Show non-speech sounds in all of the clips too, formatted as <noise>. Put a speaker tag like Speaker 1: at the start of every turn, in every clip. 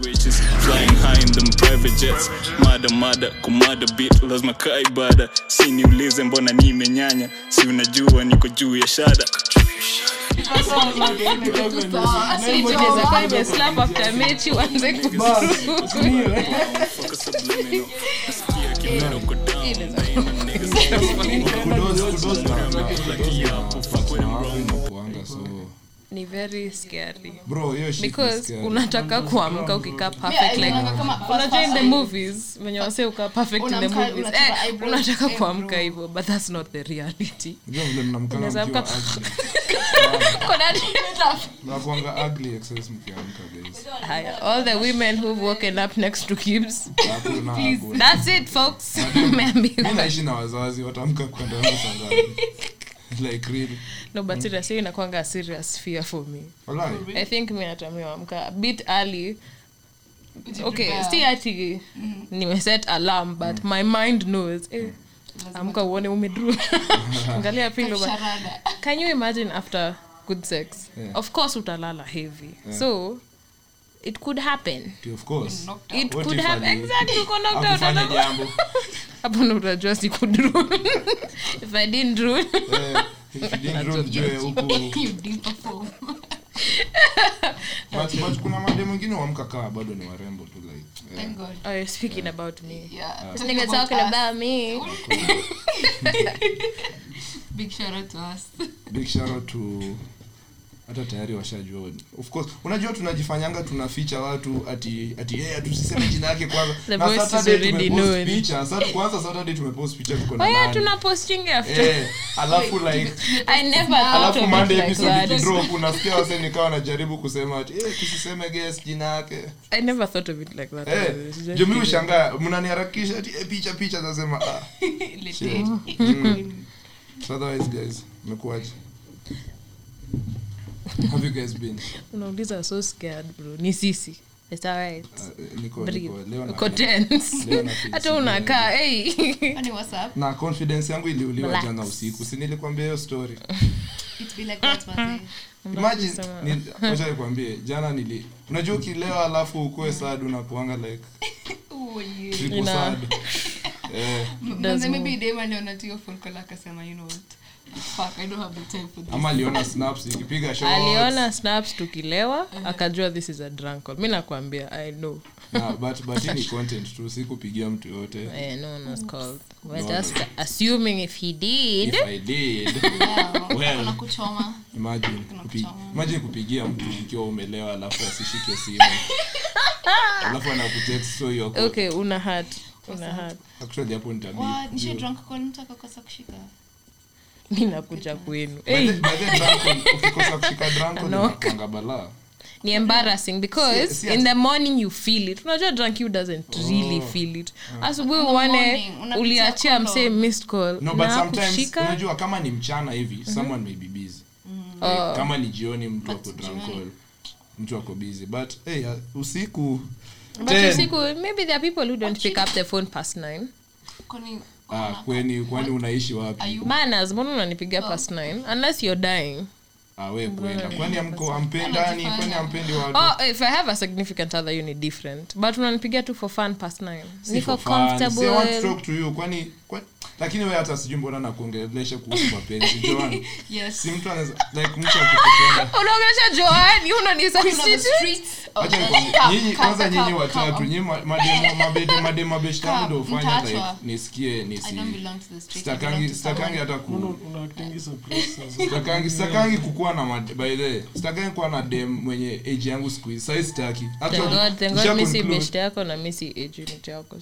Speaker 1: Witches flying high in them private jets mada mada kumada bit lazima kaa ibada si niulize mbona nimenyanya si unajua niko juu ya shada Nasikia kimero kudown, then the niggas lucky hapo, fuck when I'm wrong.
Speaker 2: nakuanga so
Speaker 3: ni very scary
Speaker 2: bro hiyo shit ni
Speaker 3: because
Speaker 2: scary.
Speaker 3: unataka kuamka ukikaa perfect
Speaker 4: Yeah,
Speaker 3: like
Speaker 4: inaonanga kama
Speaker 3: unajua in the
Speaker 4: first
Speaker 3: movies venye wase ukaa perfect in the
Speaker 4: Unamka,
Speaker 3: movies
Speaker 4: unachapa
Speaker 3: eh,
Speaker 4: eyebrows,
Speaker 3: unataka
Speaker 4: eh,
Speaker 3: kuamka
Speaker 4: bro.
Speaker 3: hivyo but that's not the
Speaker 4: <laughs>
Speaker 3: reality
Speaker 2: Unajua vile mnamkana
Speaker 3: Unaweza
Speaker 2: mkiwa
Speaker 3: amka-
Speaker 2: ugly.
Speaker 3: Kuna-
Speaker 2: Mnakuanga ugly excess mkiamka
Speaker 3: <laughs>
Speaker 2: guys.
Speaker 3: Haya, all the women who've woken up next to Gibbs
Speaker 2: Hakuna hakuna.
Speaker 3: that's it folks <laughs>
Speaker 2: Mi
Speaker 3: Umeambiwa.
Speaker 2: naishi na wazazi wataamka kando yangu saa
Speaker 3: <laughs>
Speaker 2: ngapi? Like real.
Speaker 3: no but seriously inakwanga a serious fear for me
Speaker 2: Walai.
Speaker 3: i think mi natamiwamka bit early okay si ati Mm-hmm. nimeset alarm but my mind knows eh, amka uone <laughs> umedru angalia pindo but can you imagine after good sex
Speaker 2: Yeah.
Speaker 3: of course utalala heavy so it could happen
Speaker 2: Of course.
Speaker 3: it
Speaker 2: What
Speaker 3: could
Speaker 2: if
Speaker 3: happen
Speaker 2: ali-
Speaker 3: exactly uko knocked out
Speaker 2: Hakufanya
Speaker 3: unajua- <laughs>
Speaker 2: jambo.
Speaker 3: hapo ndo utajua si kudru <laughs> if i didn't rule
Speaker 2: Eh, if you didn't rule, jue
Speaker 3: <laughs>
Speaker 2: huku. But- but kuna made mwingine wamka kaa bado ni warembo tu like eh,
Speaker 3: oh, you're speaking about me Nigga talking about me
Speaker 2: eh.
Speaker 3: <laughs> <laughs>
Speaker 2: big shout out to hata tayari washajua of course unajua tunajifanyanga tunaficha watu ati ati yeye tusiseme jina yake kwanza
Speaker 3: <laughs> The
Speaker 2: na
Speaker 3: voice is
Speaker 2: saturday
Speaker 3: already
Speaker 2: tumepost
Speaker 3: known.
Speaker 2: picha sasa kwanza saturday tumepost picha tuko na
Speaker 3: oh yeah
Speaker 2: nani
Speaker 3: tuna posting after
Speaker 2: eh alafu like
Speaker 3: <laughs> i never thought
Speaker 2: alafu
Speaker 3: of
Speaker 2: monday
Speaker 3: it like
Speaker 2: episode
Speaker 3: that <laughs>
Speaker 2: ikidrop unasikia wase nikawa najaribu kusema ati eh tusiseme guest jina yake
Speaker 3: i never thought of it like that
Speaker 2: eh
Speaker 3: It's just
Speaker 2: juu mimi
Speaker 3: kidding.
Speaker 2: ushangaa mnaniharakisha ati eh, picha picha nasema
Speaker 3: <laughs>
Speaker 2: ah shit. Mm. So otherwise guys mekuaje have you guys been
Speaker 3: unauliza so scared bro ni sisi It's alright.
Speaker 2: Uh, niko
Speaker 3: Breathe.
Speaker 2: niko leo
Speaker 3: Uko
Speaker 2: na
Speaker 3: tense. <laughs>
Speaker 2: Leo na-
Speaker 3: hata unakaa
Speaker 2: <laughs>
Speaker 3: hey.
Speaker 2: na confidence yangu iliuliwa
Speaker 3: Relax.
Speaker 2: jana usiku si nilikwambia hiyo
Speaker 3: <laughs>
Speaker 2: story imagine
Speaker 3: Unasema-
Speaker 2: ni- wacha nikwambie jana nili unajua ukilewa alafu ukuwe sad unakuanga like
Speaker 3: <laughs>
Speaker 2: triple
Speaker 3: Mm. Ina-
Speaker 2: sad eh
Speaker 3: <laughs>
Speaker 2: ama aliona snaps ikipiga shots.
Speaker 3: aliona snaps tukilewa akajua this is a drunk call mi nakwambia i know
Speaker 2: Na, but but hii ni content tu sikupigia mtu yoyote
Speaker 3: Eh, no one was called. We're
Speaker 2: No,
Speaker 3: just assuming if he did.
Speaker 2: if i did imagine kupi, imagine kupigia mtu ukiwa umelewa alafu asishike
Speaker 3: <laughs>
Speaker 2: simu alafu anakutext so you're cool.
Speaker 3: Okay, una hat. Una hat.
Speaker 2: actually hapo nitabidi
Speaker 3: Mi nakuja kwenu.
Speaker 2: By the-
Speaker 3: Hey,
Speaker 2: by the drunk on- ukikosa kushika drunk on,
Speaker 3: Knock.
Speaker 2: inakuanga balaa.
Speaker 3: ni embarrassing because
Speaker 2: Si- si-
Speaker 3: in the morning you feel it. Unajua drunk you doesn't really
Speaker 2: Oh.
Speaker 3: feel it. Asubuhi uone
Speaker 4: morning, unapitia
Speaker 3: uliachia
Speaker 4: call.
Speaker 3: msee missed call.
Speaker 2: no but
Speaker 3: Na
Speaker 2: sometimes
Speaker 3: kushika. Mm-hmm.
Speaker 2: unajua kama ni mchana hivi someone may be busy like,
Speaker 3: Oh.
Speaker 2: kama ni jioni mtu ako drunk all, mtu ako busy but hey, uh, usiku
Speaker 3: But
Speaker 2: ten.
Speaker 3: usiku, maybe there are people who don't pick up the phone past 9.
Speaker 2: Ah, kwani kwani unaishi wapi
Speaker 3: Manners, mbona unanipigia
Speaker 4: Oh.
Speaker 3: past 9 unless you're dying.
Speaker 2: Ah, we kwenda kwani amko ampendani kwani ampendi watu
Speaker 3: Oh, if I have a significant other you ni different. But unanipigia tu for fun past 9.
Speaker 2: Si
Speaker 3: Niko
Speaker 2: for fun. Si, I want to
Speaker 3: comfortable.
Speaker 2: talk to you kwani kwani- lakini we hata sijui mbona nakuongelesha kuhusu mapenzi
Speaker 3: <laughs>
Speaker 2: Joan. si mtu anaweza like mtu akikupenda
Speaker 3: unaongelesha joani
Speaker 2: Acha nikwambie, nyinyi kwanza nyinyi watatu nyinyi ma- mademo mabede mademo mabeshtamu ndo ufanya
Speaker 4: Mtaachwa.
Speaker 2: like nisikie nisi sitakangi sitakangi hata ku
Speaker 3: <laughs>
Speaker 2: sitakangi sitakangi kukuwa na mad- by the way, sitakangi kuwa na dem mwenye age yangu siku hizi sasa sitaki hata nisha conclude,
Speaker 3: beshte yako na misi ejinit yako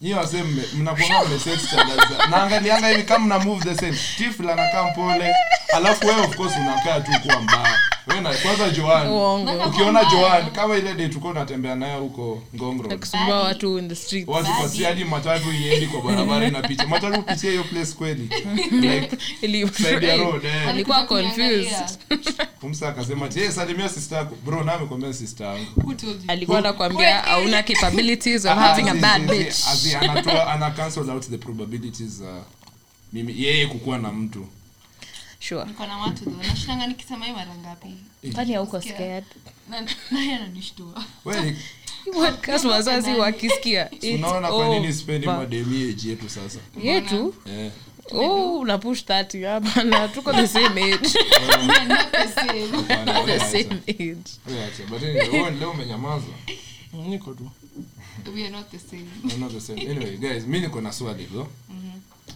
Speaker 2: nyinyi wasee mme- mnakuwa mmeset standards za- naangalianga hivi kama mna move the same Stifle anakaa mpole alafu wewe of course unakaa tu kuwa mbaya wewe na kwanza Joan
Speaker 3: uongo
Speaker 2: ukiona Joan kama ile day tulikuwa tunatembea nayo huko Ngong Road
Speaker 3: kusumbua watu in the street
Speaker 2: watu kwa si hadi matatu iende kwa barabara inapicha matatu upitie hiyo place kweli like
Speaker 3: Ili-
Speaker 2: side
Speaker 3: <laughs>
Speaker 2: ya road eh.
Speaker 3: alikuwa confused <laughs>
Speaker 2: Kumsa akasema je, salimia sister yako. Bro, na amekwambia sister yangu.
Speaker 3: alikuwa anakwambia hauna capabilities
Speaker 2: Ah,
Speaker 3: of having a
Speaker 2: Azi-
Speaker 3: bad
Speaker 2: azi-
Speaker 3: bitch
Speaker 2: azi anatoa ana cancel out the probabilities za mimi yeye kukuwa na mtu.
Speaker 3: sure
Speaker 4: niko na watu tho nashindanga nikisema hii mara ngapi
Speaker 3: kwani hauko
Speaker 4: Sikia.
Speaker 3: <laughs> scared
Speaker 4: Na- naye ananishtua <laughs>
Speaker 2: Wewe ni-
Speaker 3: Hii podcast wazazi
Speaker 2: <laughs>
Speaker 3: wakisikia it's
Speaker 2: unaona kwa nini
Speaker 3: over.
Speaker 2: sipendi mademi yeji yetu
Speaker 3: <laughs>
Speaker 2: sasa
Speaker 3: yetu
Speaker 2: Eh.
Speaker 3: oh, una push 30 hapana tuko the same
Speaker 2: <laughs>
Speaker 3: age
Speaker 2: Hapana,
Speaker 3: the
Speaker 2: wewe acha.
Speaker 3: same age
Speaker 2: Wewe acha. But anyway, wewe leo umenyamaza
Speaker 5: niko tu
Speaker 4: we are not the same
Speaker 2: I'm not the same. Anyway, guys, mi niko na swali bro.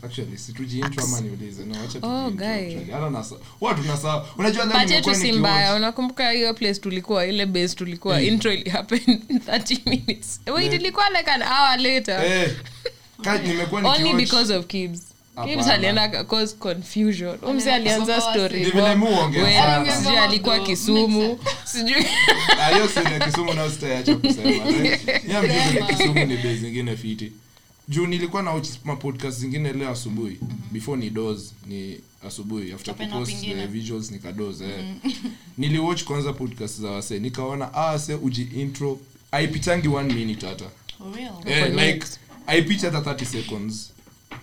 Speaker 2: Actually, si tujiintro ama niulize. No, acha
Speaker 3: Mm-hmm. Oh,
Speaker 2: tujiintro
Speaker 3: guy.
Speaker 2: actually. I don't know, sa- watu nasa- unajua leo
Speaker 3: But yetu
Speaker 2: nimekuwa
Speaker 3: si
Speaker 2: nikiwatch- Mm.
Speaker 3: mbaya unakumbuka hiyo place tulikuwa ile base tulikuwa intro ili happen in 30 minutes wait ilikuwa like an hour later
Speaker 2: Eh, ka- nimekuwa
Speaker 3: only
Speaker 2: nikiwatch-
Speaker 3: because of kids kids
Speaker 2: Hapana.
Speaker 3: alienda ka- cause confusion Huyu mzee alianza
Speaker 4: Sababu
Speaker 3: story
Speaker 2: Ni vile mu huongea
Speaker 3: Wewe,
Speaker 2: sana.
Speaker 3: sijui alikuwa kisumu sijui
Speaker 2: Ah, hiyo story ya Kisumu nayo sitaacha kusema.
Speaker 3: <laughs>
Speaker 2: Ya mjuzi ya Kisumu ni bei zingine fiti. Juu nilikuwa na watch ma podcast zingine leo asubuhi.
Speaker 3: Mhm.
Speaker 2: Before ni doze, ni asubuhi after
Speaker 4: Open up
Speaker 2: kupost
Speaker 4: ingine.
Speaker 2: the visuals nikadoze. Eh.
Speaker 3: Mhm. <laughs>
Speaker 2: Niliwatch kwanza podcast za wasee. Nikaona ah wasee uji intro haipitangi 1 minute hata.
Speaker 4: For real
Speaker 2: Eh,
Speaker 3: Kwa
Speaker 2: like haipiti hata 30 seconds.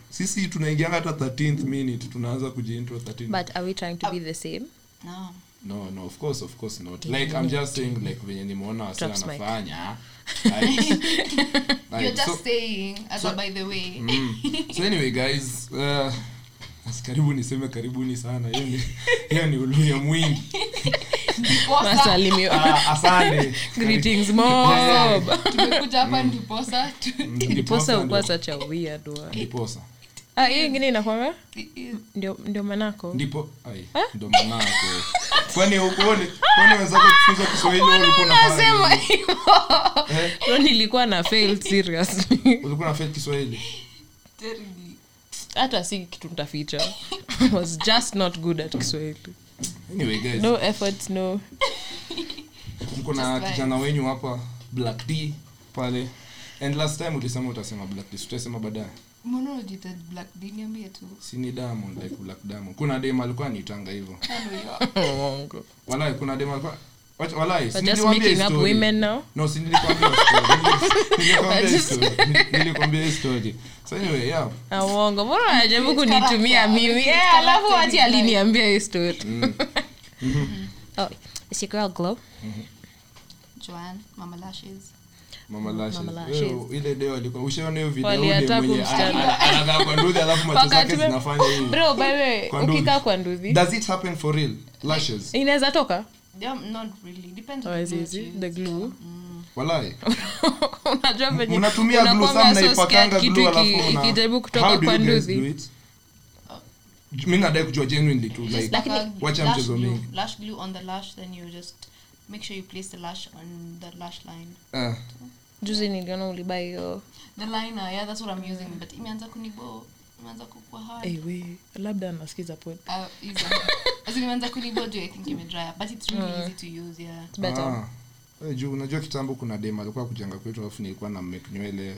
Speaker 2: Sisi tunaingianga hata 13th minute tunaanza kujiintro 13
Speaker 3: but are we trying to be the same
Speaker 4: no <laughs>
Speaker 2: no no of course of course not like i'm just saying like venye nimeona wasi
Speaker 3: Drops mic.
Speaker 2: anafanya like,
Speaker 4: you're
Speaker 2: like, so, Mm.
Speaker 4: just saying as a by the way
Speaker 2: so anyway guys uh, as- karibu niseme karibuni sana hiyo ni hiyo ni uluya mwingi
Speaker 4: <laughs> ndiposa
Speaker 3: masalimio
Speaker 2: Ah, asante
Speaker 3: <laughs> greetings mob
Speaker 4: tumekuja hapa ndiposa tu-
Speaker 2: Mm,
Speaker 4: <laughs>
Speaker 3: ndiposa
Speaker 2: ndiposa
Speaker 3: ukuwa
Speaker 2: ndo-
Speaker 3: such a weird one.
Speaker 2: ndiposa
Speaker 3: ah hiyo ingine inakwanga
Speaker 4: It-
Speaker 3: ndio ndio manako
Speaker 2: ndipo ai
Speaker 3: Eh?
Speaker 2: ndo manako kwani ukoni kwani wenzako kufunza kiswahili wewe ulikuwa unafanya
Speaker 3: nasema
Speaker 2: nini?
Speaker 3: hivyo <laughs>
Speaker 2: Eh,
Speaker 3: Bro, nilikuwa na fail seriously <laughs>
Speaker 2: ulikuwa unafanya kiswahili
Speaker 4: terribly.
Speaker 3: hata si kitu <laughs> ntaficha was just not good at kiswahili
Speaker 2: anyway guys
Speaker 3: no efforts
Speaker 2: <laughs>
Speaker 3: no
Speaker 2: mko na
Speaker 4: Just
Speaker 2: kijana wenyu hapa black d pale and last time ulisema utasema black d utasema baadaye
Speaker 4: Mbona unajiita Black D? Niambie tu.
Speaker 2: si ni diamond like black diamond kuna dem alikuwa anitanga hivyo
Speaker 4: Kando ya-
Speaker 3: mwongo
Speaker 2: walai kuna dem alikuwa Wacha- walai si
Speaker 3: but just
Speaker 2: niliwaambia hii
Speaker 3: making up
Speaker 2: story.
Speaker 3: women now
Speaker 2: no si nilikwambia
Speaker 3: <laughs>
Speaker 2: story. Nili- nilikwambia hii
Speaker 3: Just-
Speaker 2: story. Nili- nilikwambia hii story so anyway yeah
Speaker 3: Ah, mwongo mbona anajaribu
Speaker 4: Create character.
Speaker 3: kunitumia mimi
Speaker 4: Create
Speaker 3: Eh, alafu
Speaker 4: character
Speaker 3: wati
Speaker 4: in life.
Speaker 3: aliniambia hii story
Speaker 2: mm.
Speaker 3: <laughs> oh, is your girl glow
Speaker 4: Joanne, Mama Lashes.
Speaker 2: mama lashes
Speaker 3: Mama
Speaker 2: Wewe,
Speaker 3: lashes.
Speaker 2: ile deo alikuwa ushaona hiyo video ile
Speaker 3: Waliattack
Speaker 2: mwenye
Speaker 3: msichana.
Speaker 2: ana- anakaa kwa nduthi alafu macho zake
Speaker 3: Wakati we-
Speaker 2: zinafanya hivi
Speaker 3: <laughs> bro by the way
Speaker 2: Kwa nduthi.
Speaker 3: ukikaa kwa nduthi
Speaker 2: does it happen for real lashes
Speaker 3: inaweza toka
Speaker 4: Yeah, not really. Depends on
Speaker 3: Or Oh, is
Speaker 4: the
Speaker 3: it
Speaker 4: glue
Speaker 3: the glue
Speaker 2: walai
Speaker 3: <laughs> unajua venye
Speaker 2: mnatumia glue
Speaker 3: unakuanga
Speaker 2: sana
Speaker 3: so
Speaker 2: mnaipakanga
Speaker 3: scared kitu
Speaker 2: glue
Speaker 3: iki-
Speaker 2: alafu una-
Speaker 3: ikijaribu
Speaker 2: How
Speaker 3: kutoka
Speaker 2: do
Speaker 3: kwa
Speaker 2: you guys do
Speaker 3: nduthi
Speaker 2: it? mi nadai kujua genuinely tu like
Speaker 4: Just
Speaker 3: Lakini-
Speaker 4: apply
Speaker 2: Wacha
Speaker 4: lash
Speaker 2: mchezo
Speaker 4: glue-
Speaker 2: mingi.
Speaker 4: lash glue on the lash then you just make sure you place the lash on the lash line
Speaker 2: eh,
Speaker 3: juzi niliona uliba hiyo
Speaker 4: the liner yeah that's what i'm using but imeanza kunibo imeanza kukua hard
Speaker 3: Eh, we, labda anasikiza pod
Speaker 4: Uh, easy. As in imeanza kunibo juu i think imedry but it's really easy to use yeah
Speaker 3: It's better.
Speaker 2: ah. Eh, juu unajua kitambo kuna dem alikuwa kujenga kwetu alafu nilikuwa na mek nywele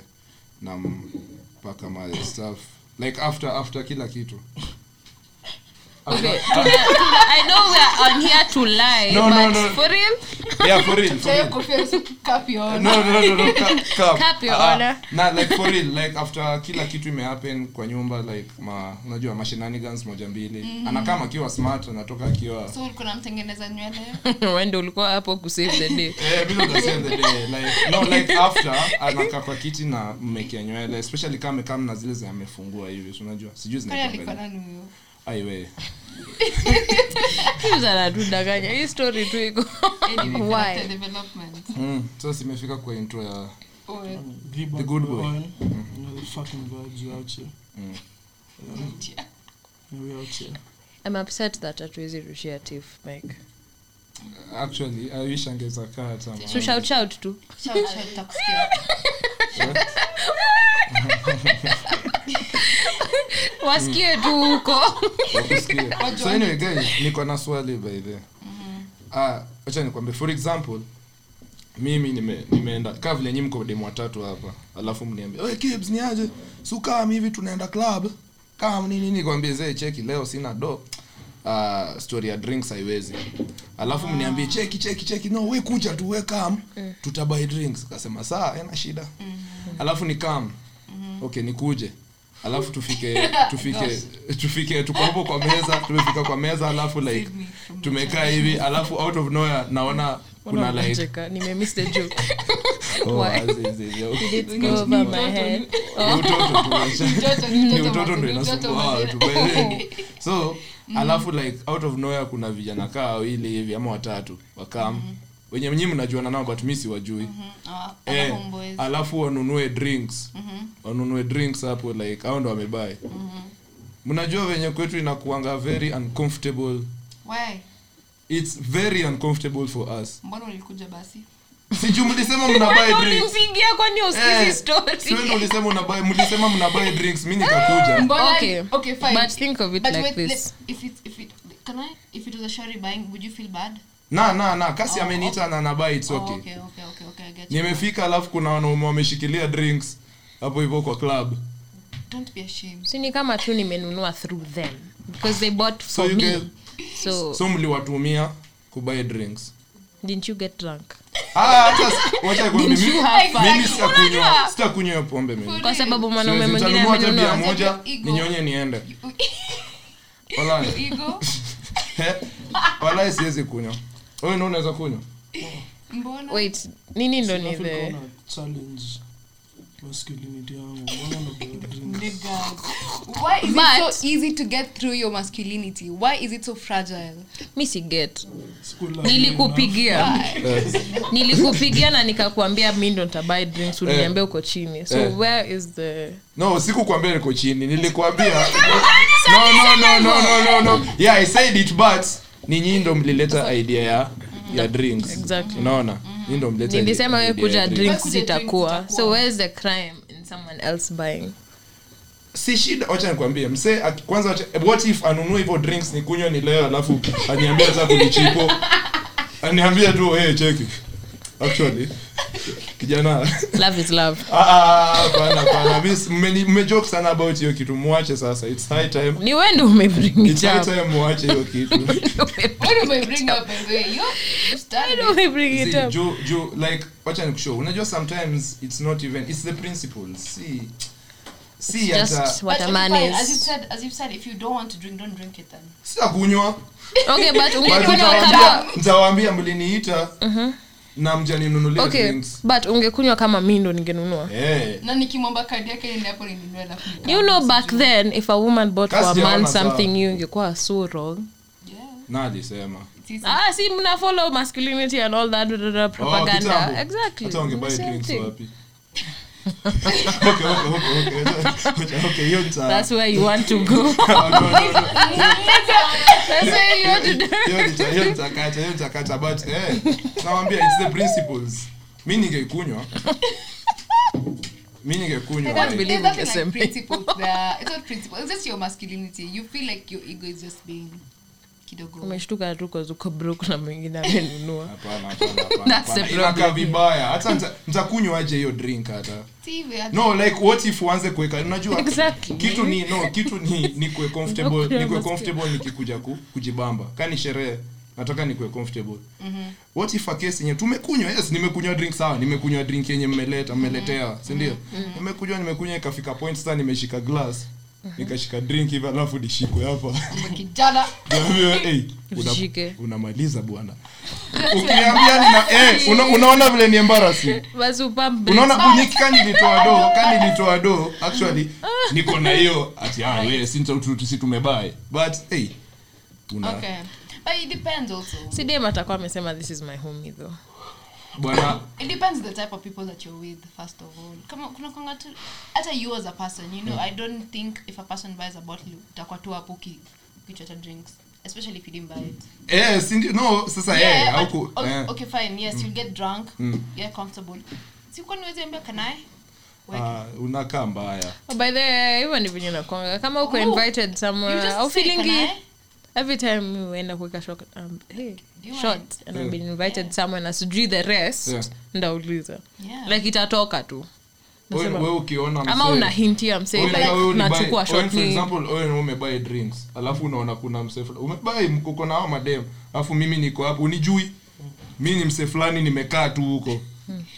Speaker 2: na mpaka ma stuff like after after kila kitu After-
Speaker 3: Okay, tuna- tuna- I know we are on here to lie,
Speaker 2: No, no,
Speaker 3: but
Speaker 2: no.
Speaker 3: for real, <laughs>
Speaker 2: yeah, for real, for real. No, no, no, no, ka- ka-
Speaker 3: Cap your
Speaker 2: ah,
Speaker 3: honor.
Speaker 2: na, like, for real, like, after kila kitu imehappen kwa nyumba like ma unajua mashinanigans moja mbili
Speaker 3: Mhm.
Speaker 2: anakaa akiwa smart anatoka akiwa
Speaker 4: so ulikuwa namtengeneza
Speaker 2: <laughs>
Speaker 4: nywele
Speaker 3: wewe ndio ulikuwa hapo kusave the day.
Speaker 2: Eh, vile utasema the day, like- no, like after anakaa kwa kiti na mmekia nywele especially kama amekaa na zile zenye amefungua hivi si unajua sijui
Speaker 4: kwani alikuwa
Speaker 2: zinaitwa
Speaker 4: nani huyo
Speaker 2: aiwe
Speaker 3: Hizi anatudanganya. Hii story tu iko.
Speaker 4: Anyway,
Speaker 3: Why?
Speaker 4: character development
Speaker 2: mm. so simefika kwa intro ya
Speaker 4: Or-
Speaker 5: Riba
Speaker 2: The good
Speaker 5: kwa
Speaker 2: boy. Mm-hmm.
Speaker 5: oil. You know, the fucking vibes, we out here.
Speaker 2: Mm.
Speaker 4: Yeah.
Speaker 5: We out here.
Speaker 3: I'm upset that hatuwezi rushia tiff mic.
Speaker 2: actually i wish angeza kaa hata mahali.
Speaker 3: So shout shout tu.
Speaker 4: Shout, shout, <laughs> takusikia.
Speaker 3: Mm. Wasikie tu huko.
Speaker 4: <laughs>
Speaker 2: Wakusikia. so anyway guys niko na swali by the
Speaker 4: Mm-hmm.
Speaker 2: ah acha nikwambie for example mimi nime, nimeenda kaa vile nyi mko demu watatu hapa alafu mniambia "Oe, Gibbs, ni aje sukam hivi tunaenda club kam nini nikwambie zee cheki leo sina do Uh, story ya drinks haiwezi alafu mniambie cheki cheki cheki no we kuja tu we kam tutabai drinks kasema saa ena shida alafu ni kam okay nikuje alafu tufike tufike tufike tuko hapo kwa meza tumefika kwa meza alafu like
Speaker 4: Save me from
Speaker 2: tumekaa hivi alafu out of nowhere naona kuna like
Speaker 3: Wanacheka, nimemiss the <laughs> joke.
Speaker 2: oh,
Speaker 3: Why?
Speaker 2: azi, azi, azi, oh.
Speaker 3: Did it go over my head?
Speaker 2: Ni utoto tu, maisha.
Speaker 4: Mtoto
Speaker 2: ni
Speaker 4: mtoto
Speaker 2: utoto
Speaker 4: mazuri,
Speaker 2: ndo
Speaker 4: mtoto
Speaker 2: inasumbua
Speaker 4: mazuri.
Speaker 2: watu
Speaker 4: <laughs>
Speaker 2: <laughs> bae. so alafu like out of nowhere kuna vijana kaa wawili hivi ama watatu wakam wenye mnyi mnajuana nao but mi siwajui
Speaker 4: Ah,
Speaker 2: Eh,
Speaker 4: hao homeboys.
Speaker 2: alafu wanunue drinks wanunue drinks hapo like au ndo wamebae mnajua venye kwetu inakuanga very uncomfortable
Speaker 4: Why?
Speaker 2: its very uncomfortable for us
Speaker 4: mbona ulikuja basi
Speaker 2: sijuu mlisema mnabae
Speaker 3: Wewe
Speaker 2: drinks
Speaker 3: uliingia kwani usikizi
Speaker 2: Eh,
Speaker 3: story?
Speaker 2: Sio ndo ulisema unabae mlisema mnabae drinks mi nikakuja
Speaker 4: Mbona-
Speaker 3: Okay.
Speaker 4: okay, fine.
Speaker 3: But think of it
Speaker 4: But
Speaker 3: like
Speaker 4: wait,
Speaker 3: this.
Speaker 4: let- if it- if it- can I- if it was a shari buying, would you feel bad?
Speaker 2: na na na kasi
Speaker 4: Oh,
Speaker 2: ameniita na nabae its
Speaker 4: Oh,
Speaker 2: okay
Speaker 4: okay, okay, okay, okay, I get you.
Speaker 2: nimefika alafu kuna wanaume wameshikilia drinks hapo hivyo kwa club
Speaker 4: Don't be ashamed.
Speaker 3: Si ni kama tu nimenunua through them because they bought
Speaker 2: So
Speaker 3: for
Speaker 2: you
Speaker 3: me.
Speaker 2: get-
Speaker 3: So,
Speaker 2: so mliwatumia kubuy
Speaker 3: <laughs>
Speaker 2: drinks
Speaker 3: didn't you get drunk?
Speaker 2: Ah, hata s- wacha nikwambie,
Speaker 3: Didn't you
Speaker 2: mi-
Speaker 3: have fun?
Speaker 2: mimi sitakunywa sitakunywa hiyo pombe mimi
Speaker 3: Kwa sababu mwanaume
Speaker 2: Siwezi,
Speaker 3: mwingine
Speaker 2: nitanunua hata bia
Speaker 3: amenunua.
Speaker 2: moja
Speaker 4: Ego.
Speaker 2: ninyonye niende Walahi.
Speaker 3: <laughs>
Speaker 4: Your <laughs> ego?
Speaker 2: Eh, walahi siwezi kunywa wewe ndio unaweza kunywa
Speaker 4: Mbona?
Speaker 3: Wait, nini ndo ni
Speaker 5: Africa
Speaker 3: the
Speaker 5: wana challenge masculinity yangu. Mbona unapewa drinks?
Speaker 4: Nigga. Why is it
Speaker 3: But-
Speaker 4: so easy to get through your masculinity? Why is it so fragile?
Speaker 3: mi si get
Speaker 5: School life
Speaker 3: nilikupigia
Speaker 2: Eh,
Speaker 3: <laughs> nilikupigia na nikakwambia mi ndo ntabai drinks uliniambia uko chini so
Speaker 2: Eh.
Speaker 3: where is the
Speaker 2: no sikukwambia niko chini
Speaker 3: <laughs>
Speaker 2: nilikwambia no no no no no no no yeah i said it but ni nyinyi ndo mlileta idea ya ya drinks
Speaker 3: Exactly.
Speaker 2: unaona nyinyi ndo mlileta
Speaker 3: nilisema
Speaker 2: idea
Speaker 3: we
Speaker 2: ya
Speaker 3: kuja
Speaker 2: drinks.
Speaker 3: drinks
Speaker 4: Kuja drinks
Speaker 3: zitakuwa
Speaker 4: zitakuwa.
Speaker 3: so where's the crime in someone else buying
Speaker 2: si shida wacha nikwambie msee aki- kwanza wacha, what if anunue hivyo drinks nikunywe ni leo alafu aniambia za
Speaker 3: <laughs>
Speaker 2: kunichipo aniambia tu hey, cheki actually kijana
Speaker 3: love is love
Speaker 2: ah, ah, hapana hapana miss mmeni- mmejoke sana about hiyo kitu muache sasa it's high time
Speaker 3: <laughs> ni wende umebring
Speaker 2: it's
Speaker 3: it
Speaker 2: high
Speaker 3: up <laughs>
Speaker 2: time muache hiyo kitu
Speaker 4: Why do I bring up and say, yo, you
Speaker 3: Why
Speaker 4: started
Speaker 3: do we bring it
Speaker 2: See,
Speaker 3: up?
Speaker 2: juu juu like wacha nikushow unajua sometimes it's not even it's the principle see see
Speaker 3: It's
Speaker 2: hata
Speaker 3: just what
Speaker 4: But
Speaker 3: a
Speaker 4: okay,
Speaker 3: man
Speaker 4: fine, As you
Speaker 3: is
Speaker 4: said, as you said, if you don't want to drink, don't drink it then.
Speaker 2: sitakunywa
Speaker 3: okay
Speaker 4: <laughs>
Speaker 3: but
Speaker 2: But
Speaker 3: ungekunywa
Speaker 2: nitawaambia-
Speaker 3: kama
Speaker 2: nitawaambia mliniita na mjaninunulia
Speaker 3: Mhm. okay
Speaker 2: drinks
Speaker 3: but ungekunywa kama mi ndo ningenunua
Speaker 2: Eh.
Speaker 4: Na nikimwomba kadi yake niende hapo ninunue alafu nika-
Speaker 3: you know back then if a woman bought for
Speaker 2: Kasi
Speaker 3: a man
Speaker 2: sijaona sawa.
Speaker 3: something you ingekuwa so wrong
Speaker 4: Yeah,
Speaker 2: na alisema
Speaker 4: it is.
Speaker 3: ah si mna follow masculinity and all that da, da, da,
Speaker 2: Oh,
Speaker 3: propaganda
Speaker 2: kitambo.
Speaker 3: exactly
Speaker 2: Hata wangebuy
Speaker 3: The same
Speaker 2: drinks
Speaker 3: thing.
Speaker 2: wapi? <laughs> Okay, okay,
Speaker 3: <laughs>
Speaker 2: okay, okay. Okay, okay, hiyo nita-
Speaker 3: that's where you want to
Speaker 2: <laughs>
Speaker 3: go
Speaker 2: No, no, no, no.
Speaker 3: that's where you want to do
Speaker 2: Hiyo nita- hiyo nitakata, hiyo nitakata, but, eh, nawaambia, it's the principles. mi ningekunywa mi ningekunywa
Speaker 4: There's
Speaker 2: like,
Speaker 3: believe in
Speaker 4: nothing
Speaker 3: yourself.
Speaker 4: like principles there. It's not principle. It's just your masculinity. You feel like your ego is just being kidogo.
Speaker 3: umeshtuka tu kazuko broke na mwingine amenunua
Speaker 2: hapana, hapana, hapana,
Speaker 3: That's the
Speaker 2: hapana.
Speaker 3: problem.
Speaker 2: Inakaa vibaya hata nita- nitakunywaje hiyo drink hata
Speaker 4: TV, I
Speaker 2: no like what if uanze kuweka unajua
Speaker 3: Exactly.
Speaker 2: kitu ni no kitu ni nikuwe comfortable
Speaker 3: Unakuwa
Speaker 2: nikuwe
Speaker 3: maskini.
Speaker 2: comfortable nikikuja ku, kujibamba kani sherehe nataka nikuwe comfortable mm-hmm. what if a case yenye tumekunywa yes nimekunywa drink sawa nimekunywa drink yenye mmeleta mmeletea si ndio nimekunywa nimekunywa ikafika point sasa nimeshika glass nikashika drink hivi alafu nishikwe hapa <laughs>
Speaker 4: am a kijana.
Speaker 2: Niambiwe, "Hey, una-
Speaker 3: Ushike.
Speaker 2: unamaliza bwana ukiambia nina eh, una, unaona vile ni embarrassing
Speaker 3: basi upambe
Speaker 2: unaona kunyiki kani nilitoa do kani nilitoa do actually niko na hiyo ati ah wewe si tu- tu- si tumebae but hey una
Speaker 4: Okay. But it depends also.
Speaker 3: sidem atakuwa amesema this is my homie though
Speaker 2: bwana
Speaker 4: It depends the type of people that you're with, first of all. Kama kuna kwanga tu hata you as a person, you know, I don't think if a person buys a bottle utakuwa tu hapo uki- ukichota drinks, especially if you didn't buy it.
Speaker 2: eh si ndio- no sasa
Speaker 4: Yeah,
Speaker 2: eh
Speaker 4: but-
Speaker 2: au ku
Speaker 4: o-
Speaker 2: eh.
Speaker 4: okay, fine. Yes, you'll get drunk.
Speaker 2: Mm.
Speaker 4: You're comfortable. Si kwa niwezi ambia can I? Weke.
Speaker 2: Ah, unakaa mbaya
Speaker 3: oh, by the way hivyo ni venye nakwanga kama uko
Speaker 4: Oh.
Speaker 3: invited
Speaker 4: You
Speaker 3: somewhere
Speaker 4: just
Speaker 3: au
Speaker 4: say, "Can
Speaker 3: feelingi
Speaker 4: I?"
Speaker 3: every time you uenda kuweka shot, um, hey,
Speaker 4: Do you
Speaker 3: shot
Speaker 4: mind?
Speaker 3: and I've been invited somewhere na sijui the rest
Speaker 2: Yeah.
Speaker 3: ndauliza
Speaker 4: Yeah.
Speaker 3: like itatoka tu
Speaker 2: wewe
Speaker 3: Nasema-
Speaker 2: wewe ukiona
Speaker 3: ama
Speaker 2: msee-
Speaker 3: una hintia
Speaker 2: wewe kama wewe ulibuy-
Speaker 3: mseenachukua
Speaker 2: wewe for
Speaker 3: shotni
Speaker 2: example wewe ni umebuy drinks alafu unaona kuna msee fulani umebuy mkuko na hao madem alafu mimi niko hapo unijui mimi ni msee fulani nimekaa tu huko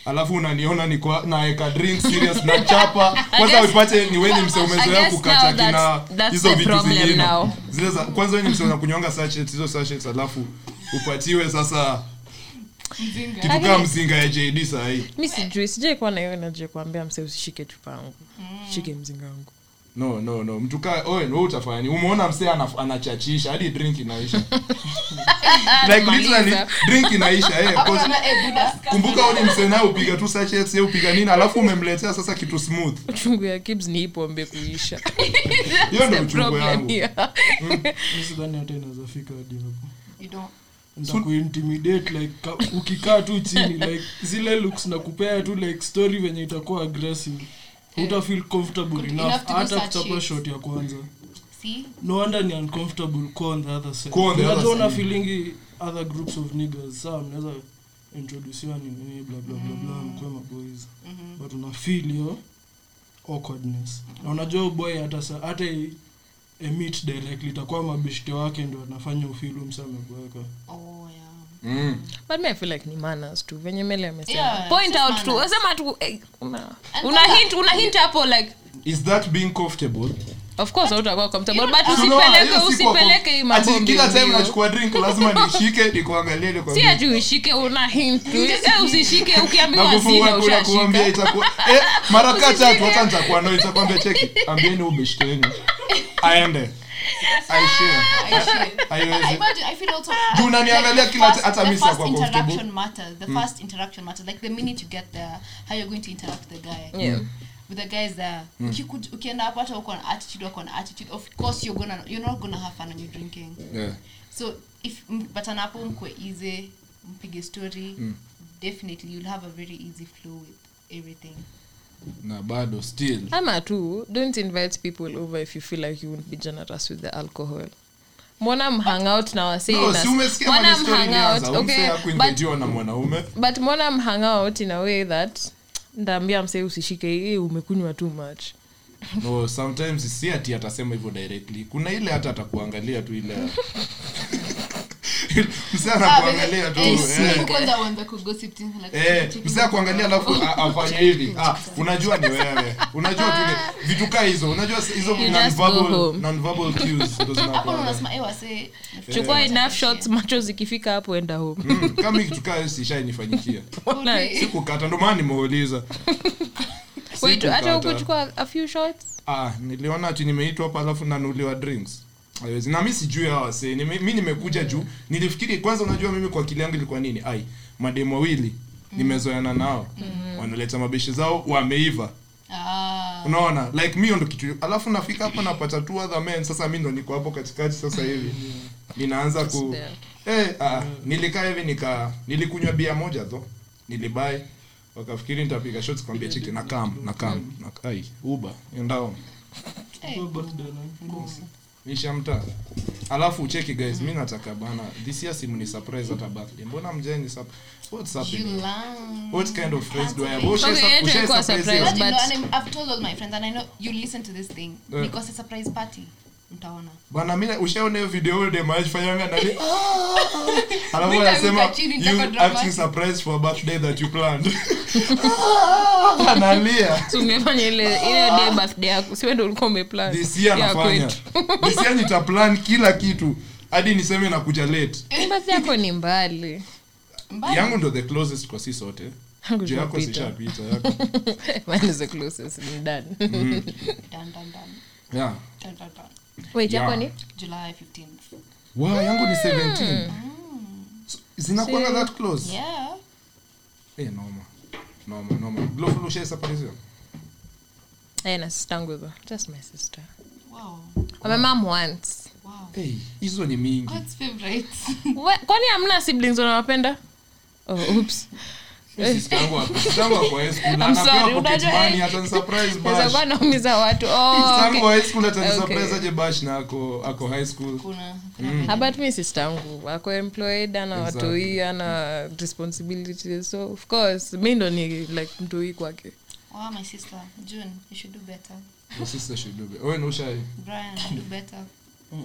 Speaker 2: alafu unaniona niko naeka drink serious na
Speaker 3: <laughs>
Speaker 2: chapa kwanza uipate ni weni mse umezoea
Speaker 3: guess
Speaker 2: kukata
Speaker 3: now
Speaker 2: kina
Speaker 3: that's- that's
Speaker 2: hizo
Speaker 3: the
Speaker 2: vitu
Speaker 3: problem
Speaker 2: zingine
Speaker 3: now.
Speaker 2: zile za kwanza weni mse unakunywanga sachets hizo sachets alafu upatiwe sasa kitu kama mzinga ya jd sahii
Speaker 3: mi sijui sijai kuwa na hiyo energy kuambia mse usishike chupa yangu shike mzinga wangu
Speaker 2: no no no mtu kaa owen wewe utafanya nini umeona mse anaf- anachachisha hadi
Speaker 3: <laughs>
Speaker 2: drink inaisha <laughs> like literally drink inaisha eh
Speaker 4: Hapo
Speaker 2: 'cause
Speaker 4: naona, eh, buda.
Speaker 2: kumbuka wewe ni mse naye upiga tu sachets yeye upiga nini alafu umemletea sasa kitu smooth
Speaker 3: <laughs> uchungu ya kibs ni ipombe kuisha
Speaker 2: <laughs>
Speaker 3: The
Speaker 2: hiyo ndio uchungu
Speaker 3: problem
Speaker 2: yangu
Speaker 3: here.
Speaker 5: Mi sidhani hata inaweza fika hadi hapo
Speaker 4: You don't-
Speaker 5: Nita kuintimidate like ka- ukikaa tu chini
Speaker 3: <laughs>
Speaker 5: like zile looks na kupea tu like story venye itakuwa aggressive
Speaker 3: Eh.
Speaker 5: uta feel comfortable
Speaker 4: Good
Speaker 5: enough
Speaker 4: enough to do
Speaker 5: hata
Speaker 4: such
Speaker 5: kuchapa
Speaker 4: shit.
Speaker 5: shot ya kwanza
Speaker 4: See?
Speaker 5: no wonder ni uncomfortable kwa on the other side
Speaker 2: Kwa on the other
Speaker 5: Unajua
Speaker 2: side.
Speaker 5: una feelingi other groups of niggas saa mnaweza introduciwa ni nini bla bla bla bla mkwe maboys but una feel hiyo awkwardness na unajua huyu boy hata sa- hata i- emit directly itakuwa mabeshte wake ndo anafanya ufilu msa ameboeka
Speaker 4: Oh, yeah.
Speaker 2: mm.
Speaker 3: <laughs> but me I feel like ni manners tu venye mele amesema
Speaker 4: Yeah,
Speaker 3: point
Speaker 4: it's
Speaker 3: out tu
Speaker 4: manners.
Speaker 3: sema tu eh, una,
Speaker 4: And
Speaker 3: una
Speaker 4: kwanza-
Speaker 3: hint una hint hapo like
Speaker 2: is that being comfortable
Speaker 3: of course hautakuwa comfortable but
Speaker 2: Unaona, hiyo
Speaker 3: usipeleke
Speaker 2: si kwa-
Speaker 3: usipeleke hii
Speaker 2: ati
Speaker 3: mambo
Speaker 2: kila time
Speaker 3: mbio.
Speaker 2: nachukua drink
Speaker 3: <laughs>
Speaker 2: lazima nishike nikuangalie
Speaker 3: si
Speaker 2: nikwambie
Speaker 3: ati uishike una hint tu Eh, usishike ukiambiwa
Speaker 2: nakufungua
Speaker 3: sina
Speaker 2: kuna kuambia
Speaker 3: ushashika
Speaker 2: itakuwa eh
Speaker 3: <laughs>
Speaker 2: mara kaa tatu hata nitakuwa nayo itakwambia cheki ambieni huyu
Speaker 3: <laughs>
Speaker 2: beshte wenu aende aishie aiweze
Speaker 4: Imagine, I feel also-
Speaker 2: Juu unaniangalia
Speaker 4: the
Speaker 2: kila-
Speaker 4: first-
Speaker 2: hata mi
Speaker 4: the
Speaker 2: sikuwa
Speaker 4: first
Speaker 2: comfortable. Hmm.
Speaker 4: interaction matters. The first interaction matters. Like the minute you get there, how you're going to interact with the guy.
Speaker 3: Yeah.
Speaker 2: Hmm.
Speaker 4: With the guys there. Ukikuj- ukienda hapo hata uko na attitude wako na attitude of course you're gonna you're not gonna have fun when you're drinking
Speaker 2: Yeah.
Speaker 4: so if mpatana hapo mkwe easy mpige story
Speaker 2: Hmm.
Speaker 4: definitely you'll have a very easy flow with everything
Speaker 2: na bado still
Speaker 3: ama tu don't invite people over if you feel like you won't be generous with the alcohol mwana mhangout na wasee
Speaker 2: no
Speaker 3: na-
Speaker 2: si umesikia
Speaker 3: mwana
Speaker 2: mali story
Speaker 3: mhangout
Speaker 2: ilianza
Speaker 3: okay
Speaker 2: umse
Speaker 3: but
Speaker 2: akuinvitiwa na mwanaume
Speaker 3: but mwana mhangout in a way that ndaambia msee usishike hii umekunywa too much
Speaker 2: no sometimes si ati atasema hivyo directly kuna ile hata atakuangalia tu ile <laughs> msee
Speaker 4: Ah,
Speaker 2: anakuangalia tu eh. Eh, msee akuangalia alafu a- afanye hivi ah, unajua ni wewe unajua tu ni- vitu kaa hizo unajua s- hizo
Speaker 3: You just go
Speaker 2: non-verbal-
Speaker 3: home.
Speaker 2: non-verbal cues ndo zinakuanga.
Speaker 3: chukua enough shots macho zikifika hapo enda
Speaker 2: <laughs>
Speaker 3: home
Speaker 2: Mm, kama hii kitu kaa hiyo sishainifanyikia
Speaker 3: Nice.
Speaker 2: sikukata ndo maana nimeuliza
Speaker 3: Wait,
Speaker 2: Sikukata.
Speaker 3: hata ukuchukua a few shots
Speaker 2: ah, niliona ati nimeitwa hapa alafu nanuliwa drinks Haiwezi. na mi sijui hawa wasee Nime- mi nimekuja juu nilifikiri kwanza unajua mimi kwa akili yangu ilikuwa nini ai mademu wawili nimezoeana nao wanaleta mabishi zao wameiva
Speaker 4: Ah,
Speaker 2: unaona like mi hiyo ndo kitu alafu nafika hapo napata two other men sasa mi ndo niko hapo katikati sasa hivi ninaanza ku
Speaker 3: Just
Speaker 2: eh, ah, nilikaa hivi nika nilikunywa bia moja tho nilibae wakafikiri nitapiga shots kwambia chiki na kam na kam na ai uba endao nisha mtaa alafu ucheki guys mi nataka bana this year simu ni surprise hata birthday mbona mjeni sap what's happening what kind of friends do i have Ushe-
Speaker 3: Okay, yetu
Speaker 2: ushe-
Speaker 3: ilikuwa
Speaker 2: surprise
Speaker 3: surprise.
Speaker 2: years? Eh. bana mi ushaona hiyo video yule dem alifanyanga
Speaker 3: <laughs>
Speaker 2: na li- <laughs> alafu
Speaker 4: Mimi
Speaker 2: anasema
Speaker 4: nitaruka chini, nitakuwa
Speaker 2: you
Speaker 4: dramatic."
Speaker 2: acting surprised for a birthday that you planned <laughs> analia
Speaker 3: So ungefanya <laughs> ile ile day birthday yako si wewe ndio ulikuwa umeplan
Speaker 2: this year
Speaker 3: ya
Speaker 2: anafanya
Speaker 3: kwetu.
Speaker 2: <laughs> this year nitaplan kila kitu hadi niseme nakuja late
Speaker 3: birthday yako ni <laughs> mbali
Speaker 2: yangu ndo the closest kwa si sote
Speaker 3: Yangu
Speaker 2: juu yako
Speaker 3: ishapita.
Speaker 2: sishapita yako
Speaker 3: <laughs> Mine is the closest ni done.
Speaker 2: Mm-hmm. yeah
Speaker 3: Wait,
Speaker 2: Yeah.
Speaker 3: yako ni?
Speaker 4: july 15th
Speaker 3: Mm.
Speaker 2: wow yangu ni 17 So, zinakuanga that close
Speaker 4: yeah
Speaker 2: eh noma noma noma glowful ushaisaparizia
Speaker 3: Eh, na sister yangu though. Just my sister.
Speaker 4: wow
Speaker 3: Or my mom once.
Speaker 4: wow
Speaker 2: hey Eh, hizo ni mingi
Speaker 4: God's
Speaker 3: <laughs>
Speaker 4: favorites
Speaker 3: We- kwani hamna siblings unawapenda oh, oops
Speaker 2: Eh,
Speaker 3: <laughs> I'm sorry, unajua, eh, <laughs> Naweza kuwa naumiza watu oh, okay. Okay.
Speaker 2: atanaakoakoakohighschoolnasema
Speaker 4: kuna
Speaker 2: Mm.
Speaker 4: kuna
Speaker 3: Ah, but mi sister yangu ako employed ana
Speaker 2: Exactly.
Speaker 3: watoi ana responsibilities so of course mi ndo ni like mtoi kwake
Speaker 4: wow my sister June you should do better Brian
Speaker 2: <laughs>
Speaker 4: do better
Speaker 2: Mm.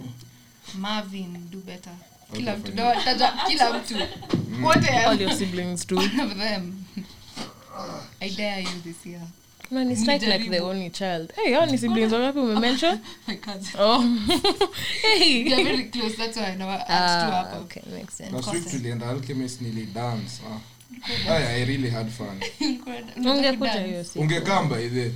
Speaker 4: Marvin do better kila mtu
Speaker 2: Hautafanya. <laughs> Mm.
Speaker 4: no, taja kila mtu wote
Speaker 3: all your siblings too
Speaker 4: all of them i dare you this year
Speaker 3: No, ni strike like the only child. Hey, hao ni siblings wangapi umemention?
Speaker 4: my <laughs> cousin
Speaker 3: Oh.
Speaker 4: we
Speaker 3: <laughs>
Speaker 4: are
Speaker 3: hey.
Speaker 4: very close that's why i know adds two
Speaker 3: Ah,
Speaker 4: up <laughs>
Speaker 3: okay, makes sense.
Speaker 2: last week
Speaker 4: Kosa.
Speaker 2: tulienda alchemist nilidance ah. Aya, i really had fun
Speaker 3: Ungekuja hiyo siku.
Speaker 2: ungekamba ile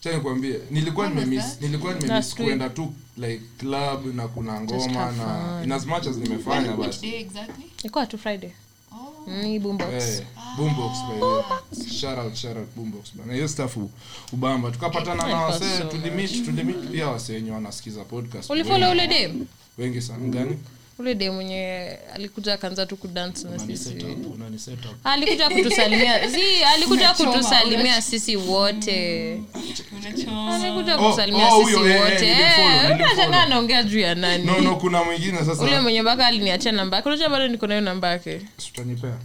Speaker 2: cha nikwambie nilikuwa nimemiss nilikuwa nimemiss
Speaker 3: Last week.
Speaker 2: kuenda tu like club na kuna ngoma
Speaker 3: have
Speaker 2: na
Speaker 3: fun.
Speaker 2: in as much as nimefanya
Speaker 4: which
Speaker 2: basi
Speaker 4: day exactly
Speaker 3: Ilikuwa tu Friday.
Speaker 4: oh
Speaker 3: Mm, hii boombox.
Speaker 2: Eh, boombox
Speaker 3: Ah,
Speaker 2: by the way. Shout out, shout out, boombox bana. Hiyo stuff u- ubamba tukapatana na wasee
Speaker 3: so
Speaker 2: tulimit tulimit pia wasee wenye wanasikiza podcast
Speaker 3: Ulifollow
Speaker 2: wengi-
Speaker 3: ule dem?
Speaker 2: wengi sana gani
Speaker 3: Ule dem mwenye alikuja akaanza tu kudance na
Speaker 2: Unani
Speaker 3: sisi.
Speaker 2: set up, unani set up.
Speaker 3: Alikuja kutusalimia.
Speaker 2: <laughs>
Speaker 3: Zi, alikuja
Speaker 4: Unachoma,
Speaker 3: kutusalimia sisi wote.
Speaker 4: unachoma
Speaker 3: Alikuja
Speaker 2: Mm. Oh,
Speaker 3: kutusalimia
Speaker 2: oh,
Speaker 3: sisi
Speaker 2: huyo, eh, eh,
Speaker 3: wote.
Speaker 2: nilimfollow,
Speaker 3: Eh,
Speaker 2: nilimfollow.
Speaker 3: unashangaa anaongea juu ya nani?
Speaker 2: no no kuna mwingine
Speaker 3: ule
Speaker 2: sasa
Speaker 3: mwenye mpaka aliniachia namba yake unajua bado niko nayo namba yake <laughs>
Speaker 2: tutanipea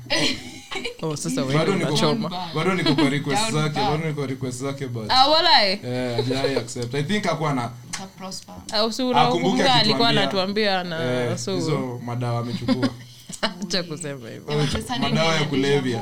Speaker 3: oh, sasa wewe
Speaker 2: bado niko
Speaker 3: unachoma.
Speaker 2: bado niko kwa request zake bado niko kwa request zake but
Speaker 3: Ah, walai
Speaker 2: eh hajai accept i think hakuwa na
Speaker 4: Uta prosper
Speaker 3: au si
Speaker 2: Akumbuke
Speaker 3: unakumbuka alikuwa
Speaker 2: akituambia,
Speaker 3: anatuambia na
Speaker 2: eh,
Speaker 3: Ah, so
Speaker 2: hizo madawa
Speaker 3: <laughs>
Speaker 2: amechukua
Speaker 3: acha kusema hivyo
Speaker 4: There was a Sunday
Speaker 2: Ah, Madawa ya
Speaker 4: night
Speaker 2: kulevya.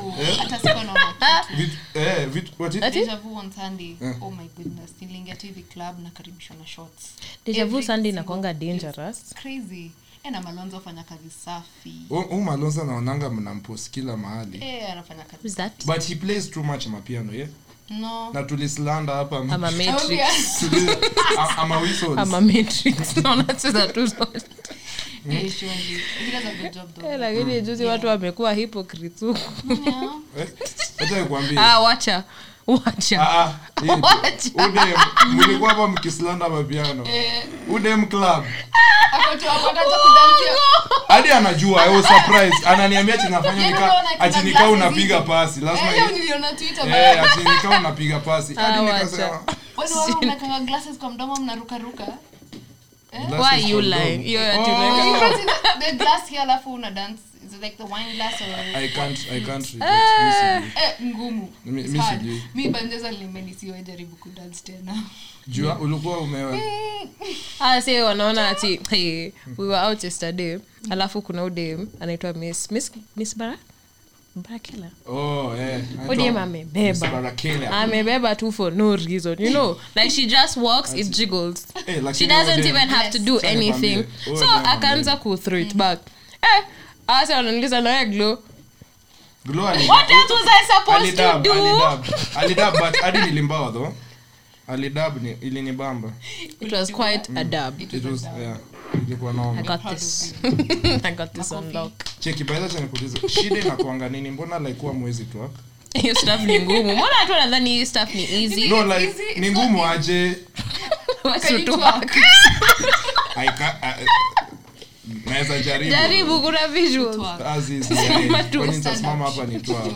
Speaker 4: deja vu.
Speaker 2: Eh?
Speaker 4: Hata
Speaker 3: <laughs>
Speaker 4: sikuwa naona
Speaker 3: Ah,
Speaker 2: Vitu- eh, vitu- what it-
Speaker 3: Ati?
Speaker 4: Deja vu on Sunday.
Speaker 2: Eh.
Speaker 4: Oh my goodness. Niliingia tu hivi club nakaribishwa na shots.
Speaker 3: deja vu
Speaker 4: Every
Speaker 3: sunday
Speaker 4: single
Speaker 3: inakwanga
Speaker 4: place.
Speaker 3: dangerous
Speaker 4: Crazy. Eh, na Malonzo afanya kazi safi.
Speaker 2: Hu- huyu Malonza naonanga mnampost kila mahali
Speaker 4: Eh, anafanya kazi.
Speaker 3: Who's that
Speaker 2: but he plays too much mapiano yeah
Speaker 4: No.
Speaker 2: na tulislanda hapa
Speaker 3: ama
Speaker 4: Oh,
Speaker 3: matrix
Speaker 4: yeah.
Speaker 2: Tuli- a- ama whistles.
Speaker 3: ama matrix <laughs> naonacheza tu zote
Speaker 4: Eh, surely. He does a good job
Speaker 3: Eh,
Speaker 4: though.
Speaker 2: Mm.
Speaker 4: Mm,
Speaker 3: lakini juzi watu wamekuwa
Speaker 2: <laughs>
Speaker 3: hypocrites huku
Speaker 4: Yeah.
Speaker 2: Eh, acha nikwambie.
Speaker 3: ah wacha wacha
Speaker 2: Ah, ah, hii-
Speaker 3: Wacha.
Speaker 2: Udem, mlikuwa hapa mkislanda mapiano
Speaker 4: Eh.
Speaker 2: udem club
Speaker 4: Ako tu hapo, hata cha kudansia.
Speaker 2: hadi anajua eh, surprise ananiambia ati nafanya
Speaker 4: Yeye
Speaker 2: nika
Speaker 4: anaona kuna
Speaker 2: ati nika
Speaker 4: Yaani glasses
Speaker 2: unapiga
Speaker 4: hivi.
Speaker 2: pasi lazima
Speaker 4: Eh, leo niliona Twitter,
Speaker 3: <laughs>
Speaker 2: eh
Speaker 4: bana.
Speaker 2: ati nika unapiga pasi hadi
Speaker 3: Ah,
Speaker 2: nikasema
Speaker 3: wacha.
Speaker 4: Wale wale wamekanga glasses kwa mdomo mnarukaruka.
Speaker 2: glasses
Speaker 3: Why you
Speaker 2: condom.
Speaker 3: lying? Hiyo ya
Speaker 2: Oh,
Speaker 3: tunaeka-
Speaker 4: Because it's the glass here alafu una dance. Is it like the wine glass or
Speaker 2: I can't- I can't regret. Mi sijui.
Speaker 4: Eh, ngumu
Speaker 2: Mi-
Speaker 4: It's
Speaker 2: mi
Speaker 4: hard.
Speaker 2: sijui.
Speaker 4: mi banjeza limenisiwe jaribu kudance
Speaker 2: <laughs>
Speaker 4: tena
Speaker 2: jua ulikuwa umewe
Speaker 3: Ah, see, wanaona ati hey, we were out yesterday
Speaker 2: Mm.
Speaker 3: alafu kuna udem anaitwa miss miss miss bara barakela
Speaker 2: oh eh
Speaker 3: udem
Speaker 2: Mr.
Speaker 3: amebeba Ah.
Speaker 2: Barakela.
Speaker 3: amebeba tu for no reason you
Speaker 2: <laughs>
Speaker 3: know like she just walks it jiggles
Speaker 2: Eh, lakini
Speaker 3: she doesn't
Speaker 2: udem.
Speaker 3: even have to do
Speaker 2: Sasa nikwambie,
Speaker 3: anything
Speaker 2: huyo
Speaker 3: so
Speaker 2: dem
Speaker 3: akaanza ku throw
Speaker 2: Mm.
Speaker 3: it back eh asa anauliza nawe glow
Speaker 2: Glow ali-
Speaker 3: what else was i supposed to
Speaker 2: alidab
Speaker 3: do
Speaker 2: alidab alidab but hadi nilimbawa though alidab ni, ilinibamba
Speaker 3: <laughs> it was quite
Speaker 2: Mm.
Speaker 3: a dab
Speaker 2: it was yeah ilikuwa normal
Speaker 3: i got this <laughs> i got this on lock
Speaker 2: cheki baadha cha nipoteza shida inakuanga nini mbona like huwa mwezi twerk
Speaker 3: hiyo stuff ni ngumu mbona watu wanadhani hii stuff ni easy
Speaker 2: no like ni ngumu
Speaker 3: <laughs>
Speaker 2: aje
Speaker 3: Watu
Speaker 4: Can you
Speaker 3: tu-
Speaker 4: twerk?
Speaker 2: I ca- I- I- naweza jaribu
Speaker 3: jaribu kuna visuals
Speaker 4: Twerk.
Speaker 2: As is,
Speaker 3: Sema
Speaker 2: yeah.
Speaker 3: tu,
Speaker 2: Kwani
Speaker 3: stand
Speaker 2: eh, nitasimama hapa ni twerk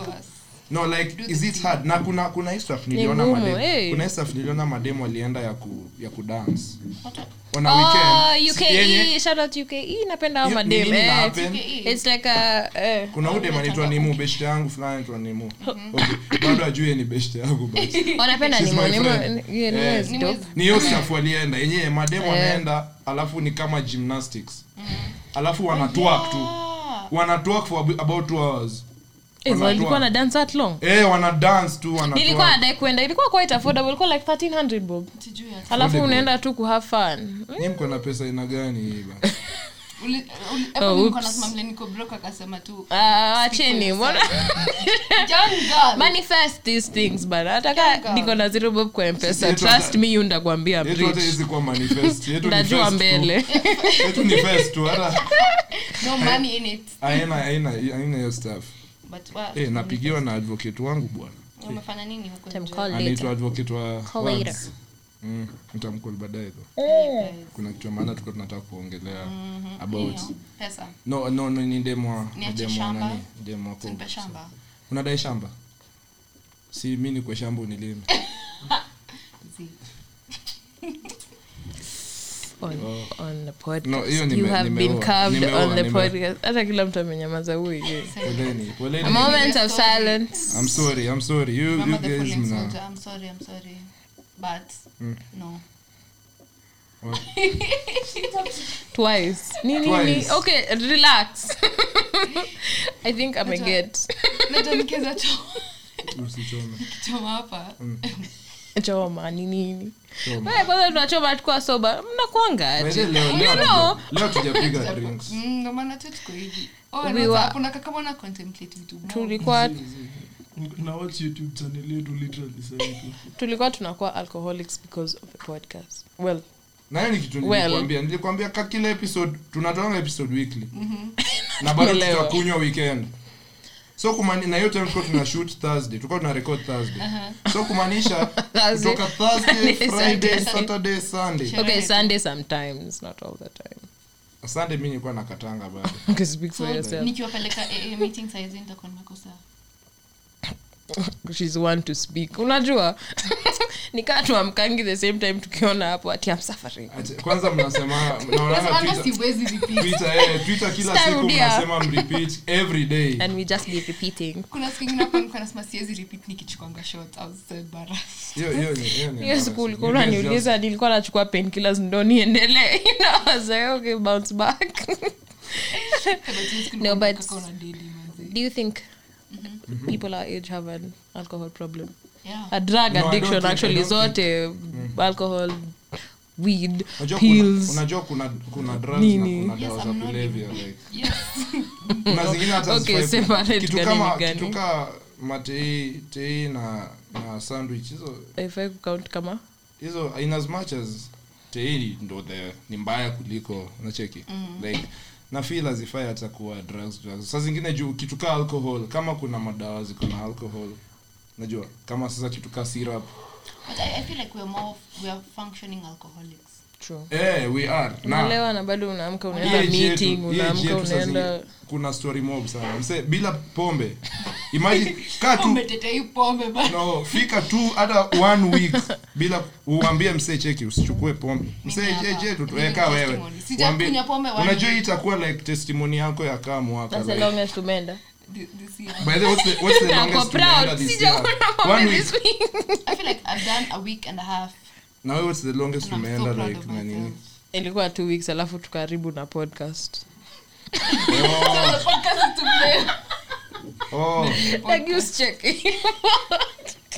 Speaker 2: no like is it hard na kuna kuna hii stuff niliona
Speaker 3: ngumu,
Speaker 2: mademo
Speaker 3: eh.
Speaker 2: kuna hii stuff niliona mademo alienda ya ku ya kudance
Speaker 4: Watu-
Speaker 2: on a
Speaker 3: Ah,
Speaker 2: weekend si yenye-
Speaker 3: UKE, shout out UKE, napenda hao
Speaker 2: Hiyo-
Speaker 3: madem,
Speaker 2: nini
Speaker 3: eh.
Speaker 2: ina happen?
Speaker 3: It's like a, eh.
Speaker 2: kuna ude manaitwa nimu beshte yangu fulani anaitwa nimu okay. bado ajue ni beshte yangu basi
Speaker 3: Wanapenda
Speaker 2: She's
Speaker 3: Nemo,
Speaker 2: my
Speaker 3: Nemo,
Speaker 2: friend.
Speaker 3: n- yeah, Nemo
Speaker 2: Eh.
Speaker 3: is
Speaker 4: Nemo
Speaker 3: dope.
Speaker 4: is-
Speaker 2: ni hiyo staff walienda yenyewe mademu wanaenda alafu ni kama gymnastics alafu wanatwak tu
Speaker 4: Ah,
Speaker 2: wanatwak for ab- about two hours
Speaker 3: Eh,
Speaker 2: Wanatoa.
Speaker 3: walikuwa na dance that long?
Speaker 2: eh wanadance tu
Speaker 3: nilikuwa
Speaker 2: wanatwak
Speaker 3: nadai kwenda ilikuwa quite affordable ilikuwa like 1300 bob
Speaker 4: sijui hata.
Speaker 3: alafu
Speaker 2: Affordable.
Speaker 3: unaenda tu kuhave fun
Speaker 2: ni mko na pesa ina gani hii ba
Speaker 4: Uli- uli- hapo
Speaker 2: Oh,
Speaker 4: nilikuwa
Speaker 3: oops.
Speaker 4: nasema vile niko broke akasema tu
Speaker 3: Ah, acheni mbona
Speaker 4: young
Speaker 2: <laughs>
Speaker 4: girl.
Speaker 3: manifest these things bana hataka niko na zero bob kwa mpesa
Speaker 2: Yetu
Speaker 3: trust
Speaker 2: hata-
Speaker 3: me yu ndakwambia
Speaker 2: yetu hata
Speaker 3: bitch
Speaker 2: hizi kuwa manifest yetu ni
Speaker 3: ndajua
Speaker 2: fest <laughs>
Speaker 3: mbele
Speaker 2: tu. yetu ni fest tu hata
Speaker 4: No money in it.
Speaker 2: haina haina haina hiyo staff
Speaker 4: But wa-
Speaker 2: eh napigiwa na advocate wangu bwana
Speaker 4: umefanya nini huko
Speaker 3: Time
Speaker 4: nje?
Speaker 3: call later.
Speaker 2: anaitwa advocate wa
Speaker 3: Call later.
Speaker 2: Wands. Mm, nitamcall baadaye though
Speaker 3: Eh.
Speaker 4: Guys,
Speaker 2: kuna kitu ya maana tulikuwa tunataka kuongelea
Speaker 3: Mm.
Speaker 2: about
Speaker 4: hiyo, pesa
Speaker 2: no no no ni demwa
Speaker 4: Niache
Speaker 2: demwa
Speaker 4: shamba.
Speaker 2: nani demwa kwa
Speaker 4: Nipe shamba
Speaker 2: unadai shamba si mi ni kwa shamba unilime
Speaker 4: <laughs> Zi.
Speaker 3: on, on the podcast.
Speaker 2: Oh. No, hiyo nime-
Speaker 3: you have been
Speaker 2: nimeoa.
Speaker 3: carved
Speaker 2: Nimeoa,
Speaker 3: on the
Speaker 2: nimeoa.
Speaker 3: podcast. Hata kila mtu amenyamaza huyu.
Speaker 2: poleni poleni
Speaker 3: A moment of silence.
Speaker 2: I'm sorry I'm sorry you, you
Speaker 4: Remember the
Speaker 2: guys Mm.
Speaker 4: falling
Speaker 2: mna
Speaker 4: soldier. I'm sorry, I'm sorry. But, no. <laughs>
Speaker 3: Twice. Ni ni ni.
Speaker 2: Twice.
Speaker 3: Okay, relax. I think I'm a get.
Speaker 4: Natamkeza tu.
Speaker 2: usichome
Speaker 4: kichoma hapa
Speaker 2: Mm.
Speaker 3: choma ni nini
Speaker 2: Choma.
Speaker 3: Eh, kwanza tunachoma tukua soba
Speaker 2: By
Speaker 3: mnakuangaje
Speaker 2: the way, leo- leo
Speaker 3: you know
Speaker 2: hatuja- leo tujapiga drinks
Speaker 4: Mm, ndio maana tu tuko hivi Oh,
Speaker 3: We were-
Speaker 4: kunakakamana contemplate vitu more.
Speaker 3: tulikuwa
Speaker 5: na watch youtube channel yetu literally sasa hivi
Speaker 3: tulikuwa tunakuwa alcoholics because of the podcast well
Speaker 2: nayo ni kitu
Speaker 3: Well.
Speaker 2: nilikwambia nilikwambia ka kila episode tunatoanga episode weekly
Speaker 3: Mm-hmm.
Speaker 2: na bado
Speaker 3: Naelewa.
Speaker 2: tutakunywa weekend so kumani na hiyo time tulikuwa tuna shoot thursday tulikuwa tuna record thursday so
Speaker 3: <laughs>
Speaker 2: kumaanisha
Speaker 3: Thursday.
Speaker 2: kutoka thursday
Speaker 3: Sunday,
Speaker 2: friday
Speaker 3: Sunday.
Speaker 2: saturday sunday
Speaker 3: okay sunday sometimes not all the time
Speaker 2: sunday mi nilikuwa nakatanga bado
Speaker 3: <laughs> okay speak
Speaker 4: So,
Speaker 3: for yourself
Speaker 4: nikiwapeleka AA meeting saa hizi nitakuwa nimekosa
Speaker 3: she's one to speak unajua <laughs> nikaa tuamkangi the same time tukiona hapo ati am suffering
Speaker 2: Ati- kwanza mnasema
Speaker 4: Sasa
Speaker 2: naonanga
Speaker 4: anga siwezi vipi
Speaker 2: twitter eh, twitter kila siku
Speaker 3: Starudia.
Speaker 2: mnasema mrepeat every day
Speaker 3: and we just be repeating
Speaker 4: kuna siku ingine hapa nilikuwa nasema siwezi repeat nikichukwanga shot I was so embarrassed
Speaker 2: hiyo hiyo ni hiyo ni
Speaker 3: hiyo siku ulikuwa
Speaker 2: embarrassing. You guys
Speaker 3: unaniuliza nilikuwa nachukua painkillers ndo niendelee <laughs> You know, I was like, okay bounce back No, but-
Speaker 4: Kaka una dedi, manze.
Speaker 3: <laughs> do you think people our age have an alcohol problem
Speaker 4: Yeah.
Speaker 3: Mm-hmm. a drug
Speaker 2: No, I don't
Speaker 3: addiction
Speaker 2: think- I
Speaker 3: actually
Speaker 2: don't
Speaker 3: zote alcohol weed
Speaker 2: Unajua kuna-
Speaker 3: pills
Speaker 2: unajua kuna kuna drugs
Speaker 3: Nini?
Speaker 2: na kuna
Speaker 4: Yes,
Speaker 2: dawa za
Speaker 4: I'm not
Speaker 2: kulevya like
Speaker 4: Yes.
Speaker 2: kuna zingine hata
Speaker 3: Mm. Okay,
Speaker 2: hazifai-
Speaker 3: separate
Speaker 2: kitu
Speaker 3: gani
Speaker 2: kama
Speaker 3: ni gani?
Speaker 2: kitu ka matei tei na na sandwich hizo
Speaker 3: haifai kucount kama
Speaker 2: hizo in as much as tei ndo the ni mbaya kuliko unacheki
Speaker 3: Mm.
Speaker 2: like na feel hazifai hata kuwa drugs drugs saa zingine juu kitu ka alcohol kama kuna madawa ziko na alcohol najua kama sasa kitu ka syrup
Speaker 4: But I- I feel like we're more of- we are functioning alcoholics.
Speaker 3: true
Speaker 2: eh we are na E
Speaker 3: unalewa na bado unaamka unaenda
Speaker 2: Hii age yetu-
Speaker 3: meeting
Speaker 2: hii age
Speaker 3: unaamka
Speaker 2: yetu saa
Speaker 3: unaenda
Speaker 2: zingine kuna story mob sana mse bila pombe imagine
Speaker 3: <laughs>
Speaker 2: kaa tu
Speaker 4: Umetetea hii pombe bana.
Speaker 2: no fika tu hata one week bila uambie msee cheki usichukue pombe msee
Speaker 4: Mimi
Speaker 2: je-
Speaker 4: hapa.
Speaker 2: je tu
Speaker 4: Mimi
Speaker 2: tuweka wewe
Speaker 4: testimony. Sijakunywa
Speaker 2: Waambie-
Speaker 4: pombe one
Speaker 2: unajua hii
Speaker 4: week.
Speaker 2: itakuwa like testimony yako ya kaa mwaka
Speaker 3: that's the
Speaker 2: like.
Speaker 3: longest tumeenda
Speaker 4: Th- this year.
Speaker 2: By the way, what's the- what's the
Speaker 3: <laughs> nako
Speaker 2: longest tumeenda
Speaker 3: proud
Speaker 2: this
Speaker 3: sijaona
Speaker 2: year? One
Speaker 3: mambo
Speaker 2: week.
Speaker 3: this week
Speaker 4: I feel like I've done a week and a half
Speaker 2: Na wewe what's the
Speaker 4: and
Speaker 2: longest
Speaker 4: I'm so
Speaker 2: tumeenda
Speaker 4: proud
Speaker 2: like
Speaker 4: of
Speaker 2: na nini?
Speaker 4: myself. <laughs>
Speaker 3: ilikuwa two weeks alafu tukaribu na podcast
Speaker 2: Oh,
Speaker 4: Podcast to play.
Speaker 2: oh,
Speaker 3: like you check
Speaker 2: <laughs>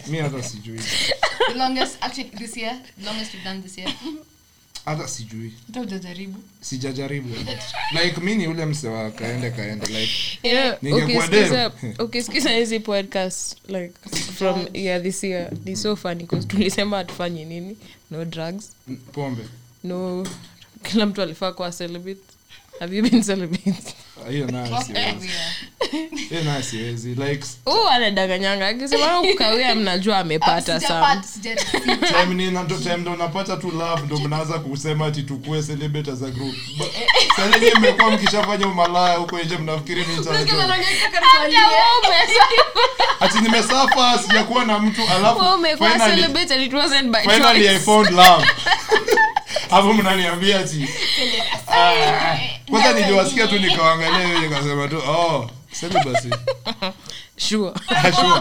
Speaker 2: mi hata sijui
Speaker 4: The longest actually this year, longest we've done this year.
Speaker 2: hata sijui
Speaker 4: Hata hujajaribu.
Speaker 2: sijajaribu like mi ni ule mse wa kaende kaende like
Speaker 3: You know,
Speaker 2: Ningekuwa
Speaker 3: ukisikiza-
Speaker 2: dem.
Speaker 3: ukisikiza hizi podcast like from yeah this year ni so funny 'cause tulisema hatufanyi nini no drugs
Speaker 2: n- pombe
Speaker 3: no kila mtu alifaa kuwa celibate have you been
Speaker 2: <laughs>
Speaker 3: celibate
Speaker 2: hiyo nayo
Speaker 4: Fuck every
Speaker 2: siwezi
Speaker 4: year.
Speaker 2: hiyo nayo siwezi like
Speaker 3: huu anadanganyanga akisema kukawia mnajua
Speaker 2: Ah,
Speaker 3: amepata
Speaker 4: Sijapata,
Speaker 3: sana
Speaker 4: sijajaribu.
Speaker 2: time ni na- ndo time ndo napata tu love ndo mnaanza kusema ati tukue celebrate za group sasa nyinyi mmekuwa mkishafanya umalaya huko nje mnafikiri ni tarajio
Speaker 3: Ah,
Speaker 2: ati nimesafa sijakuwa na mtu
Speaker 3: Wewe
Speaker 2: alafu
Speaker 3: umekuwa
Speaker 2: finally-
Speaker 3: celibate and it wasn't by
Speaker 2: finally I
Speaker 3: choice.
Speaker 2: found love hapo mnaniambia ati ah, kwanza niliwasikia tu nikawaangalia hivi nikasema tu oh celibacy
Speaker 3: <laughs> <laughs> Sure.
Speaker 2: Ah, sure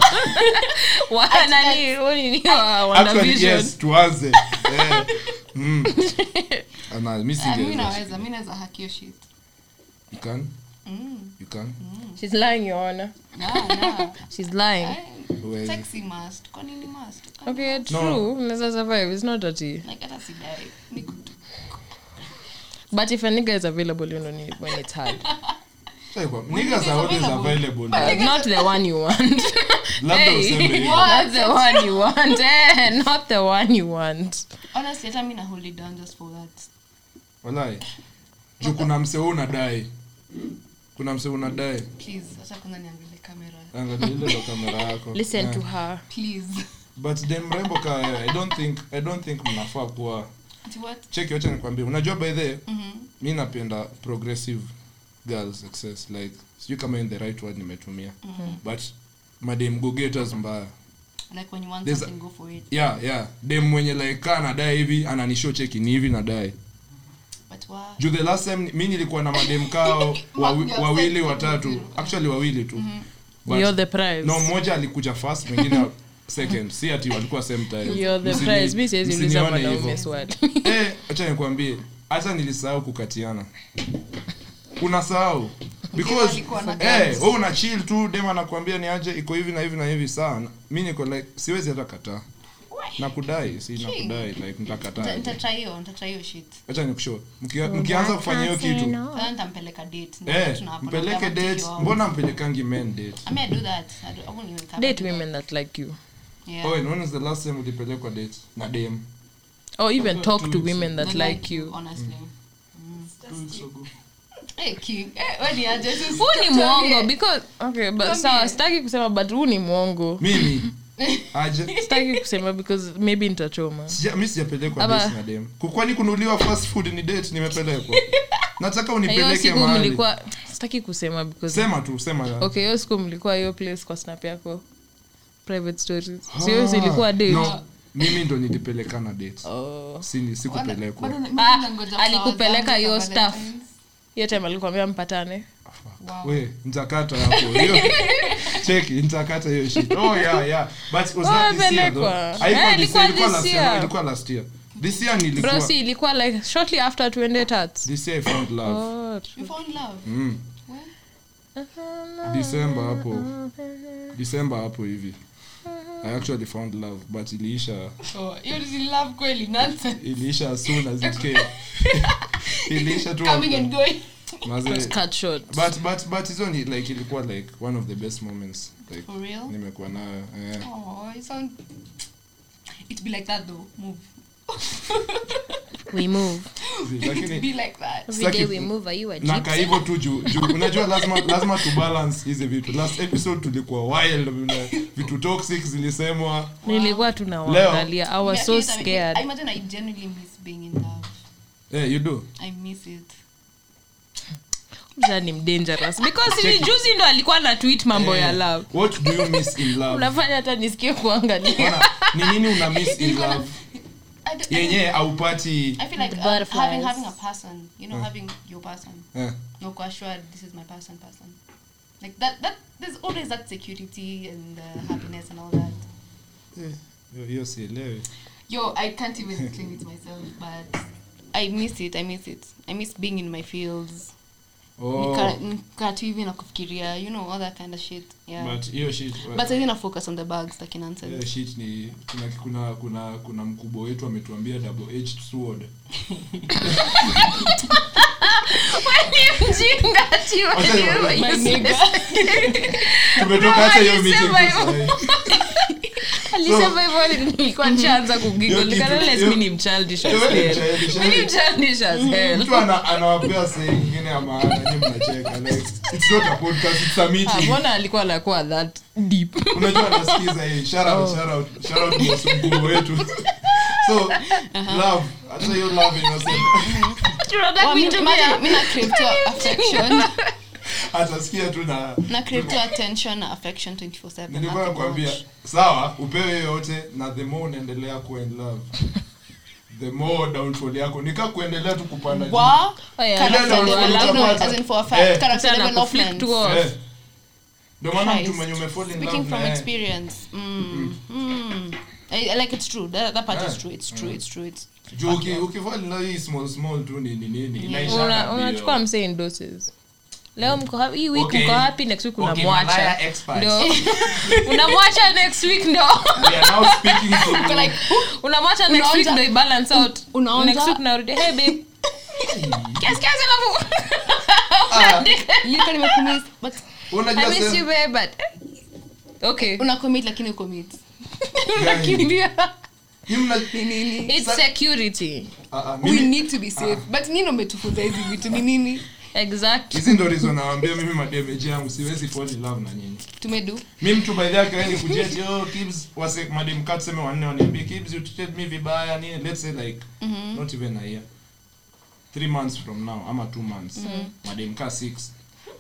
Speaker 3: Wa- nani, huyu ni nini wa
Speaker 2: actually
Speaker 3: WandaVision?
Speaker 2: yes tuanze eh mm.
Speaker 3: <laughs>
Speaker 2: Ana,
Speaker 4: <laughs>
Speaker 2: mi
Speaker 4: Ah, mi
Speaker 2: singeweza
Speaker 4: naweza, mi naweza hack hiyo shit.
Speaker 2: you can
Speaker 4: Mm.
Speaker 2: you can
Speaker 3: She's lying, Your Honor.
Speaker 4: Nah, nah.
Speaker 3: She's lying.
Speaker 4: I-
Speaker 2: Huwezi.
Speaker 4: Sexy must. Kwa nini must? Kwa nini
Speaker 3: Okay,
Speaker 4: must?
Speaker 3: true. Unaweza survive. It's not that he-
Speaker 4: Like, hata sidai. Ni kutu.
Speaker 3: But if a nigga is available, you don't need when it's hard.
Speaker 2: Sasa kwa- niggas are always available.
Speaker 3: Uh, <laughs> not the one you
Speaker 2: <laughs>
Speaker 3: want.
Speaker 2: Labda
Speaker 3: Hey. <laughs>
Speaker 2: useme hivyo.
Speaker 3: not the one you want. Eh, not the one you want.
Speaker 4: Honestly, hata mi na hold it down just for that.
Speaker 2: Walai. Juu kuna mse wewe unadai. Kuna mse unadai.
Speaker 4: Please, hata kwanza niangalie kamera.
Speaker 2: Angalia ile ndo kamera yako.
Speaker 3: Listen
Speaker 2: Yeah.
Speaker 3: to her.
Speaker 4: Please. <laughs>
Speaker 2: But dem mrembo ka I don't think I don't think mnafaa kuwa
Speaker 4: Ati what?
Speaker 2: cheki wacha nikwambie. Unajua by the way,
Speaker 4: Mhm.
Speaker 2: mi napenda progressive girls access like sijui kama in the right word nimetumia.
Speaker 3: Mm-hmm.
Speaker 2: But madem go getters mbaya.
Speaker 4: Like when you want
Speaker 2: There's a-
Speaker 4: something, go for it.
Speaker 2: Yeah, yeah. Dem mwenye like kaa anadai hivi ananishow cheki ni hivi nadai.
Speaker 4: But why?
Speaker 2: juu the last time mi nilikuwa na madem
Speaker 4: <laughs>
Speaker 2: kao wawi, wawili watatu actually wawili tu
Speaker 4: Mm-hmm.
Speaker 2: But-
Speaker 3: You're the prize.
Speaker 2: no mmoja alikuja first mwingine <laughs> second si ati walikuwa same time
Speaker 3: You're the
Speaker 2: Msini-
Speaker 3: prize. Mi siwezi uliza
Speaker 2: msinione
Speaker 3: mwanaume
Speaker 2: hivyo.
Speaker 3: <laughs> swali.
Speaker 2: Eh, acha nikwambie hata nilisahau kukatiana unasahau because
Speaker 4: alikuwa na
Speaker 2: eh,
Speaker 4: guns.
Speaker 2: wewe una chill tu dem anakuambia ni aje iko hivi na hivi na hivi sana mi niko like siwezi hata kataa nakudai si nakudai like nitakataa aje.
Speaker 4: nitatry hiyo nitatry hiyo shit
Speaker 2: acha nikushow Mki- mkianza kufanya hiyo
Speaker 3: Oh.
Speaker 2: kitu
Speaker 4: Sasa nitampeleka date
Speaker 2: eh,
Speaker 4: Tunapata
Speaker 2: mpeleke
Speaker 4: kama
Speaker 2: date
Speaker 4: tiki wao.
Speaker 2: mbona mpelekangi men date
Speaker 4: I mean, I do that. I do- I won't even come
Speaker 3: date
Speaker 4: to that.
Speaker 3: women that like you
Speaker 4: Yeah.
Speaker 2: oh and when is the last time ulipelekwa date na dem
Speaker 3: or even talk to
Speaker 5: Two weeks
Speaker 3: women that
Speaker 4: They
Speaker 3: like you
Speaker 4: honestly.
Speaker 2: Mm.
Speaker 4: Mm.
Speaker 5: two weeks ago.
Speaker 4: Hey, King. Eh, Hey, wewe ni aje? Just
Speaker 3: huu ni
Speaker 4: tuambie.
Speaker 3: mwongo because okay but sawa
Speaker 4: Tuambie.
Speaker 3: sitaki kusema but huu ni mwongo
Speaker 4: <laughs>
Speaker 2: mimi aje
Speaker 3: sitaki kusema because maybe nitachoma
Speaker 2: Sija- mi sijapelekwa
Speaker 3: Aba.
Speaker 2: date na dem kukwani kunuliwa fast food ni date
Speaker 3: <laughs>
Speaker 2: nimepelekwa nataka
Speaker 3: Na hiyo
Speaker 2: unipeleke
Speaker 3: siku
Speaker 2: mahali
Speaker 3: mlikuwa sitaki kusema because
Speaker 2: sema tu sema
Speaker 3: okay hiyo siku mlikuwa hiyo place kwa snap yako private stories sio zilikuwa date
Speaker 2: Ah, no, mimi ndo nilipelekana date
Speaker 3: Oh.
Speaker 2: Sini-
Speaker 4: Wana-
Speaker 2: sikupelekwa
Speaker 4: bado na-
Speaker 3: Ah,
Speaker 4: mimi nangoja flowers
Speaker 3: alikupeleka
Speaker 4: zangu
Speaker 3: hiyo
Speaker 4: za
Speaker 3: stuff.
Speaker 4: Valentine's.
Speaker 3: hiyo time alikwambia mpatane
Speaker 4: Wow.
Speaker 2: we mtakata hapo
Speaker 3: <laughs>
Speaker 2: hiyo cheki mtakata hiyo shit oh yeah yeah but it was
Speaker 3: Oh,
Speaker 2: not this year though
Speaker 3: imepelekwa.
Speaker 2: Haikuwa
Speaker 3: Eh,
Speaker 2: this
Speaker 3: ilikuwa
Speaker 2: year, ilikuwa
Speaker 3: this
Speaker 2: last year
Speaker 3: year.
Speaker 2: no, ilikuwa last year this year nilikuwa
Speaker 3: bro si ilikuwa like shortly after tuende tats
Speaker 2: this year i found love
Speaker 3: oh,
Speaker 4: You found love?
Speaker 2: mm.
Speaker 4: When?
Speaker 2: December hapo December hapo hivi I actually found love but iliisha
Speaker 4: Oh, hiyo ni love kweli, nonsense.
Speaker 2: iliisha as soon as it
Speaker 3: <laughs>
Speaker 2: came iliisha tu
Speaker 4: Coming and going.
Speaker 2: Maze-
Speaker 3: cut short
Speaker 2: but but but hizo ni like ilikuwa like one of the best moments like
Speaker 4: For real?
Speaker 2: nimekuwa nayo eh.
Speaker 4: Oh, you sound- It be like that though. Move.
Speaker 3: we move
Speaker 4: <laughs> It be
Speaker 2: lakini
Speaker 4: like that.
Speaker 3: every
Speaker 2: Sitaki-
Speaker 3: day we move are you a
Speaker 2: na
Speaker 3: gypsy?
Speaker 2: kaivo tu juu juu unajua lazima lazima tu balance hizi vitu last episode tulikuwa wild mna- vitu toxic zilisemwa
Speaker 3: nilikuwa tunawaangalia i was so
Speaker 4: Lakini sasa, I
Speaker 3: scared
Speaker 4: imagine I genuinely miss being in love.
Speaker 2: eh you do
Speaker 4: I miss it.
Speaker 3: Mzee ni mdangerous because ni juzi ndo alikuwa na tweet mambo ya
Speaker 2: Eh,
Speaker 3: love
Speaker 2: what do you miss in love
Speaker 3: unafanya hata nisikie <laughs> kuangalia
Speaker 2: Bwana, ni nini una
Speaker 4: <laughs>
Speaker 2: miss in love
Speaker 4: I don't- I
Speaker 2: yenyewe haupati
Speaker 4: I feel
Speaker 3: The
Speaker 4: like uh, having
Speaker 3: butterflies.
Speaker 4: having a person, you
Speaker 2: Uh.
Speaker 4: know, having your person.
Speaker 2: eh.
Speaker 4: No assured this is my person person. Like that that there's always that security and uh, happiness and all that.
Speaker 2: Hiyo- hiyo sielewi
Speaker 4: Yo, I can't even explain it myself, but I miss it. I miss it. I miss being in my fields.
Speaker 2: oh
Speaker 4: Nika- nikaa tu hivi na kufikiria, you know, all that kind of shit. Yeah.
Speaker 2: but hiyo shit
Speaker 4: but I didn't focus on the bags like in answer.
Speaker 2: Eh, shit ni kuna kuna kuna, kuna mkubwa wetu ametuambia double edged sword
Speaker 3: mjinga ati wewe ni
Speaker 2: Wacha niwaambie.
Speaker 4: My
Speaker 3: useless.
Speaker 4: nigga.
Speaker 2: <laughs> tumetoka hata hiyo meeting
Speaker 3: alisema
Speaker 2: tu
Speaker 3: hivyo.
Speaker 2: sahi.
Speaker 3: alisema hivyo nilikuwa nishaanza
Speaker 2: Hiyo
Speaker 3: kugiggle
Speaker 2: kitu-
Speaker 3: nikalala
Speaker 2: hiyo-
Speaker 3: mimi ni mchildish as
Speaker 2: Wewe ni
Speaker 3: hell
Speaker 2: mchildish,
Speaker 3: mimi ni
Speaker 2: yani
Speaker 3: mchildish as hell
Speaker 4: <laughs>
Speaker 2: mtu ana- anawapea sehemu ingine ya maana nyinyi mnacheka like it's not a podcast it's a
Speaker 3: Ah,
Speaker 2: meeting
Speaker 3: mbona alikuwa anakuwa that deep
Speaker 2: unajua anasikiza hii shout out
Speaker 4: Oh.
Speaker 2: shout out shout out boss mkubwa wetu <laughs> so
Speaker 4: Uh-huh.
Speaker 2: love hata hiyo love inasema
Speaker 4: Well, mi- imagine- mi na crave to affection.
Speaker 2: atasikia tu na
Speaker 4: na crave to attention na affection 24/7.
Speaker 2: nilikuwa
Speaker 4: nothing
Speaker 2: nakwambia
Speaker 4: much.
Speaker 2: sawa upewe hiyo yote na the more unaendelea kuwa in love the more downfall yako nika kuendelea tu kupanda juu.
Speaker 4: Wa-
Speaker 3: Oya,
Speaker 4: character
Speaker 2: Kila ndio
Speaker 4: level,
Speaker 2: unapata.
Speaker 4: no, as in for a fact,
Speaker 2: Eh.
Speaker 4: character
Speaker 3: Sana
Speaker 4: development.
Speaker 3: kuflick to us.
Speaker 2: Eh. ndio maana mtu
Speaker 4: Christ.
Speaker 2: mwenye umefall in love eh. Mm-hmm.
Speaker 4: Speaking from
Speaker 2: na yeye.
Speaker 4: experience. Mm. Mm. I, I like it's true. That, that part is
Speaker 2: Eh.
Speaker 4: true. It's true. It's true. It's
Speaker 2: juu uki- ukifall in love hii small small tu ni ni nini inaisha
Speaker 3: Una- unachukua msee in doses leo mko hap- hii week
Speaker 2: Okay.
Speaker 3: mko happy next week
Speaker 2: Okay,
Speaker 3: unamwacha
Speaker 2: malaya experts.
Speaker 3: Ndio.
Speaker 4: <laughs>
Speaker 3: unamwacha next week ndo <laughs>
Speaker 2: we are now speaking to
Speaker 4: like
Speaker 3: unamwacha next week
Speaker 4: Unaonja-
Speaker 3: ndo ibalance out
Speaker 4: unaonja-
Speaker 3: next week narudi hey
Speaker 2: <laughs>
Speaker 3: babe kiasi kiasi alafu <laughs>
Speaker 2: Ah,
Speaker 4: nilikuwa nimecommit but
Speaker 2: unajua
Speaker 3: I miss
Speaker 2: sasa-
Speaker 3: you babe but okay <laughs>
Speaker 4: una commit lakini ucommit.
Speaker 2: <laughs>
Speaker 3: unakimbia
Speaker 2: Ni mna-
Speaker 4: Ni nini?
Speaker 3: it's security
Speaker 2: Ah, ah,
Speaker 4: We
Speaker 2: mimi-
Speaker 4: need to be safe. But nini umetufunza hizi vitu ni nini?
Speaker 3: exactly
Speaker 2: hizi ndo reason nawaambia mimi mademeji yangu siwezi fall in love na nyinyi
Speaker 4: Tumedu.
Speaker 2: mi mtu baidhi yake yani kujeti oh kibs wase madem kat sema wanne waniambie kibs you treated me vibaya nini let's say like not even a year three months from now ama two months madem ka six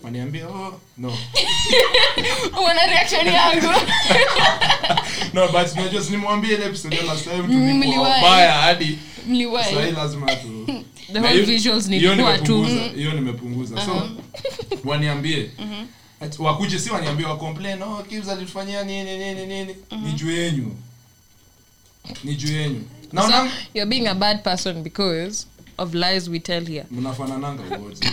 Speaker 2: waniambia oh no
Speaker 4: Una reaction yangu.
Speaker 2: no but unajua sinimwambia ile episode ya last time tulikuwa
Speaker 4: mliwahi.
Speaker 2: wabaya hadi sahi
Speaker 4: Mliwahi.
Speaker 2: lazima tu
Speaker 3: the
Speaker 2: Na
Speaker 3: whole
Speaker 2: hiyo-
Speaker 3: visuals ni
Speaker 2: hiyo
Speaker 3: poor tu Mm. Uh-huh.
Speaker 2: nimepunguza, hiyo nimepunguza so <laughs> waniambie
Speaker 3: Mm-hmm.
Speaker 2: ati wakuje si waniambie wacomplain oh Kibz alitufanyia nini nini nini
Speaker 3: Mm-hmm.
Speaker 2: ni juu yenyu ni juu yenyu
Speaker 3: so
Speaker 2: naona
Speaker 3: you're being a bad person because of lies we tell here <laughs>
Speaker 2: mnafanananga wote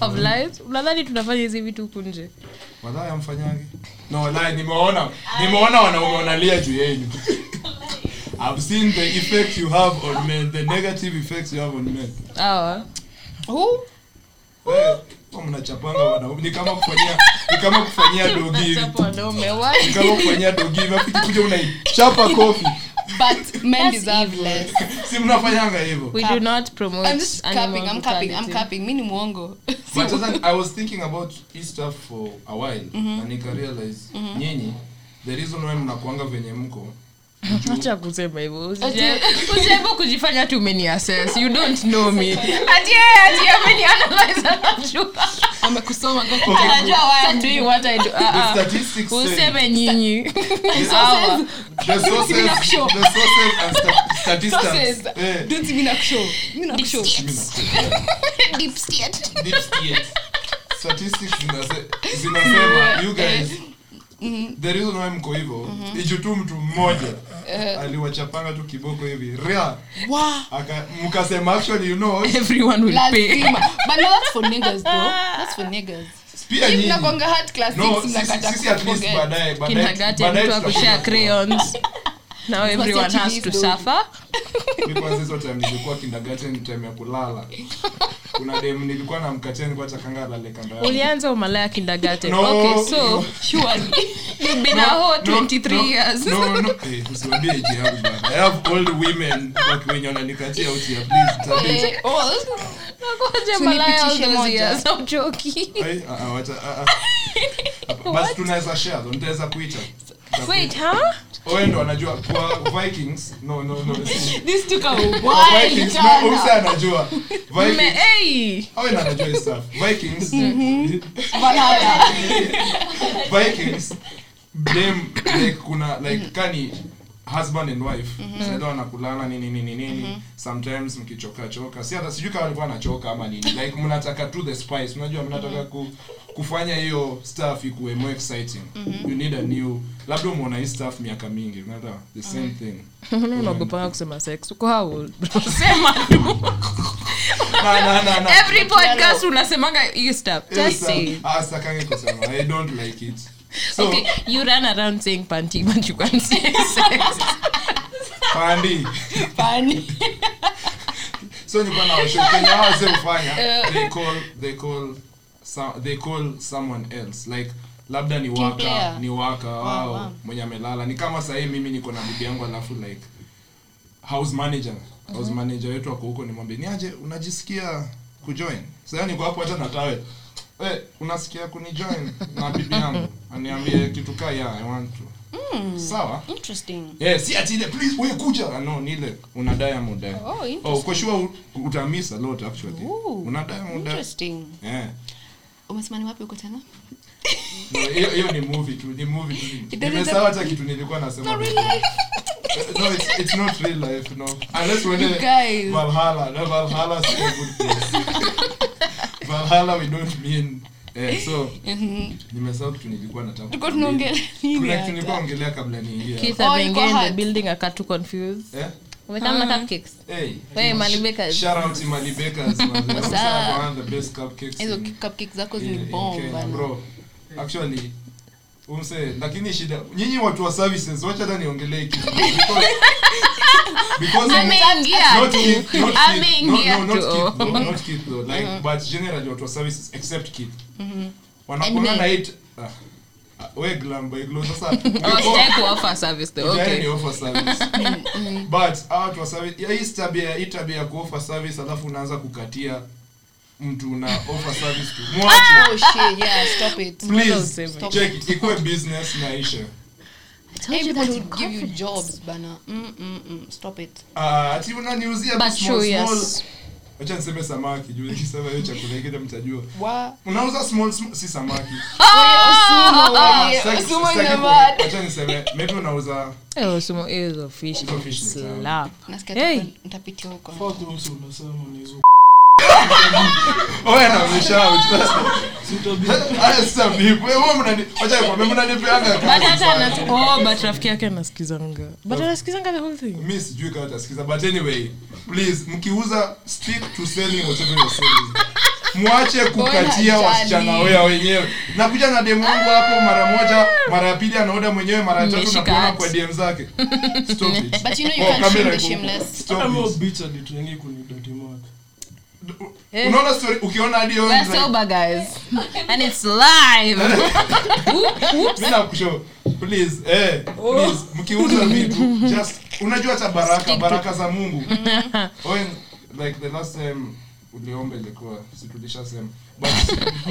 Speaker 3: of
Speaker 2: Mm.
Speaker 3: lies unadhani tunafanya hizi vitu huku nje
Speaker 2: wadhaa yamfanyangi no wallahi nimeona nimeona wanaume wanalia juu
Speaker 3: <laughs>
Speaker 2: yenu I've seen the effect you have on men, the negative effects you have on men.
Speaker 3: awa
Speaker 2: Wewe, wewe Eh, mnachapanga wanaume ni kama kufanyia ni kama kufanyia dogi hivi.
Speaker 3: Chapo wanaume, wa-
Speaker 2: Ni kama kufanyia dogi hivi. Afu ikikuja unaichapa kofi.
Speaker 4: but men deserve less
Speaker 2: Si mnafanyanga hivyo.
Speaker 3: we do not promote
Speaker 4: i'm just
Speaker 3: animal
Speaker 4: capping i'm capping i'm
Speaker 3: brutality.
Speaker 4: capping mi ni mwongo <laughs>
Speaker 2: But sasa, I was thinking about his stuff for a while
Speaker 3: Mhm.
Speaker 2: and nika realize nyinyi the reason why mnakuanga venye mko
Speaker 3: acha kusema hivyo usije- usijaribu kujifanya tu umeni assess you don't know me
Speaker 4: <laughs>
Speaker 3: ati yeye ati ameni analyze anajua
Speaker 4: amekusoma
Speaker 3: anajua why I'm doing what I do Ah,
Speaker 2: the
Speaker 3: ah.
Speaker 2: statistics say
Speaker 3: useme nyinyi <laughs>
Speaker 4: Sources.
Speaker 3: awa <laughs>
Speaker 2: the sources
Speaker 4: Minakushow.
Speaker 2: the sources and sta- statistics
Speaker 4: Sources.
Speaker 2: eh
Speaker 4: don't mi nakushow mi nakushow
Speaker 6: deep state.
Speaker 2: deep state. <laughs> statistics zinase- zinasema you guys the reason why mko hivyo iju tu mtu mmoja aliwachapanga tu kiboko hivi rea Aka- mkasema actually you know
Speaker 3: everyone will pay
Speaker 4: <laughs>
Speaker 3: <laughs>
Speaker 4: lazima but no that's for niggas though that's for niggas
Speaker 2: pia
Speaker 4: Si
Speaker 2: nyinyi
Speaker 4: mnagonga hard class six
Speaker 2: no sisi
Speaker 4: mnakata
Speaker 2: sisi at least
Speaker 4: kuforget.
Speaker 2: baadaye baadaye
Speaker 3: kindergarten
Speaker 2: baadaye
Speaker 3: mtu akushare
Speaker 2: tutakuja
Speaker 3: crayons now everyone has to
Speaker 4: TVs
Speaker 3: suffer
Speaker 2: <laughs> because hizo time nilikuwa kindergarten time ya kulala kuna dem nilikuwa na mkatia nilikuwa chakanga lale kando yangu
Speaker 3: ulianza umalaya kindergarten
Speaker 2: No.
Speaker 3: okay so
Speaker 4: surely
Speaker 3: you've been a whole 23
Speaker 2: no,
Speaker 3: years
Speaker 2: no,
Speaker 3: <laughs>
Speaker 2: no. Eh, usiwaambie age yangu bana. I have old women but wenye wananikatia utia please tabia.
Speaker 4: Eh, oh,
Speaker 3: Nakuja
Speaker 4: Usinipitishe
Speaker 3: malaya all those
Speaker 4: moja.
Speaker 3: <laughs> years I'm joking
Speaker 2: Ai, ah, ah, wacha, ah, ah. <laughs> Basi tunaweza share, though, nitaweza kuita.
Speaker 3: wait huh
Speaker 2: Wewe ndo anajua kwa Vikings. No, no, no. si-
Speaker 4: this took a
Speaker 2: Kwa
Speaker 4: while
Speaker 2: Vikings,
Speaker 4: Jana.
Speaker 2: no, Umse anajua.
Speaker 3: Me,
Speaker 2: Vikings.
Speaker 3: <laughs> hey.
Speaker 2: Awe na anajua his stuff. Vikings.
Speaker 3: Mhm.
Speaker 4: Balala.
Speaker 2: Vikings. Dem like kuna like kani husband and wife
Speaker 3: Mhm.
Speaker 2: sinaelewa wanakulana nini nini nini sometimes mkichoka choka si hata sijui kama alikuwa anachoka ama nini like mnataka tu the spice unajua
Speaker 3: Mhm.
Speaker 2: mnataka ku, kufanya hiyo stuff ikuwe more exciting
Speaker 3: Mhm.
Speaker 2: you need a new labda umeona hii stuff miaka mingi unaelewa the
Speaker 3: Mm.
Speaker 2: same
Speaker 3: <laughs>
Speaker 2: thing
Speaker 3: unaogopanga kusema sex uko how old? sema
Speaker 2: <laughs>
Speaker 3: tu
Speaker 2: na na na na
Speaker 3: every podcast unasemanga hiyo stuff
Speaker 2: Hiyo
Speaker 3: just
Speaker 2: stuff-
Speaker 3: say it.
Speaker 2: ah sakange kusema i don't like it so
Speaker 3: okay you run around saying panty <laughs> but you can't say sex
Speaker 2: pandi
Speaker 4: Funny.
Speaker 2: so nilikuwa na washo kwenye hawa wazee hufanya
Speaker 4: Eh.
Speaker 2: they call they call some, they call someone else like labda ni waka
Speaker 4: player.
Speaker 2: ni waka wao
Speaker 4: wow.
Speaker 2: mwenye amelala ni kama sahii mimi niko na bibi yangu alafu like house manager house
Speaker 4: Mhm.
Speaker 2: manager wetu ako huko nimwambie ni aje unajisikia kujoin sasa niko hapo hata natawe Hey, unasikia kunijoin na
Speaker 4: <laughs>
Speaker 2: bibi yangu aniambie kitu kaa yeah, i want to
Speaker 4: Mm.
Speaker 2: sawa
Speaker 4: interesting
Speaker 2: Eh, si ati ile please wewe kuja. Ah, no, ni ile una diamond. eh.
Speaker 4: Oh, interesting.
Speaker 2: Oh, kwa sure uta miss a lot actually.
Speaker 4: Ooh,
Speaker 2: una diamond. eh.
Speaker 4: interesting
Speaker 2: Eh.
Speaker 4: umesema ni wapi uko tena
Speaker 2: No, Hiyo hiyo ni movie tu, ni movie tu.
Speaker 4: It doesn't-
Speaker 2: Nimesahau hata kitu nilikuwa nasema. Eh,
Speaker 4: Not real life.
Speaker 2: No, it's, it's not real life, no. Unless we're
Speaker 4: You guys.
Speaker 2: Valhalla. No, Valhalla is a
Speaker 4: <laughs>
Speaker 2: good place. Valhalla we don't mean Eh, so
Speaker 4: Mhm.
Speaker 2: nimesahau kitu nilikuwa nataka.
Speaker 4: Tulikuwa
Speaker 2: kuambia.
Speaker 4: tunaongelea nini
Speaker 2: Kuna kitu
Speaker 4: hata?
Speaker 2: nilikuwa ongelea kabla niingie.
Speaker 3: Keith
Speaker 4: Oh,
Speaker 3: ameingia
Speaker 4: yuko
Speaker 3: in the
Speaker 4: hot.
Speaker 3: building akatu confused Ah.
Speaker 2: Eh?
Speaker 3: umekama na cupcakes
Speaker 2: Hey.
Speaker 3: Hey, Mali Bakers.
Speaker 2: Shout out to Mali
Speaker 3: <laughs>
Speaker 2: Bakers. man. They also have one of the best cupcakes
Speaker 4: hizo
Speaker 2: in-
Speaker 4: cupcake zako
Speaker 2: in-
Speaker 4: ni
Speaker 2: in Kenya,
Speaker 4: bomba
Speaker 2: bro. Actually, umse lakini shida nyinyi watu wa services wacha hata
Speaker 3: <laughs>
Speaker 2: niongelee kitu Because- because
Speaker 3: Ameingia
Speaker 2: not kid,
Speaker 3: tu.
Speaker 2: not kid.
Speaker 3: Ameingia
Speaker 2: No, no, not
Speaker 3: tu.
Speaker 2: kid, though, not kid though. Like,
Speaker 3: Uh-huh.
Speaker 2: but generally watu wa services except kid
Speaker 3: Mm-hmm.
Speaker 2: wanakuanga na it ah, ah, we glam by glow
Speaker 3: <laughs>
Speaker 2: sasa
Speaker 3: Oh,
Speaker 2: before-
Speaker 3: sitaki kuoffer service though.
Speaker 2: Yaani ni
Speaker 3: Okay. Mm,
Speaker 2: offer
Speaker 3: <laughs>
Speaker 2: service. but hawa watu wa service ya hii tabia hii tabia ya kuoffer service alafu unaanza kukatia mtu na offer service tu mwache
Speaker 3: Ah!
Speaker 4: oh shit yeah stop it
Speaker 3: Mbona
Speaker 2: <laughs> please
Speaker 3: useme?
Speaker 4: Stop.
Speaker 2: check ikuwe business na isha
Speaker 4: everybody would give you jobs bana mm mm mm stop it
Speaker 2: Ah, ati unaniuzia tu
Speaker 3: But
Speaker 2: small,
Speaker 3: true,
Speaker 2: small.
Speaker 3: yes.
Speaker 2: Wacha niseme samaki juu nikisema hiyo chakula ingine mtajua
Speaker 4: wa
Speaker 2: unauza small, small si samaki
Speaker 4: Ah,
Speaker 2: Ah, sitaki-
Speaker 4: Osumo in
Speaker 2: sitaki
Speaker 4: the
Speaker 2: ku-
Speaker 4: mud.
Speaker 2: wacha niseme maybe unauza
Speaker 3: Eh, Osumo is official.
Speaker 2: It's official, yeah.
Speaker 3: Slap.
Speaker 4: nasikia
Speaker 3: Hey.
Speaker 4: tu- nitapitia huko
Speaker 5: Fuck those unasema ni hizo
Speaker 2: oya na umeshout.
Speaker 5: Sitabidi-
Speaker 2: Haya, sasa vipi? Wewe mnani wacha nikwambie, mnanipeanga
Speaker 3: But
Speaker 2: kazi
Speaker 3: hata
Speaker 2: sana.
Speaker 3: anas- oh, but rafiki yake anasikizanga. But anasikizanga the whole thing.
Speaker 2: mi sijui kama utasikiza but anyway please mkiuza stick to selling whatever you're selling mwache kukatia
Speaker 4: Bora
Speaker 2: wasichana
Speaker 4: jali.
Speaker 2: wea wenyewe nakuja na demu wangu hapo mara moja mara ya pili anaoda mwenyewe mara ya tatu
Speaker 3: Mmeshika
Speaker 2: nakuona
Speaker 3: hats.
Speaker 2: kwa dm zake Stop it.
Speaker 4: But you know you
Speaker 2: Oh,
Speaker 4: can't shame
Speaker 2: camera
Speaker 4: the
Speaker 2: iko huko.
Speaker 4: shameless.
Speaker 2: Stop
Speaker 5: Hata
Speaker 2: it.
Speaker 5: huyo bitch alituingia kunidatimak
Speaker 3: Eh.
Speaker 2: unaona story ukiona hadi wewe
Speaker 3: We're
Speaker 2: ni like-
Speaker 3: sober, <laughs> guys. And it's live. Oop, oop.
Speaker 2: Mimi nakushauri, please, eh,
Speaker 3: Oh.
Speaker 2: please,
Speaker 3: <laughs>
Speaker 2: mkiuza vitu just unajua hata baraka baraka za mungu Owen, like the last time uliomba ilikuwa situlisha sema but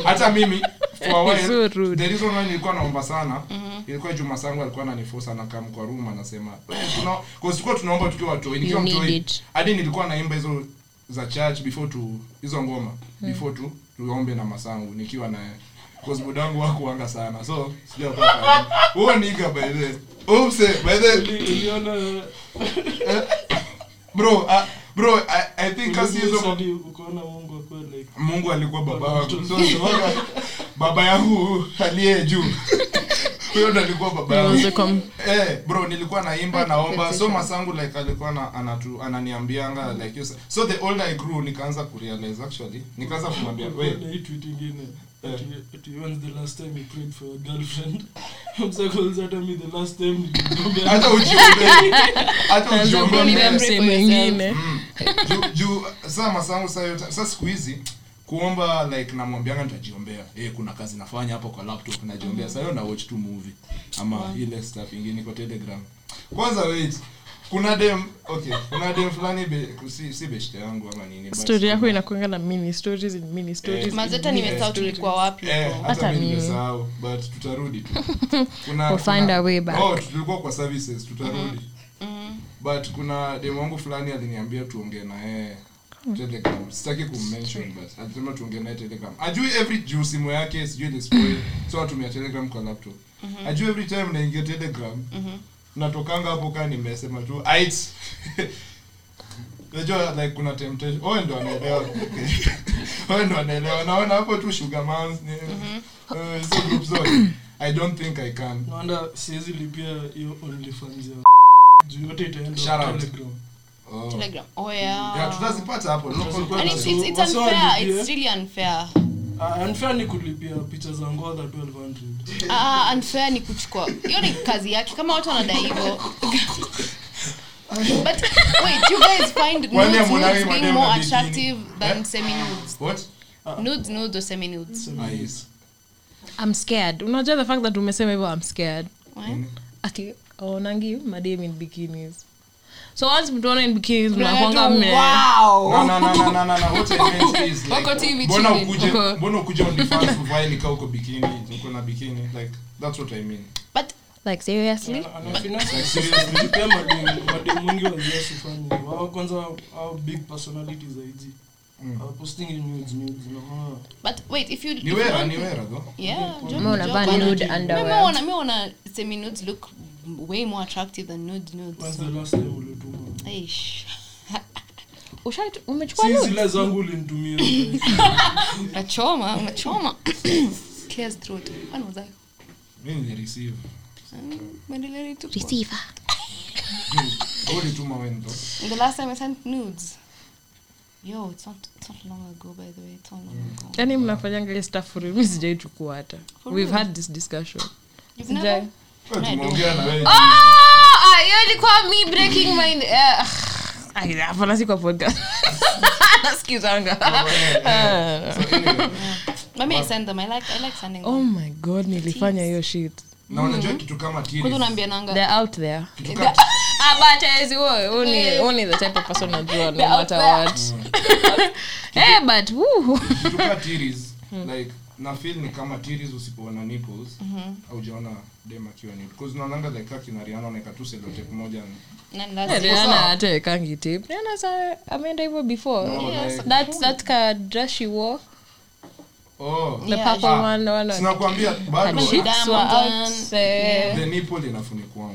Speaker 2: hata mimi for a while,
Speaker 3: So rude. Mm-hmm.
Speaker 2: the reason why nilikuwa naomba sana ilikuwa juma sangu alikuwa ananifosa na kam kwa room anasema "Eh, tuna- 'cause tulikuwa tunaomba tukiwa watoi nikiwa
Speaker 3: You need
Speaker 2: mtoi
Speaker 3: it.
Speaker 2: hadi nilikuwa naimba hizo za church before tu hizo ngoma before tu tuombe na masangu nikiwa na cause mudangu wakuanga sana so sijakaa huo niga by the oops eh, by the
Speaker 5: iliona
Speaker 2: bro ah, bro i, I think kasi hizo
Speaker 5: ulimusadi ukaona mungu akuwa like
Speaker 2: Mungu alikuwa baba wangu so niwaga baba yangu aliye juu huyo ndo alikuwa baba
Speaker 3: There
Speaker 2: yangu
Speaker 3: was a com-
Speaker 2: Eh, bro nilikuwa naimba naomba so masangu like alikuwa na, anatu,
Speaker 3: Mm-hmm.
Speaker 2: ananiambianga like you, so the older i grew nikaanza kurealize actually nikaanza
Speaker 3: <laughs>
Speaker 2: kumwambia we
Speaker 5: Kuna hii tweet ingine
Speaker 2: Yeah.
Speaker 5: ati- ati when's the last time you prayed for your girlfriend <laughs> Msa calls hata me the last time
Speaker 2: <laughs>
Speaker 5: nilimuombea.
Speaker 2: hata
Speaker 3: <laughs>
Speaker 2: ujiombe hata
Speaker 3: Anza
Speaker 2: ujiombe
Speaker 3: kuonea
Speaker 2: mbele.
Speaker 3: msee mwingine.
Speaker 2: juu juu saa masangu saa yote saa siku hizi kuomba like namwambianga nitajiombea eh kuna kazi nafanya hapo kwa laptop najiombea saa hiyo na watch tu movie ama ile stuff ingine kwa telegram kwanza wait kuna dem okay kuna dem fulani be, si, si beshte yangu ama nini but-
Speaker 3: story yako inakwanga na mini stories in mini stories in
Speaker 4: mazeta
Speaker 3: mini
Speaker 4: nimesahau
Speaker 3: stories.
Speaker 4: tulikuwa wapi
Speaker 2: Eh,
Speaker 4: huko.
Speaker 2: hata
Speaker 3: Hata
Speaker 2: mimi
Speaker 3: mimi.
Speaker 2: nimesahau but
Speaker 3: <laughs>
Speaker 2: tutarudi tu kuna,
Speaker 3: We'll find a way back. Mm-hmm.
Speaker 2: oh, tulikuwa kwa services tutarudi but kuna demu wangu fulani aliniambia tuongee na yeye telegram sitaki kummention but alisema tuongee naye telegram ajui every juu simu yake sijui ilispoil so atumia telegram kwa laptop
Speaker 3: Mm-hmm.
Speaker 2: ajui every time naingia telegram
Speaker 4: Mm-hmm,
Speaker 2: natokanga hapo kaa nimesema tu <laughs> ait najua like kuna temptation owe ndo anaelewa <laughs> owe ndo anaelewa naona hapo tu sugar moms ni
Speaker 4: mm-hmm.
Speaker 2: eh, hizo group zote i don't think i can
Speaker 5: Naona siwezi lipia hiyo OnlyFans ya <laughs> juu yote itaenda
Speaker 2: Shout out.
Speaker 5: Telegram.
Speaker 2: oh.
Speaker 4: Telegram. Oh, yeah.
Speaker 2: yeah tutazipata hapo local
Speaker 4: And
Speaker 2: brothers.
Speaker 4: it's- it's- it's
Speaker 5: Wasi
Speaker 4: unfair.
Speaker 5: walipie.
Speaker 4: It's really unfair.
Speaker 5: Ah, unfair ni kulipia picha za ngodha 1200
Speaker 4: Ah, ah, unfair ni kuchukua hiyo ni kazi yake kama watu wanadai hivyo but wait you guys find
Speaker 2: Wale
Speaker 4: nudes,
Speaker 2: Monari
Speaker 4: nudes being
Speaker 2: madem
Speaker 4: more
Speaker 2: na bikini.
Speaker 4: attractive than
Speaker 2: Eh?
Speaker 4: semi nudes
Speaker 2: what
Speaker 4: nudes nudes or semi nudes
Speaker 2: ah yes
Speaker 3: I'm scared unajua the fact that umesema hivyo i'm scared
Speaker 4: Why?
Speaker 3: ati aonangi madem in bikinis so once mtuona in bikinis mnakuanga
Speaker 4: Unajua,
Speaker 3: mme
Speaker 4: wow
Speaker 2: no no no no no no no what i meant is
Speaker 4: Wako
Speaker 2: like
Speaker 4: TV
Speaker 2: mbona
Speaker 4: chini.
Speaker 2: ukuje
Speaker 3: Wako-
Speaker 2: mbona ukuje on the fans uvae nikaa uko bikini uko na bikini like that's what i mean
Speaker 4: but
Speaker 3: like seriously
Speaker 5: anafinasipia mademu wengi waziasifani wao kwanza au big personality zaiji
Speaker 2: Mm.
Speaker 5: posting nudes nudes naona
Speaker 4: but wait if you if
Speaker 2: ni
Speaker 4: you
Speaker 2: wera
Speaker 4: don't-
Speaker 2: ni wera though
Speaker 4: yeah
Speaker 3: Ama
Speaker 4: joke,
Speaker 3: unavaa
Speaker 4: joke.
Speaker 3: nude
Speaker 4: No,
Speaker 3: underwear.
Speaker 4: mi wana- mi wana semi nudes look way more attractive than nude nudes
Speaker 5: when's the last time ulituma
Speaker 4: Eish.
Speaker 3: Ushai- umechukua
Speaker 5: si
Speaker 3: nudes?
Speaker 5: zile zangu
Speaker 4: <laughs>
Speaker 5: ulinitumia
Speaker 4: unachoma unachoma <coughs> clears throat Ano zako.
Speaker 2: mimi ni receive
Speaker 4: Mm, mwendeleeni tu.
Speaker 6: Receiver.
Speaker 2: wewe ulituma wendo
Speaker 4: The last time I sent nudes. Yo, it's not it's not long ago by the way. It's not long ago.
Speaker 3: yani Yaani mnafanyanga hiyo stuff for real. mi sijai chukua hata
Speaker 4: For
Speaker 3: we've
Speaker 4: real?
Speaker 3: had this discussion
Speaker 4: You've
Speaker 3: sijai
Speaker 4: never
Speaker 2: wewe tumeongea na wewe
Speaker 3: Oh, Ah, hiyo ilikuwa me breaking my eh, ah, hapana si kwa <laughs> podcast nasikizanga Ah.
Speaker 2: So anyway,
Speaker 4: Mami I send them. I like I like sending
Speaker 3: oh
Speaker 4: them.
Speaker 3: my god nilifanya hiyo shit
Speaker 2: na unajua kitu kama tiri
Speaker 4: Kwanza unaambia nanga.
Speaker 3: they're out there
Speaker 2: kitu kama
Speaker 3: Ah, but as you are, only- only the type of person najua no matter what <laughs> Eh, but <laughs> woo.
Speaker 2: kutuka tiris like na feel ni kama tiris usipoona nipples
Speaker 3: Mm-hmm.
Speaker 2: aujaona dem akiwa nude because unaonanga like kaki na Rihanna wanaeka tu sellotape
Speaker 3: Mm-hmm.
Speaker 2: moja
Speaker 4: Na ni lazima.
Speaker 3: Rihanna hata wekangi tip. Rihanna sa- ameenda hivyo before
Speaker 2: No,
Speaker 3: Oh, Yes,
Speaker 2: like-
Speaker 3: that that ka dress she wore
Speaker 2: oh
Speaker 3: the
Speaker 4: Yeah.
Speaker 3: purple
Speaker 2: Ah,
Speaker 3: one the one on-
Speaker 2: sinakwambia bado
Speaker 3: her cheeks were out
Speaker 4: Diamond.
Speaker 3: eh,
Speaker 2: the nipple inafunikwa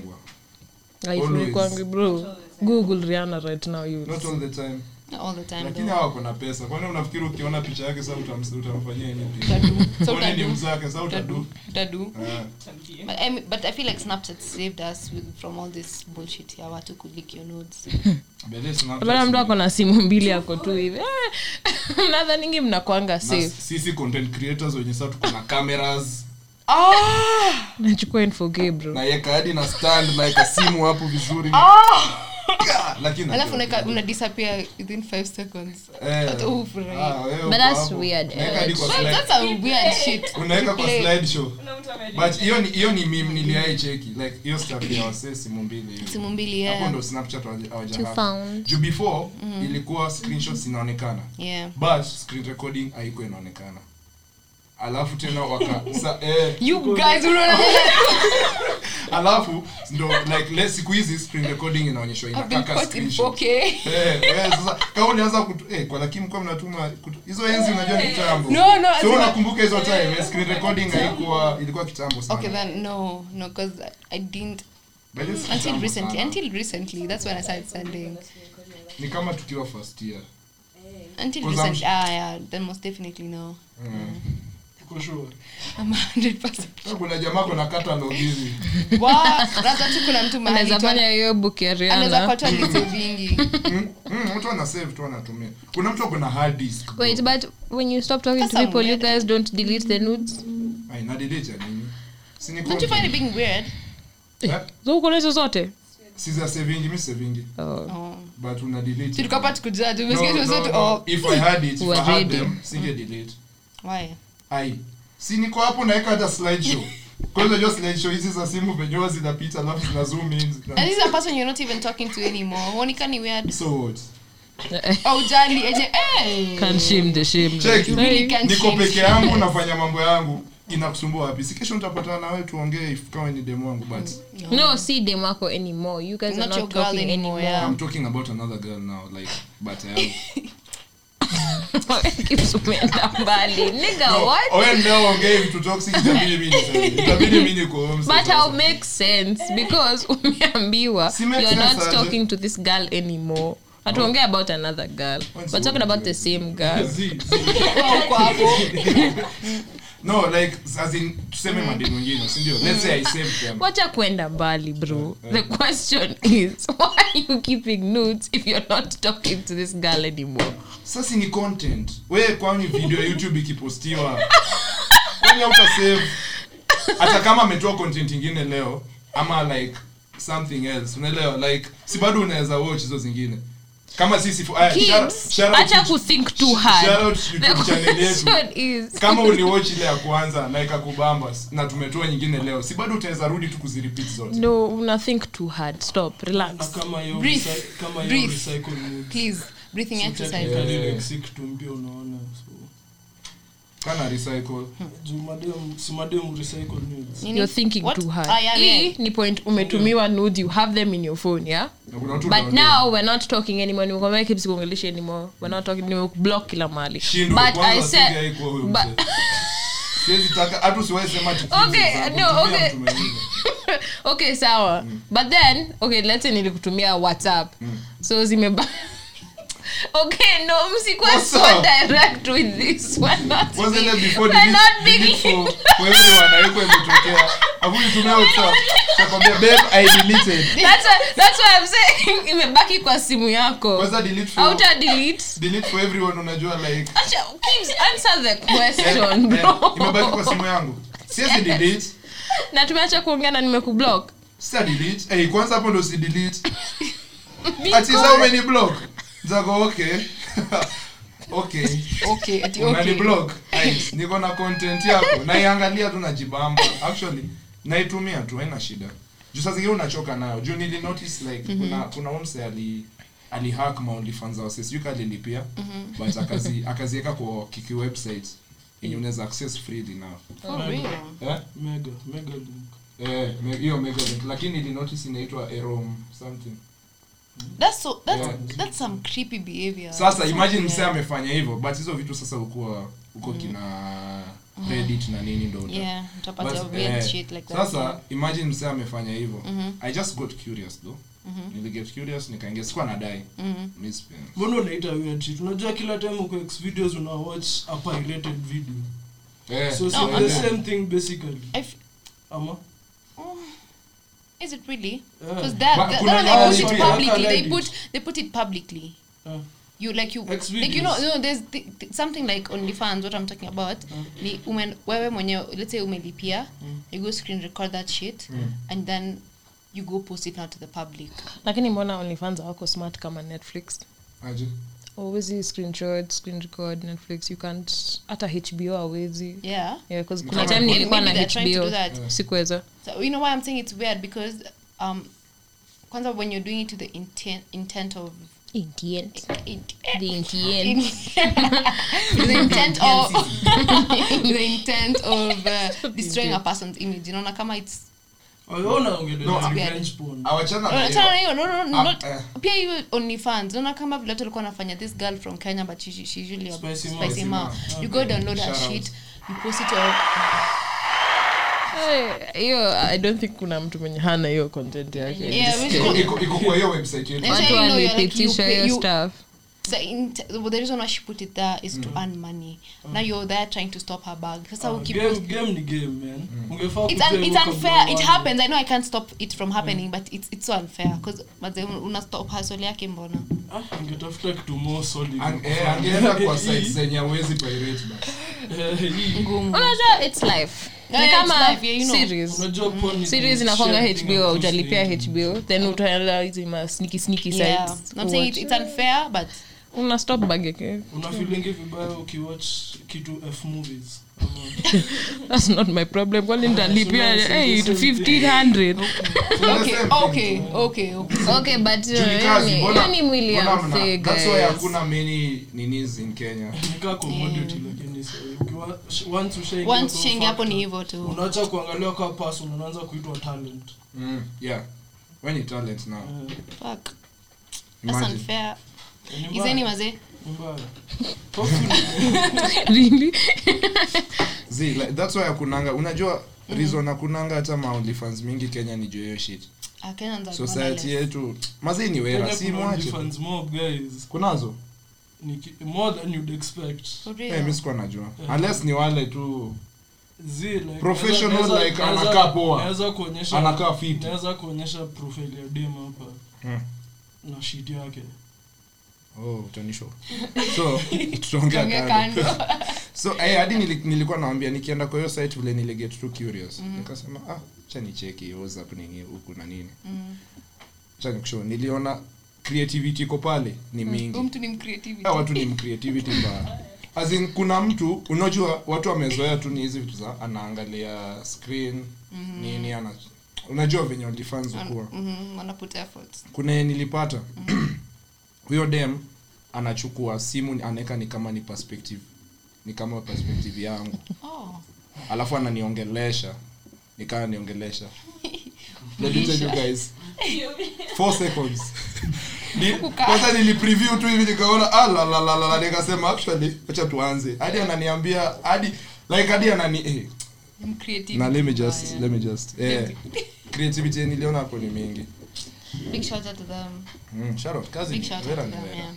Speaker 3: haifunikwangi, bro google rihanna right now you will
Speaker 2: not all the time
Speaker 4: Not all the time
Speaker 2: lakini
Speaker 3: uh,
Speaker 4: though.
Speaker 2: hawa wako na pesa kwani unafikiri ukiona picha yake saa utam- utamfanyia
Speaker 3: <laughs>
Speaker 4: Utadu. <laughs> So
Speaker 2: Uone ni
Speaker 4: utadu.
Speaker 2: mzake saa utadu
Speaker 4: Utadu. Utadu.
Speaker 2: Eh,
Speaker 4: But, I mean, but I feel like Snapchat saved us with, from all this bullshit ya watu kulik your nodes.
Speaker 2: but this Snapchat
Speaker 3: bana mtu
Speaker 2: ni-
Speaker 3: ako na simu mbili ako tu hivi Ah! <laughs> nadhaningi mnakwanga
Speaker 2: na
Speaker 3: safe
Speaker 2: sisi content creators wenye saa tuko na cameras
Speaker 3: nachukua info gay bro
Speaker 2: naeka hadi na stand naeka simu hapo
Speaker 4: <laughs>
Speaker 2: vizuri Ka- lakini
Speaker 4: Ah! Alafu
Speaker 2: najua-
Speaker 4: unaeka- una disappear within five seconds.
Speaker 2: Eh.
Speaker 4: Watu hufurahi.
Speaker 2: Ah, wewe
Speaker 3: But
Speaker 2: uko
Speaker 3: that's
Speaker 2: hapo.
Speaker 3: weird,
Speaker 2: Unaeka
Speaker 3: eh.
Speaker 2: hadi kwa
Speaker 4: Well,
Speaker 2: slide-
Speaker 4: that's a weird shit.
Speaker 2: unaweka kwa
Speaker 4: Play.
Speaker 2: slide show but hiyo ni hiyo ni meme niliaicheki like hiyo stuff ya wasee simu mbili hivi.
Speaker 4: Simu mbili, yeah.
Speaker 2: hapo ndo snapchat hawaja- hawaja
Speaker 3: Two
Speaker 2: hack.
Speaker 3: found.
Speaker 2: juu before
Speaker 4: Mm.
Speaker 2: ilikuwa screenshots inaonekana
Speaker 4: Yeah.
Speaker 2: but screen recording haikuwa inaonekana alafu tena
Speaker 4: <laughs>
Speaker 2: waka sa, eh,
Speaker 4: You guys were
Speaker 2: alafu ndo like le- siku hizi screen recording inaonyeshwa
Speaker 4: I've been
Speaker 2: inakaka
Speaker 4: caught in
Speaker 2: screenshot
Speaker 4: 4K.
Speaker 2: Eh, eh, sasa kama ulianza kutu- eh, kwa lakini mkuwa mnatuma kutu- hizo enzi unajua ni kitambo
Speaker 4: Eh, No, no, as
Speaker 2: so
Speaker 4: in-
Speaker 2: unakumbuka hizo time eh, screen recording haikuwa ilikuwa kitambo sana
Speaker 4: Okay, then no, no, because I didn't
Speaker 2: By the way, si
Speaker 4: until
Speaker 2: kitambo
Speaker 4: recently.
Speaker 2: sana.
Speaker 4: Until recently, that's when I started sending.
Speaker 2: ni kama tukiwa first year
Speaker 4: Until
Speaker 2: Because I'm-
Speaker 4: recently, ah, yeah, then most definitely no.
Speaker 2: Mm.
Speaker 5: Uko sure?
Speaker 4: I'm 100%.
Speaker 2: Sasa kuna jamaa kona catalog
Speaker 4: <laughs>
Speaker 2: hivi
Speaker 4: Wow, Razatu kuna mtu mahali
Speaker 3: anaweza
Speaker 4: tu-
Speaker 3: fanya hiyo book ya
Speaker 4: anaweza
Speaker 3: riana
Speaker 4: kupata vitu
Speaker 2: <laughs>
Speaker 4: vingi.
Speaker 2: Mm, mm, mtu ana save tu anatumia kuna mtu akona hard disk bro.
Speaker 3: wait but when you stop talking to
Speaker 4: Sasa
Speaker 3: people you
Speaker 4: umeenda.
Speaker 3: guys don't delete the nudes
Speaker 2: Ai, nadeleja nini si ni
Speaker 4: Don't you find it
Speaker 2: content.
Speaker 4: being weird?
Speaker 2: Eh,
Speaker 3: so uko nazo zote
Speaker 2: si za savingi mi savingi
Speaker 3: oh.
Speaker 4: Oh.
Speaker 2: but una delete.
Speaker 4: Si tulikuwa hapa tukujua tu, umesikia tu
Speaker 2: no, no,
Speaker 4: zote,
Speaker 2: no.
Speaker 4: oh,
Speaker 2: if i had it if i had
Speaker 3: Wajedi.
Speaker 2: them singe delete
Speaker 4: why?
Speaker 2: ai si niko hapo naeka hata slideshow kwanza hiyo slideshow hizi za simu venyewa zinapita alafu zina zoom in zina-
Speaker 4: And this is a person you're not even talking to anymore. Huonekani weird.
Speaker 2: so what
Speaker 4: Haujali, eje, eh.
Speaker 3: Can't shame the shame.
Speaker 2: Check.
Speaker 4: Really can't
Speaker 2: niko
Speaker 4: change.
Speaker 2: peke yangu nafanya mambo yangu inakusumbua wapi si kesho nitapatana na wewe tuongee if kama ni demo wangu but
Speaker 3: no si dem wako anymore you guys
Speaker 4: Not
Speaker 3: are
Speaker 4: your
Speaker 3: not
Speaker 4: girl
Speaker 3: talking
Speaker 4: anymore,
Speaker 3: anymore,
Speaker 4: yeah.
Speaker 2: i'm talking about another girl now like but um, I
Speaker 3: <laughs> Keeps umeenda <laughs> mbali nigga
Speaker 2: No,
Speaker 3: Oh, what
Speaker 2: Oh, wewe ndio ongee vitu toxic itabidi mimi niseme. Itabidi mimi niko home
Speaker 3: but
Speaker 2: sasa.
Speaker 3: how make sense because <laughs> umeambiwa
Speaker 2: Si make
Speaker 3: you're not
Speaker 2: sense Oh. aje.
Speaker 3: talking to this girl anymore hatuongea about another girl we're talking about the same
Speaker 2: <laughs>
Speaker 3: girl
Speaker 5: Zi-
Speaker 4: Oh,
Speaker 2: No, like as in tuseme madeni wengine, si ndio? Let's say I saved them.
Speaker 3: wacha kwenda mbali bro the question is <laughs> why are you keeping notes if you're not talking to this girl anymore
Speaker 2: Sasa ni content. Wewe kwani video ya YouTube ikipostiwa kwani hauta save hata kama ametoa content ingine leo ama like something else. Unaelewa? Like si bado unaweza watch hizo zingine. Kama sisi aya, shout-
Speaker 3: kids
Speaker 2: shout out
Speaker 3: acha
Speaker 2: to-
Speaker 3: kuthink too
Speaker 2: shout
Speaker 3: hard
Speaker 2: out
Speaker 3: the
Speaker 2: YouTube channel yetu.
Speaker 3: question is
Speaker 2: kama uliwatch ile ya kwanza na ikakubamba s- na tumetoa nyingine leo si bado utaweza rudi tu kuzirepeat zote
Speaker 3: <laughs> no una think too hard stop
Speaker 5: na
Speaker 3: relax
Speaker 5: kama hiyo
Speaker 4: Breathe.
Speaker 5: recy- kama hiyo
Speaker 4: Breathe.
Speaker 5: recycle moves.
Speaker 4: Please, breathing
Speaker 5: So
Speaker 4: exercise.
Speaker 5: technically,
Speaker 2: Yeah.
Speaker 5: like, si kitu mpya unaona so
Speaker 2: kana recycle
Speaker 5: juu madem si madem recycle nudes.
Speaker 4: Nini?
Speaker 3: you're thinking
Speaker 4: What?
Speaker 3: too hard Eh?
Speaker 4: Ah, yeah,
Speaker 3: hii
Speaker 4: yeah.
Speaker 3: ni point umetumiwa nudes you have them in your phone yeah
Speaker 2: na kuna watu
Speaker 3: but
Speaker 2: wanaona-
Speaker 3: now we're not talking anymore nimekwambia keep sikuongelesha anymore we're not talking nimeblock kila mahali
Speaker 2: Shindo,
Speaker 3: but
Speaker 2: kwanza
Speaker 3: i
Speaker 2: sijawahi
Speaker 3: said
Speaker 2: kuwa huyo
Speaker 3: but-
Speaker 2: mzee. Siwezi taka- hata usiwahi sema ati kizi
Speaker 3: Okay, no,
Speaker 2: za kutumia
Speaker 3: okay.
Speaker 2: mtu mwingine.
Speaker 3: <laughs> okay sawa
Speaker 2: Mm.
Speaker 3: but then okay let's say nilikutumia whatsapp so zimeba <laughs> okay no msikuwa
Speaker 2: What's
Speaker 3: so
Speaker 2: up?
Speaker 3: direct with this we're not
Speaker 2: Kwanza ile
Speaker 3: being-
Speaker 2: before
Speaker 3: we're
Speaker 2: delete-
Speaker 3: not
Speaker 2: delete
Speaker 3: being
Speaker 2: for- for everyone, haikuwa imetokea. Hapo ulitumia WhatsApp, utakwambia, "Babe, I deleted."
Speaker 3: <laughs> that's why, that's why I'm saying <laughs> imebaki kwa simu yako
Speaker 2: Kwanza delete for-
Speaker 3: outa delete
Speaker 2: delete for everyone, unajua like
Speaker 3: acha please answer the
Speaker 2: <laughs> eh,
Speaker 3: question
Speaker 2: eh, imebaki
Speaker 3: bro
Speaker 2: kwa simu yangu siwezi delete
Speaker 3: <laughs> na tumeacha kuongea na nimekublock
Speaker 2: Sasa delete. Eh, kwanza hapo ndo si
Speaker 3: <laughs>
Speaker 2: delete. Ati sasa umeniblock. Zago okay. <laughs> okay.
Speaker 4: Okay, ati okay.
Speaker 2: Unaniblock. Right. Niko na content yako. Naiangalia tu najibamba. Actually, naitumia tu haina shida. Juu saa zingine unachoka nayo. Juu nili notice like
Speaker 4: Mhm.
Speaker 2: kuna kuna umse ali alihack maonly fans au sisi alilipia
Speaker 4: Mhm.
Speaker 2: but akazi akaziweka kwa kiki website yenye unaweza access freely now.
Speaker 4: For real.
Speaker 2: Eh?
Speaker 5: mega mega link
Speaker 2: Eh, me- hiyo megalink lakini nili notice inaitwa Erom something.
Speaker 4: That's so that's
Speaker 2: Yeah.
Speaker 4: that's some creepy behavior.
Speaker 2: sasa imagine
Speaker 4: Uh, Yeah. Mhm.
Speaker 2: msee amefanya hivyo but hizo vitu sasa ukuwa uko kina reddit na nini ndo uta-
Speaker 4: Mm. Yeah, utapata
Speaker 2: But,
Speaker 4: weird
Speaker 2: eh,
Speaker 4: shit like that. Mm-hmm.
Speaker 2: sasa imagine msee amefanya hivyo i just got curious though niliget curious nikaingia sikuwa nadai
Speaker 4: Mm-hmm.
Speaker 2: Miss Pence.
Speaker 5: mbona unaita weird shit unajua kila time uko x videos una watch a pirated video
Speaker 2: Eh,
Speaker 5: so
Speaker 2: so
Speaker 5: it's the
Speaker 2: then-
Speaker 5: same thing basically
Speaker 4: I f- oh,
Speaker 5: ama
Speaker 4: is it really
Speaker 5: yeah.
Speaker 4: because that,
Speaker 2: But
Speaker 4: that,
Speaker 2: kuna
Speaker 4: that
Speaker 2: nyaya
Speaker 4: one they put it publicly they put
Speaker 2: story hapa
Speaker 5: Reddit.
Speaker 4: they put it publicly
Speaker 5: Yeah.
Speaker 4: you like you
Speaker 5: Ex
Speaker 4: like you know
Speaker 5: videos.
Speaker 4: no there's th- th- something like OnlyFans what I'm talking about ni ume, wewe mwenyewe let's say umelipia you go screen record that shit and then you go post it now to the public
Speaker 3: lakini mbona onlyfans hawako smart kama netflix
Speaker 2: Aje.
Speaker 3: awezi screenshot screen record netflix you can't hata hbo awezi
Speaker 4: yeah
Speaker 3: yeah, 'cause kuna
Speaker 2: Maybe-
Speaker 3: time nilikuwa na
Speaker 4: maybe they're trying to do that.
Speaker 3: hbo sikuweza
Speaker 4: So you know why I'm saying it's weird because um kwanza when you're doing it to the intent intent of
Speaker 2: <laughs>
Speaker 4: int- in- <laughs> the intent of the intent of uh, destroying a person's image you know kama it's
Speaker 5: Ayona ongelea
Speaker 2: No,
Speaker 5: revenge porn.
Speaker 2: awachana na
Speaker 4: Unachana uh, na
Speaker 2: hiyo
Speaker 4: hiyo no no no
Speaker 2: Ah,
Speaker 4: not
Speaker 2: eh.
Speaker 4: pia hiyo OnlyFans unaona kama vile watu walikuwa wanafanya this girl from Kenya but she, she, she's usually a
Speaker 5: Spicy
Speaker 4: spicy,
Speaker 5: Mouth.
Speaker 4: mouth you go download her
Speaker 2: Shout out.
Speaker 4: shit you post it on
Speaker 3: Eh, hiyo i don't think kuna mtu mwenye hana hiyo content yake
Speaker 4: yeah which
Speaker 2: Iko- iko- iko kwa hiyo website yetu
Speaker 4: And so,
Speaker 3: watu
Speaker 4: you know, you're like, you
Speaker 3: walipitisha
Speaker 4: pay-
Speaker 3: hiyo
Speaker 4: you-
Speaker 3: stuff
Speaker 4: the, int- the reason why she put it there is
Speaker 2: Mm.
Speaker 4: to earn money now you're there trying to stop her bag sasa
Speaker 5: Ah,
Speaker 4: ukipost
Speaker 5: game game ni game man
Speaker 2: Mm.
Speaker 5: ungefaa
Speaker 4: it's,
Speaker 5: kupea
Speaker 4: un- it's
Speaker 5: hiyo kabla
Speaker 4: unfair it
Speaker 5: uanze.
Speaker 4: happens i know i can't stop it from happening
Speaker 2: Mm.
Speaker 4: but it's, it's so unfair because maze una stop hustle yake mbona
Speaker 5: Ah, ungetafuta kitu more solid.
Speaker 2: Ang- eh, angeenda kwa site zenye hawezi pirate basi.
Speaker 5: <laughs> Eh, hii.
Speaker 4: ngumu
Speaker 3: unajua it's life
Speaker 4: Yeah,
Speaker 3: ni
Speaker 4: it's
Speaker 3: kama
Speaker 4: life, yeah, you know.
Speaker 3: series
Speaker 5: Unajua porn ni
Speaker 3: series inakwanga
Speaker 5: sharing and
Speaker 3: hbo utalipia
Speaker 5: posting.
Speaker 3: hbo then utaenda hizi ma sneaky sneaky
Speaker 4: yeah
Speaker 3: sites
Speaker 4: i'm saying it,
Speaker 3: uwatch.
Speaker 4: it's unfair
Speaker 2: <laughs>
Speaker 4: but
Speaker 3: una stop bag yake
Speaker 5: unafilingi vibaya ukiwatch kitu f movies
Speaker 3: that's not my problem kwani nitalipia
Speaker 5: so now it's
Speaker 3: hey,
Speaker 5: the same thing.
Speaker 3: 1500
Speaker 4: <laughs> okay okay okay okay
Speaker 3: okay but uh,
Speaker 2: Juu ni kazi,
Speaker 3: yani-
Speaker 2: mbona-
Speaker 3: yani mwili ya
Speaker 2: mbona mna-
Speaker 3: msee,
Speaker 2: that's why
Speaker 3: guys. <laughs>
Speaker 2: hakuna many ninis in Kenya.
Speaker 5: nikaa commodity lakini sa- ukiwa- sh- once ushaingia
Speaker 4: once
Speaker 5: kwa
Speaker 4: shengi hapo ni
Speaker 5: factor,
Speaker 4: hivyo tu
Speaker 5: unaacha kuangaliwa kaa person unaanza kuitwa talent
Speaker 2: Mm, yeah. When you talent now.
Speaker 5: Eh,
Speaker 4: fuck that's
Speaker 2: Imagine.
Speaker 4: unfair
Speaker 5: ni mbaya,
Speaker 4: izeni mazee
Speaker 5: ni mbaya.
Speaker 2: <laughs>
Speaker 5: Hopefully-
Speaker 3: Really?
Speaker 2: Zee, like, that's why hakunanga unajua
Speaker 4: Mm-hmm.
Speaker 2: reason hakunanga hata maonlyfans mingi kenya ni juu ya hiyo shit
Speaker 4: akenya ndio
Speaker 2: society yetu mazii ni wera
Speaker 5: Kenya
Speaker 2: si
Speaker 5: kuna
Speaker 2: mwache
Speaker 5: OnlyFans mob, guys.
Speaker 2: kunazo
Speaker 5: Ni ki- more than you'd expect.
Speaker 4: for
Speaker 2: yeah. mi
Speaker 4: real
Speaker 2: sikuwa najua unless ni wale tu
Speaker 5: Zii, like,
Speaker 2: Professional,
Speaker 5: naweza-
Speaker 2: like,
Speaker 5: naweza-
Speaker 2: anakaa poa.
Speaker 5: naweza kuonyesha-
Speaker 2: Anakaa fit.
Speaker 5: naweza kuonyesha profile ya dem hapa
Speaker 2: Hmm.
Speaker 5: na shit yake
Speaker 2: oh utanisho so tutaongea
Speaker 4: Tuongee
Speaker 2: kando <laughs>
Speaker 4: kando. <laughs>
Speaker 2: so eh, hadi nili- nilikuwa naambia nikienda kwa hiyo site vile niliget tu curious nikasema ah cha nicheki whatsapp nini huku na nini
Speaker 4: Mm.
Speaker 2: cha nikushow niliona creativity iko pale ni mingi
Speaker 4: Huyu mtu ni mcreativity
Speaker 2: Ah, watu ni mcreativity mbaya As in, kuna mtu unajua watu wamezoea tu ni hizi vitu za anaangalia screen nini ana unajua venye OnlyFans hukuwa
Speaker 4: Mhm, wana put efforts
Speaker 2: kuna yenye nilipata huyo dem anachukua simu anaweka ni kama ni perspective ni kama perspective yangu
Speaker 4: oh
Speaker 2: alafu ananiongelesha nikaa niongelesha
Speaker 4: <laughs>
Speaker 2: Let me tell you guys four
Speaker 4: <laughs>
Speaker 2: seconds Ni- kwanza nilipreview tu hivi nikaona ah, la, la, la, la, la, nikasema actually wacha tuanze hadi ananiambia hadi like hadi anani eh,
Speaker 4: ni mcreativity
Speaker 2: na let me just
Speaker 4: mbaya.
Speaker 2: let me just eh, creativity niliona hapo ni mingi
Speaker 4: big shout out to them
Speaker 2: mm, shout out kazi
Speaker 4: big
Speaker 2: ni
Speaker 4: shout out
Speaker 2: wera
Speaker 4: to
Speaker 2: ni
Speaker 4: them
Speaker 2: wera
Speaker 4: yeah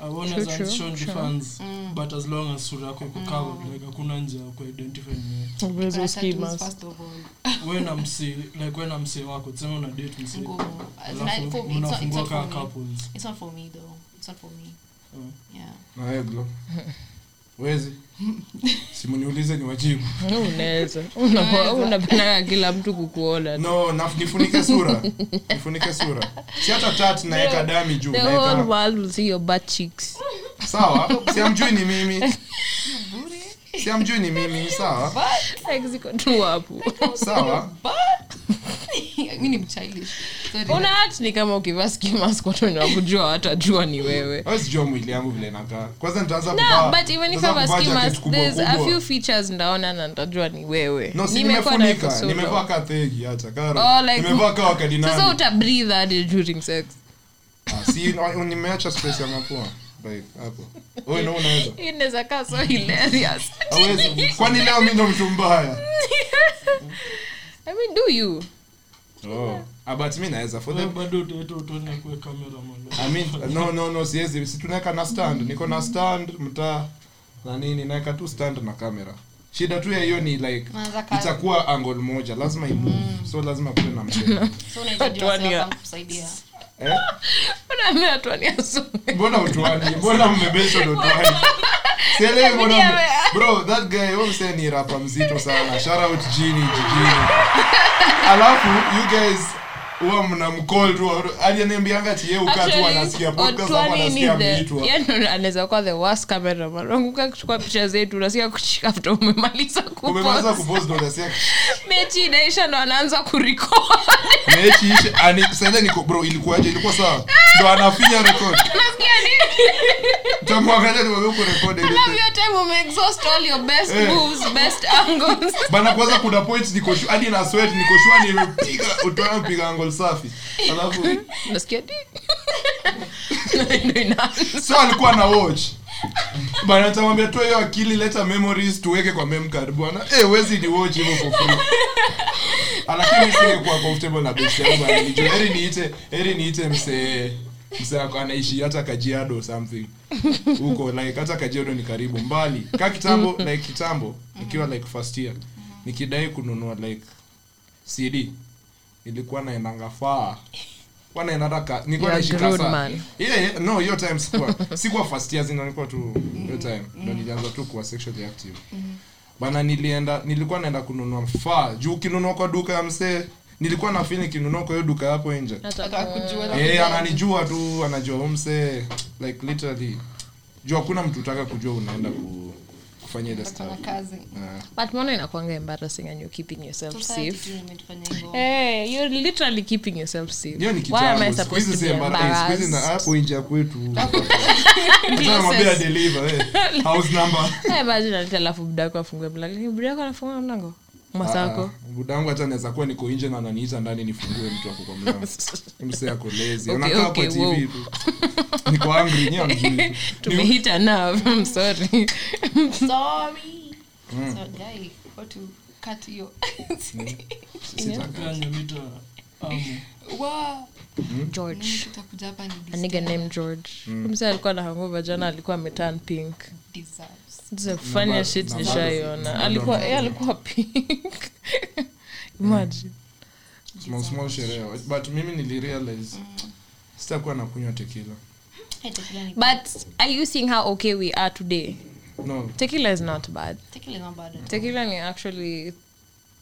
Speaker 5: Awareness
Speaker 3: True, true,
Speaker 5: and show
Speaker 3: true.
Speaker 5: fans,
Speaker 4: Mm.
Speaker 5: but as long as sura yako iko covered, like, hakuna njia ya kuidentify ni-
Speaker 3: Uwezi
Speaker 4: Kuna
Speaker 3: usikie
Speaker 4: tattoos,
Speaker 3: mas-
Speaker 4: first of all.
Speaker 5: we na msee- like, we na msee wako tuseme una date msee,
Speaker 4: Ngumu. As in, I-
Speaker 5: alafu
Speaker 4: for me, it's not- it's
Speaker 5: mnafungua
Speaker 4: not
Speaker 5: kaa
Speaker 4: for me.
Speaker 5: couples.
Speaker 4: It's not for me though. It's not for me.
Speaker 5: Mm.
Speaker 4: Yeah. <laughs>
Speaker 2: na wewe Glo. wezi simniulize ni wajibu
Speaker 3: unaweza Unakuwa- unapendaga kila mtu kukuona
Speaker 2: no naf- nifunike sura nifunike sura si hata tat naeka dami juu
Speaker 3: the whole
Speaker 2: naeka
Speaker 3: world will see your butt cheeks
Speaker 2: sawa si amjui ni
Speaker 3: <laughs>
Speaker 2: mimi si amjui ni mimi sawa
Speaker 3: Like ziko tu hapo
Speaker 2: sawa
Speaker 4: Mi ni mchildish. Sorry.
Speaker 3: una act ni kama ukivaa ski mask watu wenye wakujua watajua ni wewe
Speaker 2: Hawezi jua mwili yangu vile nakaa kwanza nitaanza
Speaker 3: no
Speaker 2: kuvaa-
Speaker 3: but even if
Speaker 2: nitaanza
Speaker 3: I
Speaker 2: kuvaa
Speaker 3: ski
Speaker 2: jacket
Speaker 3: mask
Speaker 2: kubwa
Speaker 3: there's a
Speaker 2: kubwa.
Speaker 3: few features ndaona na nitajua ni wewe
Speaker 2: no si
Speaker 3: Nimekuwa nayo for
Speaker 2: nimefunika
Speaker 3: so
Speaker 2: nimevaa
Speaker 3: long.
Speaker 2: kaa thegi hata karo
Speaker 3: Oh, like-
Speaker 2: nimevaa kaa
Speaker 3: sasa
Speaker 2: wakadinami
Speaker 3: uta breathe hadi during sex
Speaker 2: Ah, si un- nimeacha space ya mapua like hapo wewe ndio unaweza
Speaker 3: Hii inaweza kaa so
Speaker 2: <laughs>
Speaker 3: hilarious <laughs>
Speaker 2: Hawezi. kwani leo mimi ndo mtu mbaya
Speaker 3: i mean do you
Speaker 2: oh. Ah, but mi naweza for the
Speaker 5: Wewe bado utaitwa utone kuwe cameraman.
Speaker 2: I mean, no no no siwezi si tunaweka na stand niko na stand mtaa na nini naweka tu stand na kamera shida tu ya hiyo ni like
Speaker 4: Unaweza ka-
Speaker 2: itakuwa angle moja lazima imove
Speaker 3: Mm.
Speaker 2: so lazima kuwe na mcheo
Speaker 4: So unahitaji
Speaker 3: Watu wani-
Speaker 4: watu wa kukusaidia.
Speaker 2: <laughs> eh?
Speaker 3: Unaambia watu waniasume.
Speaker 2: mbona
Speaker 3: <laughs>
Speaker 2: utwani mbona mmebeshwa na utwani <laughs> sielewi mbona mme-
Speaker 3: <laughs>
Speaker 2: bro that guy huyo msee ni rapa mzito sana shout out jini jijini alafu you guys huwa mnamcall tu aliyaniambianga ti yeye ukaa tu anasikia podcast ama
Speaker 3: Otwani ni
Speaker 2: anasikia
Speaker 3: the-
Speaker 2: mlitwa
Speaker 3: yaani ndo anaweza kuwa the worst cameraman. Unakumbuka kuchukua picha zetu unasikia kuchika after umemaliza
Speaker 2: umemaliza
Speaker 3: kupost.
Speaker 2: kupost ndo unasikia
Speaker 3: Mechi inaisha ndo anaanza kurecord. <laughs>
Speaker 2: mechi ishe ani sasa niko bro ilikuwaje ilikuwa sawa ndo anafinya record
Speaker 3: Unasikia nini?
Speaker 2: tamwangalia nimwambia uko record ile
Speaker 3: Love your time umeexhaust all your best
Speaker 2: Eh.
Speaker 3: moves, best angles. <laughs>
Speaker 2: bana kwanza kuna point niko shu hadi na sweat niko shu nimepiga utana mpiga angle safi alafu
Speaker 3: Unasikia nini? <laughs> Ndo inaanza.
Speaker 2: so alikuwa na watch bana tamwambia tu hiyo akili leta memories tuweke kwa mem card bwana eh wezi ni watch hivyo for free lakini sije kuwa comfortable na best yangu bana nijo heri niite heri niite msee msee ako- anaishi hata kajiado or something <laughs> huko like hata kajiado ni karibu mbali ka kitambo
Speaker 3: Mm.
Speaker 2: like kitambo nikiwa like first year
Speaker 3: Mm-hmm.
Speaker 2: nikidai kununua like cd ilikuwa naendanga faa Kwa naenda hata ka- nilikuwa
Speaker 3: You're a
Speaker 2: naishi
Speaker 3: grown
Speaker 2: Kasa.
Speaker 3: man.
Speaker 2: Yeah, yeah, no hiyo
Speaker 3: <laughs>
Speaker 2: time sikuwa sikuwa first year zina nilikuwa tu
Speaker 3: Mm.
Speaker 2: hiyo time ndo nilianza tu kuwa sexually active
Speaker 3: Mm-hmm.
Speaker 2: bana nilienda nilikuwa naenda kununua faa juu ukinunua kwa duka ya msee nilikuwa na feel nikinunua kwa hiyo duka hapo nje
Speaker 4: Watu wa kujua na
Speaker 2: Eh,
Speaker 4: kujua.
Speaker 2: ananijua tu anajua huyu msee like literally juu hakuna mtu utaka kujua unaenda ku, kufanya ile
Speaker 4: Watu wana
Speaker 2: stuff
Speaker 4: kazi.
Speaker 2: Eh.
Speaker 3: But mbona inakuanga embarrassing and you're keeping yourself
Speaker 4: Society
Speaker 3: safe?
Speaker 4: tu imetufanya
Speaker 3: <laughs>
Speaker 4: hivyo.
Speaker 3: Hey, you're literally keeping yourself safe.
Speaker 2: hiyo ni
Speaker 3: Why am I
Speaker 2: kitambo
Speaker 3: supposed
Speaker 2: sikuhizi
Speaker 3: to
Speaker 2: si
Speaker 3: be
Speaker 2: embarrassed. Sikuhizi na
Speaker 3: embarrassed?
Speaker 2: hapo nje ya
Speaker 3: <laughs>
Speaker 2: kwetu
Speaker 3: Nonsense.
Speaker 2: namwambia deliver eh. house number
Speaker 3: <laughs> Eh, imagine aleta alafu budako afungue mlango. Lakini budako anafungua mlango. Masako.
Speaker 2: Ah, budangu hata naweza kuwa niko nje na naniita ndani nifungue mtu ako
Speaker 3: <laughs>
Speaker 2: kwa mlango mse ako lezi
Speaker 3: Okay,
Speaker 2: unakaa
Speaker 3: okay,
Speaker 2: kwa
Speaker 3: wow.
Speaker 2: tv tu niko
Speaker 3: <laughs>
Speaker 2: angry nyewe hamjui tu. Ni-
Speaker 3: Tumehit a nerve. I'm sorry.
Speaker 4: Sorry.
Speaker 2: Mm,
Speaker 4: So, guy, how to cut your- <laughs>
Speaker 2: sitaka.
Speaker 5: Yaani mita amu.
Speaker 4: Wow. Mimi
Speaker 3: George.
Speaker 4: kitakuja hapa ni
Speaker 3: A nigga named George.
Speaker 2: Mm.
Speaker 3: Mse alikuwa na hangover jana alikuwa ameturn pink.
Speaker 4: deserves.
Speaker 3: It's the funniest shit
Speaker 2: na-
Speaker 3: nishaiona.
Speaker 2: na-
Speaker 3: Alikuwa
Speaker 2: na-
Speaker 3: eh, alikuwa pink. <laughs> Imagine.
Speaker 2: small small sherehe but mimi nilirealize sitakuwa nakunywa tekila
Speaker 4: Hey, tequila ni-
Speaker 3: But are you seeing how okay we are today?
Speaker 2: no
Speaker 3: Tequila is not bad.
Speaker 4: tequila is not bad.
Speaker 3: Tequila ni actually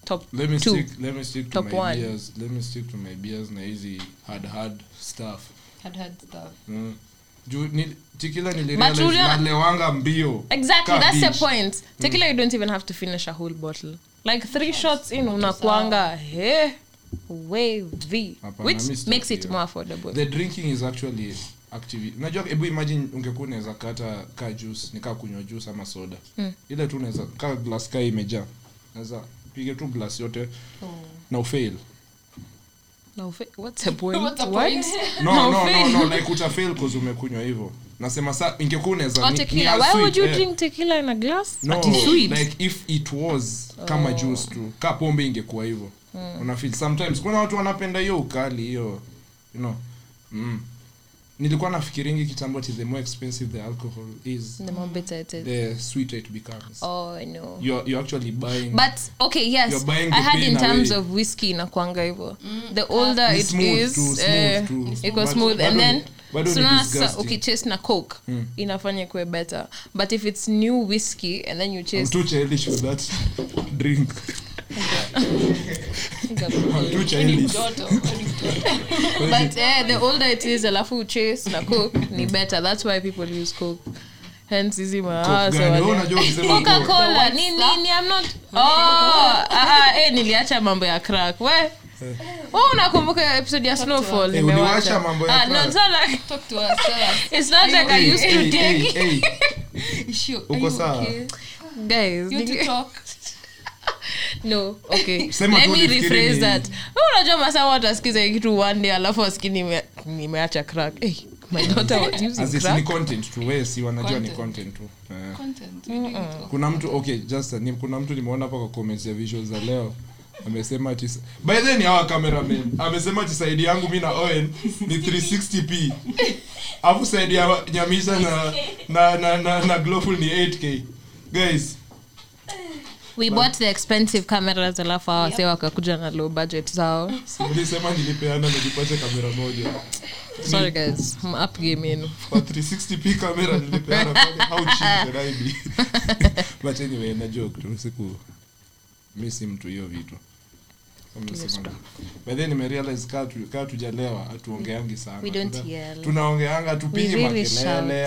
Speaker 3: top
Speaker 2: let me
Speaker 3: two.
Speaker 2: stick let me stick to
Speaker 3: Top
Speaker 2: my
Speaker 3: one.
Speaker 2: beers let me stick to my beers na hizi hard hard stuff
Speaker 4: Had had stuff.
Speaker 2: mm. juu ni tekila
Speaker 3: But
Speaker 2: nilirealize
Speaker 3: Julia-
Speaker 2: nalewanga mbio
Speaker 3: Exactly,
Speaker 2: Ka
Speaker 3: that's
Speaker 2: beach. Mm.
Speaker 3: the point. Tequila, you don't even have to finish a whole bottle. Like three shots in, unakuanga he wavy,
Speaker 2: Hapana,
Speaker 3: which
Speaker 2: mi sitaki
Speaker 3: makes it
Speaker 2: hiyo.
Speaker 3: more affordable.
Speaker 2: the drinking is actually active unajua hebu imagine ungekuwa unaweza kata ka juice nikaa kunywa juice ama soda
Speaker 3: Hmm.
Speaker 2: mm. ile tu unaweza ka glass ka imejaa naweza piga tu glass yote
Speaker 3: Oh.
Speaker 2: na
Speaker 3: <laughs>
Speaker 2: ufail
Speaker 3: Now, fa- what's the point?
Speaker 4: What's the
Speaker 3: What?
Speaker 4: point?
Speaker 2: no
Speaker 3: Na
Speaker 2: no no
Speaker 3: ufail.
Speaker 2: no like utafail cause umekunywa hivyo nasema sa ingekuwa unaweza
Speaker 3: Or
Speaker 2: ni- ni
Speaker 3: tequila.
Speaker 2: as
Speaker 3: Why would
Speaker 2: sweet,
Speaker 3: you
Speaker 2: eh.
Speaker 3: drink tequila in a glass?
Speaker 2: no
Speaker 3: Ati sweet.
Speaker 2: like if it was
Speaker 3: Oh.
Speaker 2: kama juice tu ka pombe ingekuwa hivyo
Speaker 3: Hmm.
Speaker 2: mm. unafeel sometimes kuna watu wanapenda hiyo ukali hiyo you know mm. nilikuwa nafikiringi kitambo ti the more expensive the alcohol is
Speaker 3: the more bitter it is.
Speaker 2: the sweeter it becomes
Speaker 3: Oh, I know.
Speaker 2: you're, you're actually buying
Speaker 3: But okay, yes,
Speaker 2: You're buying
Speaker 3: I
Speaker 2: the
Speaker 3: had
Speaker 2: pain
Speaker 3: in terms
Speaker 2: away.
Speaker 3: of whiskey na kwanga hivyo. The older
Speaker 2: Ni
Speaker 3: it
Speaker 2: smooth
Speaker 3: is,
Speaker 2: too, smooth
Speaker 3: eh,
Speaker 2: too. It's
Speaker 3: iko
Speaker 2: smooth.
Speaker 3: smooth
Speaker 2: Bado
Speaker 3: and
Speaker 2: ni-
Speaker 3: then
Speaker 2: bado ni
Speaker 3: suna sa
Speaker 2: disgusting. Mm.
Speaker 3: ukichase na coke inafanya kuwe better. But if it's new whiskey and then you
Speaker 2: I'm
Speaker 3: chase
Speaker 2: too childish with that <laughs> drink I'm <laughs> too childish
Speaker 4: Joto, hadi mtoto.
Speaker 3: but eh, the older it is alafu uchase na coke ni better. That's why people use coke. Hence hizi mawazo
Speaker 2: gani? Wewe
Speaker 3: wale-
Speaker 2: unajua ukisema coke.
Speaker 3: Ah, Coca-Cola, ni- ni- ni- I'm not- Oh, aha, eh, niliacha mambo ya crack we Wewe unakumbuka episode ya snowfall
Speaker 2: Eh,
Speaker 3: nimewacha.
Speaker 2: uliwacha mambo ya
Speaker 3: Ah, no,
Speaker 2: crack.
Speaker 3: it's not like-
Speaker 4: Talk to us, tell <laughs> us.
Speaker 3: it's not like I
Speaker 2: Hey,
Speaker 3: used
Speaker 2: hey,
Speaker 3: to
Speaker 2: hey,
Speaker 3: drink. <laughs>
Speaker 2: hey.
Speaker 4: Is she- are
Speaker 2: Uko
Speaker 4: you
Speaker 2: sawa?
Speaker 4: okay?
Speaker 3: Guys,
Speaker 4: You want to
Speaker 3: nili-
Speaker 4: talk?
Speaker 3: no, <laughs> okay.
Speaker 2: Sema
Speaker 3: Let
Speaker 2: tu
Speaker 3: me
Speaker 2: ulifikiri
Speaker 3: rephrase
Speaker 2: ni-
Speaker 3: that. Wewe unajua masaa watu wasikiza hii kitu one day alafu wasikie nime- nimeacha crack. Eh, my <laughs> daughter was using
Speaker 2: As it's
Speaker 3: crack.
Speaker 2: ni content tu we si wanajua ni
Speaker 4: Content.
Speaker 2: content tu
Speaker 4: <laughs>
Speaker 2: Eh.
Speaker 4: Content, we do it all.
Speaker 2: kuna mtu okay just ni, kuna mtu nimeona hapa kwa comments ya visuals za leo amesema ati by the way ni hawa cameramen amesema ati side yangu mi na oen ni 360p afu side ya nyamisha na na na na, na glowful ni 8k guys
Speaker 3: we bought the expensive cameras alafu hawa yep. wakakuja na low budget zao
Speaker 2: si mlisema nilipeana nilipata kamera moja
Speaker 3: sorry guys I'm up game yenu
Speaker 2: for 360p kamera nilipeana pale how cheap can I be
Speaker 3: <laughs>
Speaker 2: but anyway na joke tu siku mi si mtu hiyo vitu bedhe nimerealize kaa tu- kaa tujalewa hatuongeangi
Speaker 3: we
Speaker 2: sana
Speaker 3: don't yell
Speaker 2: tunaongeanga hatupigi
Speaker 3: We really
Speaker 2: makelele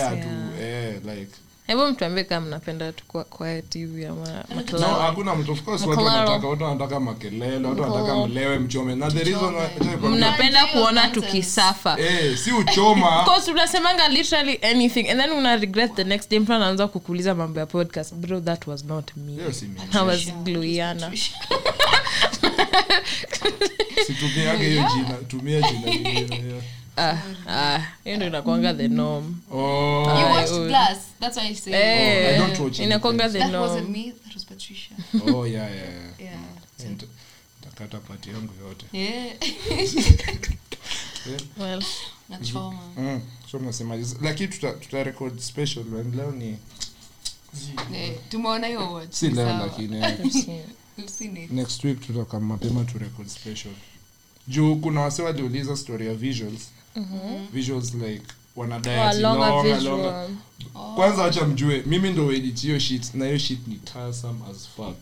Speaker 3: shout,
Speaker 2: hatu
Speaker 3: yeah.
Speaker 2: eh, like
Speaker 3: hebu mtuambie kama mnapenda tukua quiet hivi ama
Speaker 2: no
Speaker 3: makelele
Speaker 2: hakuna mtu of course watu
Speaker 3: Mklaro.
Speaker 2: wanataka watu wanataka makelele watu wanataka mlewe mchome na the reason why- acha nikwambie.
Speaker 3: mnapenda
Speaker 4: Enjoy
Speaker 3: kuona
Speaker 4: your nonsense.
Speaker 3: tukisafa
Speaker 2: eh si
Speaker 3: <laughs>
Speaker 2: uchoma
Speaker 3: Because unasemanga literally anything and then una regret the next day mtu anaanza kukuuliza mambo ya podcast bro that was not me
Speaker 2: Hiyo si mimi.
Speaker 3: I was Gluyana.
Speaker 4: <laughs>
Speaker 2: situmiage hiyo jina tumia
Speaker 3: <laughs>
Speaker 2: jina lingine yeah.
Speaker 3: Ah, ah, hiyo ndo inakuanga the norm
Speaker 2: oh
Speaker 4: You watched
Speaker 3: would.
Speaker 4: Glass. That's why I say
Speaker 3: Eh,
Speaker 2: I don't watch
Speaker 3: inakuanga the
Speaker 4: that wasn't
Speaker 3: norm
Speaker 4: me. That was <laughs> Patricia.
Speaker 2: oh yeah yeah, yeah.
Speaker 4: Yeah.
Speaker 2: Nita- nitakata pati yangu yote
Speaker 4: Yeah. <laughs>
Speaker 3: well,
Speaker 4: Nachoma.
Speaker 2: mm. so mnasema lakini tuta, tuta record special man leo ni
Speaker 4: Eh, Tumeona hiyo watch.
Speaker 2: si leo
Speaker 4: Sawa.
Speaker 2: lakini <laughs> eh.
Speaker 4: We've seen it.
Speaker 2: next week tutaka mapema to record special juu kuna wase waliuliza story ya visuals visuals like wana
Speaker 3: Wa
Speaker 2: diet
Speaker 3: Oh, longer
Speaker 2: longa,
Speaker 3: visual.
Speaker 2: longa. kwanza wacha mjue mimi ndo edit hiyo shit na hiyo shit ni tiresome as fuck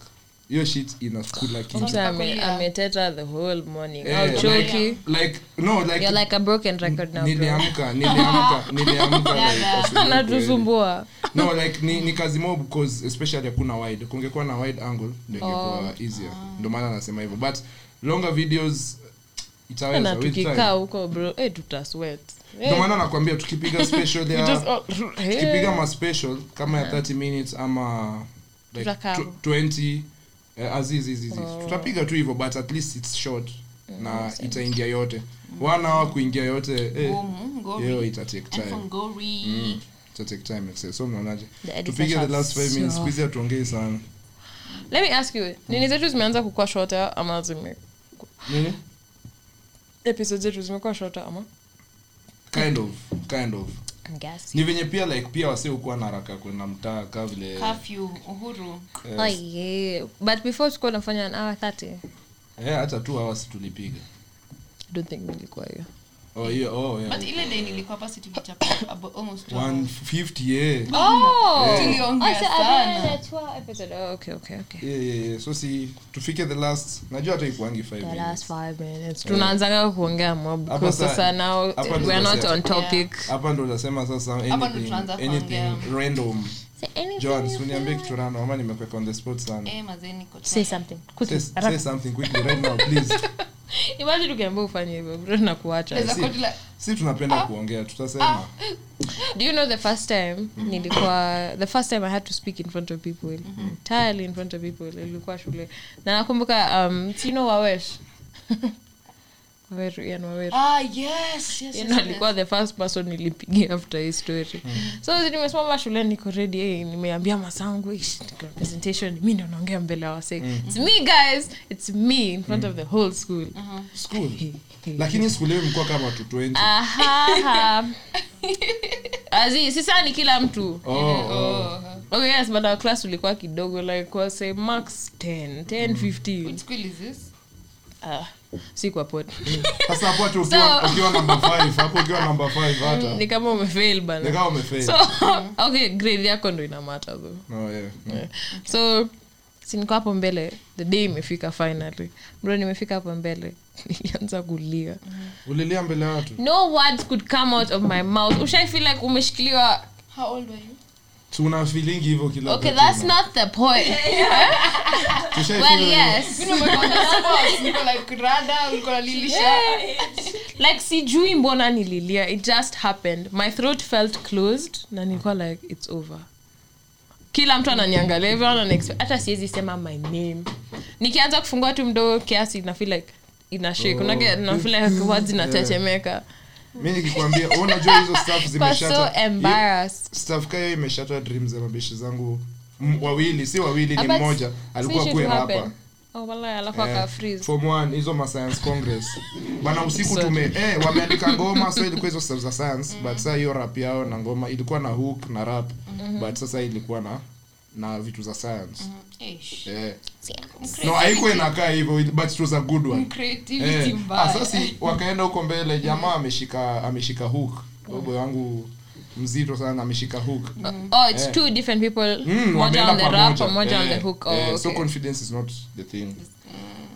Speaker 2: hiyo shit inakula
Speaker 3: Mtu
Speaker 2: kitu
Speaker 3: ame- ameteta the whole morning
Speaker 2: Eh,
Speaker 3: Au choki
Speaker 2: like, like no like,
Speaker 3: you're like a broken record now bro. <laughs>
Speaker 2: niliamka niliamka niliamka like, asubuhi kweli.
Speaker 3: natusumbua
Speaker 2: no like ni, ni kazi mob because especially hakuna wide kungekuwa na wide angle ndio ingekuwa
Speaker 3: Oh.
Speaker 2: easier ndio maana anasema hivyo but longer videos itaweza
Speaker 3: na
Speaker 2: with time.
Speaker 3: tukikaa huko bro eh, tutasweat Eh,
Speaker 2: ndio maana
Speaker 3: <laughs>
Speaker 2: nakwambia tukipiga special
Speaker 3: we just
Speaker 2: ya
Speaker 3: all- eh.
Speaker 2: tukipiga ma special kama ya 30 minutes ama like
Speaker 3: Tutakaa. Oh.
Speaker 2: tw- 20 eh, azizi azizi tutapiga tu hivyo but at least it's short
Speaker 3: Mm,
Speaker 2: na itaingia yote wana wa kuingia yote eh,
Speaker 4: Ngumu, ngori.
Speaker 2: hiyo itatake
Speaker 4: And
Speaker 2: time
Speaker 4: from Ngori.
Speaker 2: Mm. So take time excel. So mnaonaje?
Speaker 3: The editor
Speaker 2: Tupige the
Speaker 3: shot.
Speaker 2: last 5 minutes.
Speaker 3: So-
Speaker 2: Squeeze ya tuongee sana.
Speaker 3: let me ask you nini zetu zimeanza kukua shorter ama zime
Speaker 2: Nini?
Speaker 3: episode zetu zimekuwa shorter ama
Speaker 2: Kind of, kind of. Ni venye pia like pia wase hukuwa na haraka ya kwenda mtaa ka vile
Speaker 4: Curfew, uhuru.
Speaker 2: eh,
Speaker 3: Oh, yeah. but before tulikuwa nafanya an hour 30
Speaker 2: eh, hata tu hawa si tulipiga.
Speaker 3: I don't think nilikuwa hiyo
Speaker 2: Oh hiyo oh yeah.
Speaker 4: But ile day nilikuwa hapa si
Speaker 2: <coughs>
Speaker 4: tulichapa about almost two hours.
Speaker 2: 150 yeah.
Speaker 3: Oh!
Speaker 4: Tuliongea sana.
Speaker 3: Okay, okay, okay.
Speaker 2: Yeah, yeah, yeah. So si tufike the last. Najua hata ikuangi 5
Speaker 3: The
Speaker 2: minutes.
Speaker 3: last five minutes. tunaanzanga kuongea mob
Speaker 2: Hapa
Speaker 3: because
Speaker 2: sa-
Speaker 3: sasa now
Speaker 2: hapa
Speaker 3: eh,
Speaker 2: ndo
Speaker 3: we're not
Speaker 2: tunasema.
Speaker 3: on topic
Speaker 2: Hapa ndo utasema sasa
Speaker 4: ndo
Speaker 2: anything,
Speaker 4: tunaanza
Speaker 2: anything
Speaker 4: kuongea.
Speaker 2: random.
Speaker 3: Say anything
Speaker 2: John,
Speaker 3: you
Speaker 2: usiniambie
Speaker 3: feel.
Speaker 2: kitu random ama nimekuweka on the spot sana.
Speaker 4: Eh, mazee niko
Speaker 3: Say something.
Speaker 2: Say,
Speaker 3: Quickly,
Speaker 2: say
Speaker 3: haraka.
Speaker 2: something quickly right now please.
Speaker 3: imagine ukiambia ufanye hivyo bro na kuacha
Speaker 4: Naweza
Speaker 2: Si-
Speaker 4: kodi la-
Speaker 2: si tunapenda kuongea tutasema
Speaker 3: do you know the first time nilikuwa the first time i had to speak in front of people entirely in front of people ilikuwa shule na nakumbuka um, si you know wawesh <laughs> waweru Ian waweru
Speaker 4: Ah, yes, yes,
Speaker 3: Ian
Speaker 4: yes,
Speaker 3: alikuwa the first person nilipigia after hii story so zi- nimesimama shule niko ready eh, nimeambia masangu "Ish, niko na presentation mi ndo naongea mbele ya wasee it's me guys it's me in front of the whole school
Speaker 2: school lakini school leo mkuwa kama watu
Speaker 3: Ah,
Speaker 2: 20
Speaker 3: Ahaha. Azi, si saa ni kila mtu
Speaker 2: oh, oh.
Speaker 3: okay yes but our class ulikuwa kidogo like kwa say max 10 10 15
Speaker 4: Which school is this?
Speaker 3: ah si kwa pot
Speaker 2: sasa hapo hata ukiwa
Speaker 3: So-
Speaker 2: ukiwa number 5 hapo ukiwa number 5 hata
Speaker 3: <laughs> ni kama umefail bana
Speaker 2: nikawa umefail
Speaker 3: so <laughs> okay grade yako ndo inamata though
Speaker 2: no yeah no.
Speaker 3: so siniko hapo mbele the day imefika finally bro nimefika hapo mbele <laughs> nilianza kulia
Speaker 2: ulilia mbele ya watu
Speaker 3: no words could come out of my mouth ushai feel like umeshikiliwa
Speaker 4: How old were you?
Speaker 2: tuna feeling hivyo kila
Speaker 3: okay
Speaker 2: wakati,
Speaker 3: that's
Speaker 2: no?
Speaker 3: not the point
Speaker 2: Tushaifeel
Speaker 3: well
Speaker 2: hivyo.
Speaker 3: yes
Speaker 4: Mimi ndio niko na sports, niko like rada, niko na lilisha.
Speaker 3: like sijui mbona nililia it just happened my throat felt closed na nilikuwa like it's over kila mtu ananiangalia hivyo ananiexpe- hata siwezi sema my name nikianza kufungua tu mdoo kiasi nafeel like inashake
Speaker 2: Oh.
Speaker 3: unage nafeel like words inatetemeka
Speaker 2: mimi nikikwambia wewe unajua hizo stuff
Speaker 3: <laughs> kwa so
Speaker 2: zimeshata
Speaker 3: embarrassed
Speaker 2: stuff kayo imeshata dreams za mabishi zangu m- wawili si wawili ni
Speaker 3: But
Speaker 2: mmoja
Speaker 3: si
Speaker 2: alikuwa
Speaker 3: shit
Speaker 2: kwe
Speaker 3: happen.
Speaker 2: hapa
Speaker 3: Oh, walai, alafu
Speaker 2: Eh,
Speaker 3: akafreeze.
Speaker 2: form one, hizo ma science congress bana usiku tume eh,
Speaker 3: <laughs>
Speaker 2: wameandika ngoma so ilikuwa hizo stuff za science
Speaker 3: Mm.
Speaker 2: but saa hiyo rap yao na ngoma ilikuwa na hook na rap
Speaker 3: Mm-hmm.
Speaker 2: but sasa ilikuwa na na vitu za science
Speaker 4: Eish.
Speaker 2: eh. no haikuwa inakaa hivyo it- but it was a good one
Speaker 4: Creativity
Speaker 2: eh.
Speaker 4: mbaya.
Speaker 2: ah, sasa wakaenda huko mbele jamaa ameshika ameshika hook bobo wangu mzito sana ameshika hook
Speaker 3: Oh, it's
Speaker 2: Eh.
Speaker 3: two different people.
Speaker 2: Mm,
Speaker 3: Moja
Speaker 2: wameenda
Speaker 3: on the rap,
Speaker 2: pamoja.
Speaker 3: moja on the
Speaker 2: Eh,
Speaker 3: hook.
Speaker 2: eh,
Speaker 3: Oh,
Speaker 2: so
Speaker 3: okay. Mm.
Speaker 2: confidence is not the thing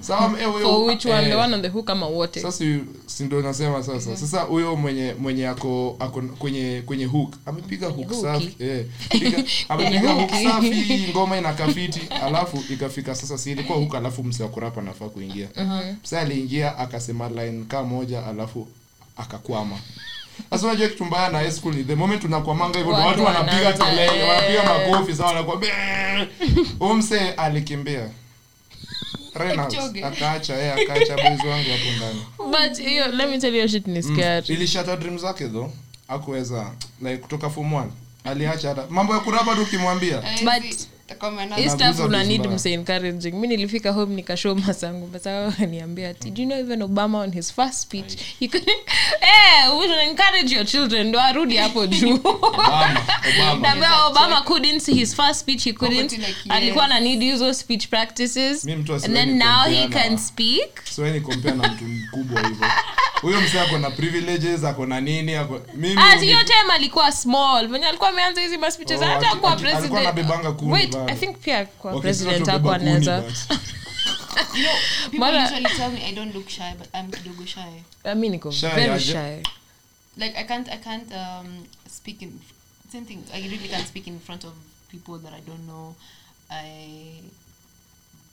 Speaker 2: Sawa, eh, wewe-
Speaker 3: For which one?
Speaker 2: eh,
Speaker 3: The one on the hook ama wote?
Speaker 2: sasa huyu- si ndo nasema sasa sasa huyo mwenye mwenye ako, ako kwenye kwenye hook amepiga hook
Speaker 3: hooki.
Speaker 2: safi eh, piga- amepiga hook safi ngoma inakafiti alafu ikafika sasa si ilikuwa hook alafu mse wa kurapa anafaa kuingia sasa aliingia akasema line kaa moja alafu akakwama sasa unajua kitu mbaya na high school ni the moment unakwamanga hivyo ndo
Speaker 3: Watu
Speaker 2: watu wanapiga
Speaker 3: wanaanza,
Speaker 2: kelele wanapiga
Speaker 3: eh.
Speaker 2: makofi sawa wanakuambia "Bee!" Huyu mse alikimbia Reynolds
Speaker 4: Kipchoge.
Speaker 2: akaacha yeye akaacha boys wangu hapo ndani
Speaker 3: But hiyo, let me tell you a shit
Speaker 2: Mm.
Speaker 3: ni scary.
Speaker 2: ilishata dream zake tho akuweza like kutoka form one aliacha hata mambo ya kuraba tu ukimwambia
Speaker 4: Hizi-
Speaker 3: But-
Speaker 4: Kwa maana-
Speaker 3: Hii
Speaker 2: Anaguza
Speaker 3: stuff
Speaker 2: vitu
Speaker 3: una need
Speaker 2: mbaya.
Speaker 3: mse encouraging mi nilifika home nikashow masangu masakaniambia ati do you know even obama on his first speech he couldn't <laughs> eh we should encourage your children ndo arudi
Speaker 2: <laughs>
Speaker 3: hapo juu
Speaker 2: Obama, Obama.
Speaker 3: naambia obama couldn't see his first speech he couldn't
Speaker 4: Wakati like,
Speaker 3: alikuwa na need hizo speech practices
Speaker 2: Mi mtu
Speaker 3: and
Speaker 2: asiwe
Speaker 3: then
Speaker 2: ni
Speaker 3: now he
Speaker 2: kumpeana.
Speaker 3: can speak
Speaker 2: siweni kompea na mtu mkubwa hivyo huyo msee ako na privileges ako na nini ako mimi
Speaker 3: Ah, si hiyo time alikuwa small venye alikuwa ameanza hizi maspeeches
Speaker 2: Oh,
Speaker 3: hata
Speaker 2: ati-
Speaker 3: kuwa
Speaker 2: ati- alikuwa
Speaker 3: president
Speaker 2: anabebanga kuni
Speaker 3: wait
Speaker 2: bado.
Speaker 3: i think pia kuwa
Speaker 2: Okay,
Speaker 3: president
Speaker 2: sisi watu
Speaker 3: hakuwa
Speaker 2: wabeba kuni,
Speaker 3: anaweza
Speaker 2: but-
Speaker 4: People
Speaker 3: Mara-
Speaker 4: usually tell me I don't look shy, but I'm kidogo shy.
Speaker 3: Ah, mi niko
Speaker 2: Shy
Speaker 3: very
Speaker 2: aje.
Speaker 3: shy
Speaker 4: Like I can't, I can't um, speak in same thing. I really can't speak in front of people that I don't know. I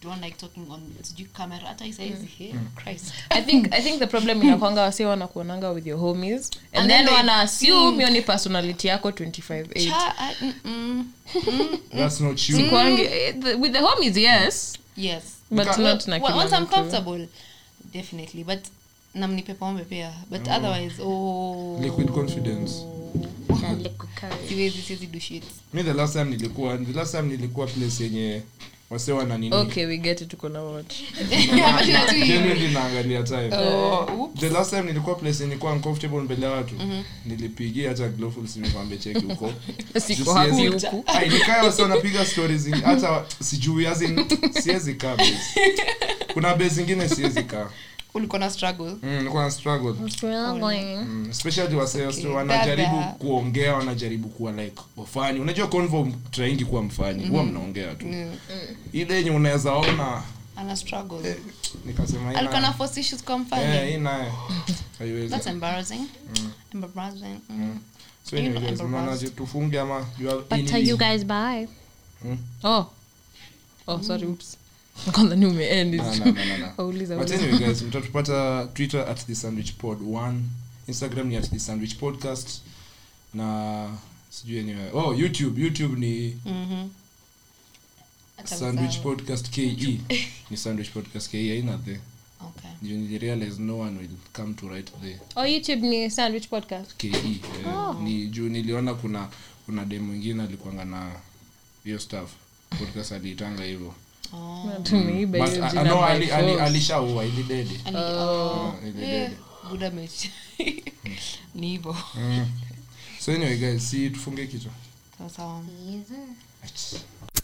Speaker 4: don't like talking on sijui camera. Hata isa hizi hey, Christ.
Speaker 3: Mm. I think I think the <coughs> problem inakwanga wasi wanakuonanga with your homies and,
Speaker 4: And
Speaker 3: then,
Speaker 4: then they
Speaker 3: wana assume
Speaker 4: think-
Speaker 3: hiyo ni personality yako 258
Speaker 4: Cha, I, mm, mm,
Speaker 2: that's not you
Speaker 3: Kwangi- eh, the- with the homies yes
Speaker 4: yes.
Speaker 3: but
Speaker 2: Because-
Speaker 3: not na
Speaker 4: Well,
Speaker 3: kila
Speaker 4: once I'm
Speaker 3: mtu.
Speaker 4: comfortable, definitely. But namnipe pombe pia. But otherwise, oh.
Speaker 2: liquid confidence
Speaker 4: <laughs> Siwezi, siwezi do
Speaker 2: <laughs>
Speaker 4: shit. <laughs>
Speaker 2: mi the last time nilikuwa the last time nilikuwa place yenye wase wana nini
Speaker 3: okay we get it tuko na what <laughs>
Speaker 2: genuinely naangalia time
Speaker 4: Oh,
Speaker 2: the last time nilikuwa place nilikuwa uncomfortable mbele ya watu
Speaker 4: Mhm.
Speaker 2: nilipigia hata glowful simekuambia
Speaker 4: <laughs>
Speaker 2: cheki huko
Speaker 3: siko hapi huku
Speaker 2: Ai, nikae wasi wanapiga stories zingi- hata sijui as in, siwezi kaa base. kuna base zingine siwezi kaa
Speaker 4: ulikuwa na struggle.
Speaker 2: Mm, nilikuwa na struggle Mm, especially wase wase wanajaribu
Speaker 4: Dada.
Speaker 2: kuongea wanajaribu kuwa like wafani unajua convo traingi kuwa mfani huwa mnaongea tu
Speaker 4: Mm.
Speaker 2: ile yenye unaweza ona
Speaker 4: ana struggle
Speaker 2: eh, nikasema hii
Speaker 4: alikuwa
Speaker 2: nayo.
Speaker 4: na force issues kwa
Speaker 2: Eh,
Speaker 4: mfano
Speaker 2: hii nayo haiwezi
Speaker 4: that's embarrassing embarrassing mm.
Speaker 2: so anyway, guys, mnaonaje? tufunge ama you have any- Hmm?
Speaker 3: oh oh sorry oops <laughs> kwanza ni umeend it.
Speaker 2: Na,
Speaker 3: <laughs>
Speaker 2: na, na, na, na.
Speaker 3: Wauliza,
Speaker 2: But
Speaker 3: wauliza. <laughs>
Speaker 2: anyway, guys, mtatupata twitter at the sandwich pod 1 instagram ni at the sandwich podcast na sijui anyway. oh youtube youtube ni
Speaker 4: Mhm. Hata
Speaker 2: sandwich
Speaker 4: mzao.
Speaker 2: podcast ke
Speaker 3: <laughs>
Speaker 2: ni sandwich podcast ke aina the
Speaker 4: okay
Speaker 2: You need to realize no one will come to write the
Speaker 3: oh youtube ni sandwich podcast
Speaker 2: ke eh,
Speaker 3: Oh.
Speaker 2: ni juu niliona kuna kuna dem mwingine alikuanga na hiyo stuff podcast aliitanga hivyo
Speaker 4: oh
Speaker 3: tumeiba
Speaker 2: But,
Speaker 3: hiyo
Speaker 2: ah,
Speaker 3: jina
Speaker 2: no,
Speaker 3: by
Speaker 2: ali- ali-
Speaker 3: force.
Speaker 2: alishaua ilidede
Speaker 4: Ani- oh.
Speaker 2: Ah, ilidede
Speaker 4: Eh, good image. <laughs> ni hivyo
Speaker 2: 음. so anyway guys si tufunge kichwa
Speaker 4: sawa sawa